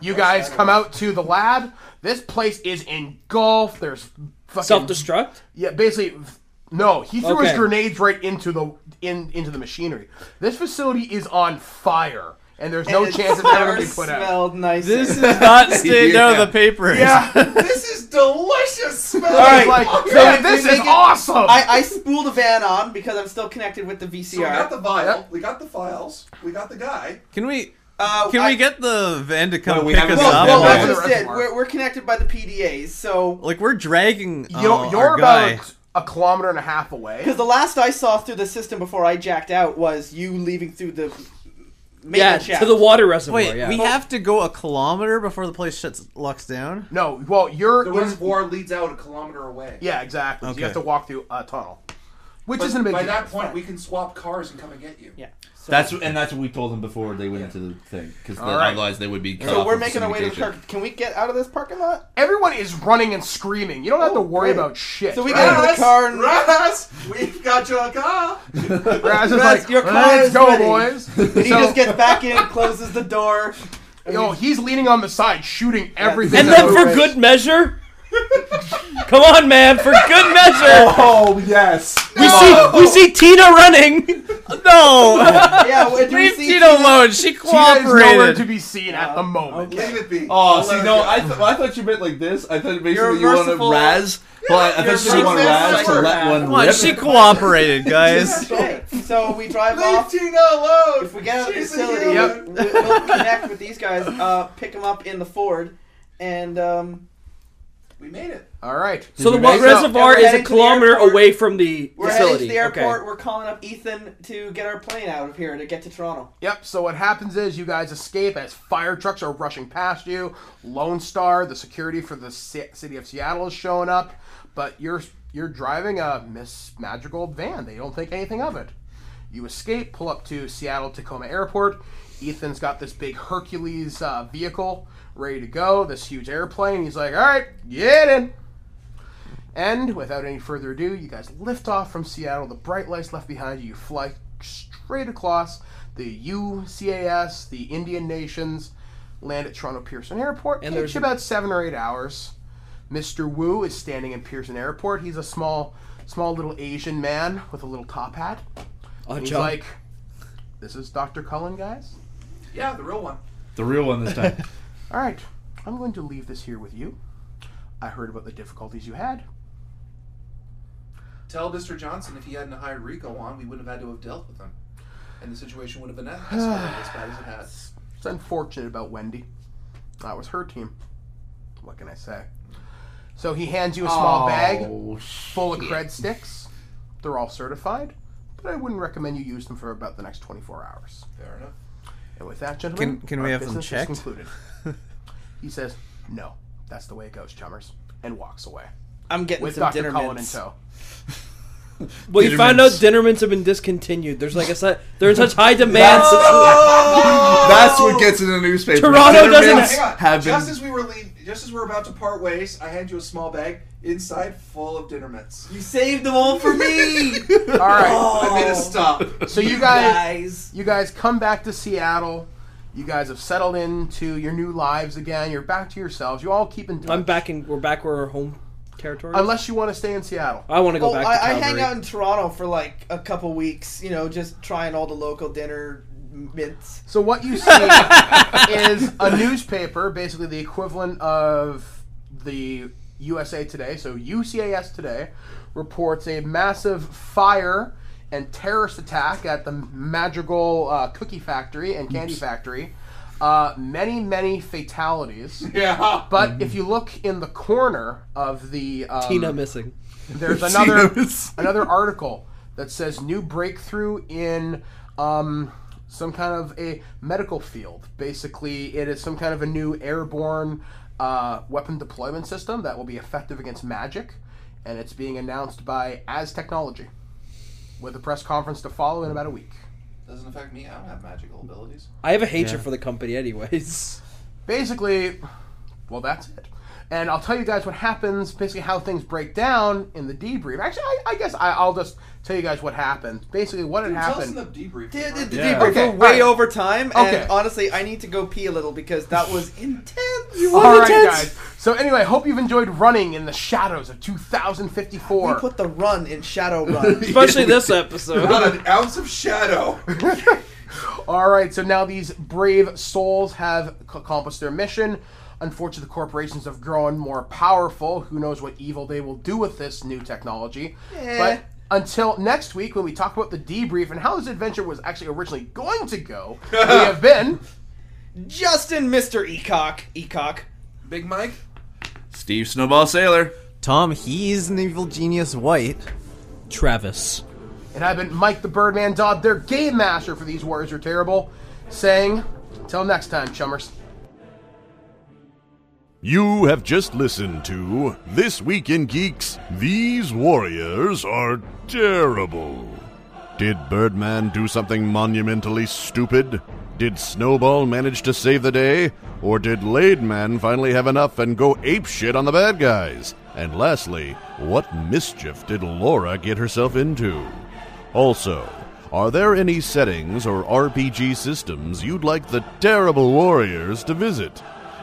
[SPEAKER 3] You guys come out to the lab. This place is engulfed. There's fucking
[SPEAKER 7] Self-destruct?
[SPEAKER 3] Yeah, basically. No, he threw his
[SPEAKER 7] Okay.
[SPEAKER 3] grenades right into the in into the machinery. This facility is on fire, and there's no
[SPEAKER 8] And
[SPEAKER 3] chance it's ever gonna be put out.
[SPEAKER 8] smelled nice.
[SPEAKER 3] This is not stayed out of the paper. Yeah.
[SPEAKER 8] this is delicious smelling.
[SPEAKER 3] All right, so this is awesome.
[SPEAKER 8] I, I spooled a van on because I'm still connected with the VCR.
[SPEAKER 5] So we got the vial. We got the files. We got the guy.
[SPEAKER 9] Can we?
[SPEAKER 8] Uh,
[SPEAKER 9] Can
[SPEAKER 8] I-
[SPEAKER 9] we get the van to come
[SPEAKER 8] Well, we
[SPEAKER 9] pick us
[SPEAKER 8] haven't
[SPEAKER 9] up?
[SPEAKER 8] gotten Well, that that's yet. just it. We're- connected by the PDAs, so
[SPEAKER 9] like we're dragging.
[SPEAKER 8] You-
[SPEAKER 9] uh,
[SPEAKER 8] you're
[SPEAKER 9] our
[SPEAKER 8] about-
[SPEAKER 9] guy.
[SPEAKER 3] a kilometer and a half away.
[SPEAKER 8] Because the last I saw through the system before I jacked out was you leaving through the maintenance shaft.
[SPEAKER 9] Wait, we have to go a kilometer before the place shuts locks down.
[SPEAKER 3] No, well, you're
[SPEAKER 5] The reservoir leads out a kilometer away.
[SPEAKER 3] Yeah, exactly. So
[SPEAKER 9] Okay.
[SPEAKER 3] you have to walk through a tunnel, which
[SPEAKER 5] But
[SPEAKER 3] isn't a big
[SPEAKER 5] By
[SPEAKER 3] deal.
[SPEAKER 5] that point, we can swap cars and come and get you. Yeah.
[SPEAKER 10] That's and that's what we told them before they went into the thing because
[SPEAKER 3] All right.
[SPEAKER 10] otherwise they would be. cut
[SPEAKER 8] So
[SPEAKER 10] off
[SPEAKER 8] we're
[SPEAKER 10] with
[SPEAKER 8] making our way to the
[SPEAKER 10] communication.
[SPEAKER 8] car. Can we get out of this parking lot?
[SPEAKER 3] Everyone is running and screaming. You don't have to worry about shit.
[SPEAKER 8] So we get out of the car and
[SPEAKER 5] Raz, we've got your car.
[SPEAKER 3] Raz is
[SPEAKER 8] Raz,
[SPEAKER 3] like,
[SPEAKER 8] your car
[SPEAKER 3] let's
[SPEAKER 8] is
[SPEAKER 3] go,
[SPEAKER 8] ready."
[SPEAKER 3] boys.
[SPEAKER 8] And he just gets back in, closes the door.
[SPEAKER 3] Yo, he's leaning on the side, shooting everything.
[SPEAKER 7] And then for good measure. Come on, man, for good measure.
[SPEAKER 14] Oh yes.
[SPEAKER 7] We see we see Tina running. No.
[SPEAKER 8] yeah,
[SPEAKER 14] well, do we
[SPEAKER 7] Leave
[SPEAKER 14] see
[SPEAKER 7] Tina
[SPEAKER 14] Tina?
[SPEAKER 7] alone. She
[SPEAKER 14] Tina is
[SPEAKER 7] cooperated.
[SPEAKER 14] nowhere
[SPEAKER 3] to be seen at the moment.
[SPEAKER 5] Leave it be.
[SPEAKER 10] Oh,
[SPEAKER 5] I'll
[SPEAKER 10] see,
[SPEAKER 5] let
[SPEAKER 10] no,
[SPEAKER 5] it go.
[SPEAKER 10] I, th- I thought you meant like this. I thought basically
[SPEAKER 5] You're
[SPEAKER 10] you wanted
[SPEAKER 5] merciful.
[SPEAKER 10] Raz, but I
[SPEAKER 5] You're
[SPEAKER 10] thought you wanted
[SPEAKER 5] merciful
[SPEAKER 10] Raz to let
[SPEAKER 5] psychopath.
[SPEAKER 10] one
[SPEAKER 9] Come on,
[SPEAKER 10] rip.
[SPEAKER 9] she cooperated, guys.
[SPEAKER 8] Okay, so we drive
[SPEAKER 5] Leave
[SPEAKER 8] off.
[SPEAKER 5] Tina alone.
[SPEAKER 8] If we get out of the
[SPEAKER 5] She's a
[SPEAKER 8] facility,
[SPEAKER 5] human.
[SPEAKER 8] we- we'll connect with these guys, uh, pick them up in the Ford, and um,
[SPEAKER 5] we made it.
[SPEAKER 3] All right.
[SPEAKER 7] So the what reservoir is a kilometer away from the
[SPEAKER 8] We're heading to
[SPEAKER 7] facility.
[SPEAKER 8] the airport.
[SPEAKER 7] Okay.
[SPEAKER 8] We're calling up Ethan to get our plane out of here to get to Toronto.
[SPEAKER 3] Yep. So what happens is you guys escape as fire trucks are rushing past you. Lone Star, the security for the ci- city of Seattle, is showing up, but you're you're driving a Miss Magical van. They don't think anything of it. You escape, pull up to Seattle Tacoma Airport. Ethan's got this big Hercules uh, vehicle ready to go. This huge airplane. He's like, "All right, get in." And without any further ado, you guys lift off from Seattle. The bright lights left behind you. You fly straight across the UCAS, the Indian Nations, land at Toronto Pearson Airport.
[SPEAKER 7] And
[SPEAKER 3] And
[SPEAKER 7] there's
[SPEAKER 3] takes you
[SPEAKER 7] a-
[SPEAKER 3] about seven or eight hours. Mr. Wu is standing in Pearson Airport. He's a small, small little Asian man with a little top hat.
[SPEAKER 7] Oh,
[SPEAKER 3] He's
[SPEAKER 7] Joe.
[SPEAKER 3] like, "This is Dr. Cullen, guys."
[SPEAKER 5] Yeah, the real one.
[SPEAKER 10] The real one this time.
[SPEAKER 3] All right, I'm going to leave this here with you. I heard about the difficulties you had.
[SPEAKER 5] Tell Mr. Johnson if he hadn't hired Rico on, we wouldn't have had to have dealt with him, and the situation would have been escalated as bad as it has.
[SPEAKER 3] It's unfortunate about Wendy. That was her team. What can I say? So he hands you a small
[SPEAKER 10] Oh,
[SPEAKER 3] bag full of cred sticks. They're all certified, but I wouldn't recommend you use them for about the next 24 hours.
[SPEAKER 5] Fair enough.
[SPEAKER 3] And with that, gentlemen,
[SPEAKER 9] Can- can we
[SPEAKER 3] our
[SPEAKER 9] have them
[SPEAKER 3] business is
[SPEAKER 9] checked?
[SPEAKER 3] concluded. he says, "No, that's the way it goes, chummers," and walks away.
[SPEAKER 8] I'm getting
[SPEAKER 3] with
[SPEAKER 8] some
[SPEAKER 3] Dr.
[SPEAKER 8] dinner
[SPEAKER 3] Cullen in
[SPEAKER 8] mints.
[SPEAKER 3] tow.
[SPEAKER 7] Well, you found out Dinnermans have been discontinued. There's like a su- they're in such high demand.
[SPEAKER 10] That's what gets in the newspaper.
[SPEAKER 7] Toronto
[SPEAKER 10] Dinner
[SPEAKER 7] doesn't-
[SPEAKER 10] mints
[SPEAKER 5] Hang on.
[SPEAKER 10] have been-
[SPEAKER 5] Just as we were leaving, just as we were about to part ways, I hand you a small bag inside full of dinner mints.
[SPEAKER 8] You saved them all for me. Oh,
[SPEAKER 3] All right,
[SPEAKER 5] I made a stop.
[SPEAKER 3] So you guys, you guys come back to Seattle. You guys have settled into your new lives again. You're back to yourselves. You all keep in touch.
[SPEAKER 7] I'm back in. We're back where our home territory. is?
[SPEAKER 3] Unless you want to stay in Seattle.
[SPEAKER 7] I want to go
[SPEAKER 8] Well,
[SPEAKER 7] back.
[SPEAKER 8] I, I
[SPEAKER 7] to
[SPEAKER 8] hang
[SPEAKER 7] Calgary.
[SPEAKER 8] out in Toronto for like a couple weeks, you know, just trying all the local dinner mints.
[SPEAKER 3] So what you see is a newspaper, basically the equivalent of the USA Today. So UCAS Today reports a massive fire and terrorist attack at the Madrigal uh, Cookie Factory and Candy Factory. Uh, many, many fatalities.
[SPEAKER 5] Yeah.
[SPEAKER 3] But if you look in the corner of the um,
[SPEAKER 7] Tina missing.
[SPEAKER 3] There's
[SPEAKER 7] Tina
[SPEAKER 3] another
[SPEAKER 7] missing.
[SPEAKER 3] another article that says new breakthrough in um, some kind of a medical field. Basically, it is some kind of a new airborne uh, weapon deployment system that will be effective against magic. and it's being announced by As Technology with a press conference to follow in about a week.
[SPEAKER 5] Doesn't affect me. I don't have magical abilities.
[SPEAKER 11] I have a hatred for the company, anyways.
[SPEAKER 3] Basically, well, that's it. And I'll tell you guys what happens, basically how things break down in the debrief. Actually, I, I guess I, I'll just tell you guys what happened. Basically, what had
[SPEAKER 5] Dude, tell us
[SPEAKER 3] happened.
[SPEAKER 5] in the debrief.
[SPEAKER 3] Did-
[SPEAKER 5] Mark.
[SPEAKER 3] did- Yeah. Okay,
[SPEAKER 8] We're way
[SPEAKER 3] alright.
[SPEAKER 8] over time,
[SPEAKER 3] Okay.
[SPEAKER 8] and honestly, I need to go pee a little because that was intense.
[SPEAKER 3] You
[SPEAKER 8] were
[SPEAKER 3] All right,
[SPEAKER 8] intense.
[SPEAKER 3] guys. So anyway, hope you've enjoyed running in the shadows of 2054.
[SPEAKER 8] We put the run in shadow run.
[SPEAKER 11] Especially this episode.
[SPEAKER 5] Not an ounce of shadow.
[SPEAKER 3] All right, so now these brave souls have c- accomplished their mission. Unfortunately, the corporations have grown more powerful. Who knows what evil they will do with this new technology?
[SPEAKER 8] Eh.
[SPEAKER 3] But until next week, when we talk about the debrief and how this adventure was actually originally going to go, we have been
[SPEAKER 8] Justin, Mr. Ecock. Ecock.
[SPEAKER 5] Big Mike?
[SPEAKER 10] Steve Snowball Sailor.
[SPEAKER 9] Tom, he's an evil genius white.
[SPEAKER 15] Travis.
[SPEAKER 3] and I've been Mike the Birdman Dodd, their game master for these Warriors Are Terrible, saying, "Till next time, chummers."
[SPEAKER 4] You have just listened to This Week in Geeks These Warriors Are Terrible. Did Birdman do something monumentally stupid? Did Snowball manage to save the day? Or did Laidman finally have enough and go apeshit on the bad guys? And lastly, what mischief did Laura get herself into? Also, are there any settings or RPG systems you'd like the terrible warriors to visit?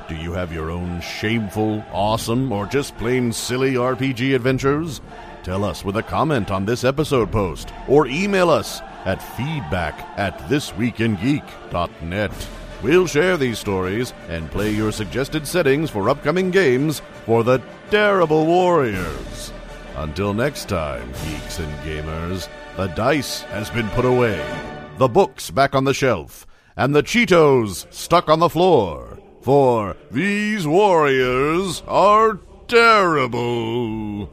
[SPEAKER 4] Do you have your own shameful, awesome, or just plain silly RPG adventures? Tell us with a comment on this episode post or email us at feedback at thisweekingeek.net. We'll share these stories and play your suggested settings for upcoming games for the terrible warriors. Until next time, geeks and gamers, the dice has been put away, the books back on the shelf, and the Cheetos stuck on the floor. For these warriors are terrible.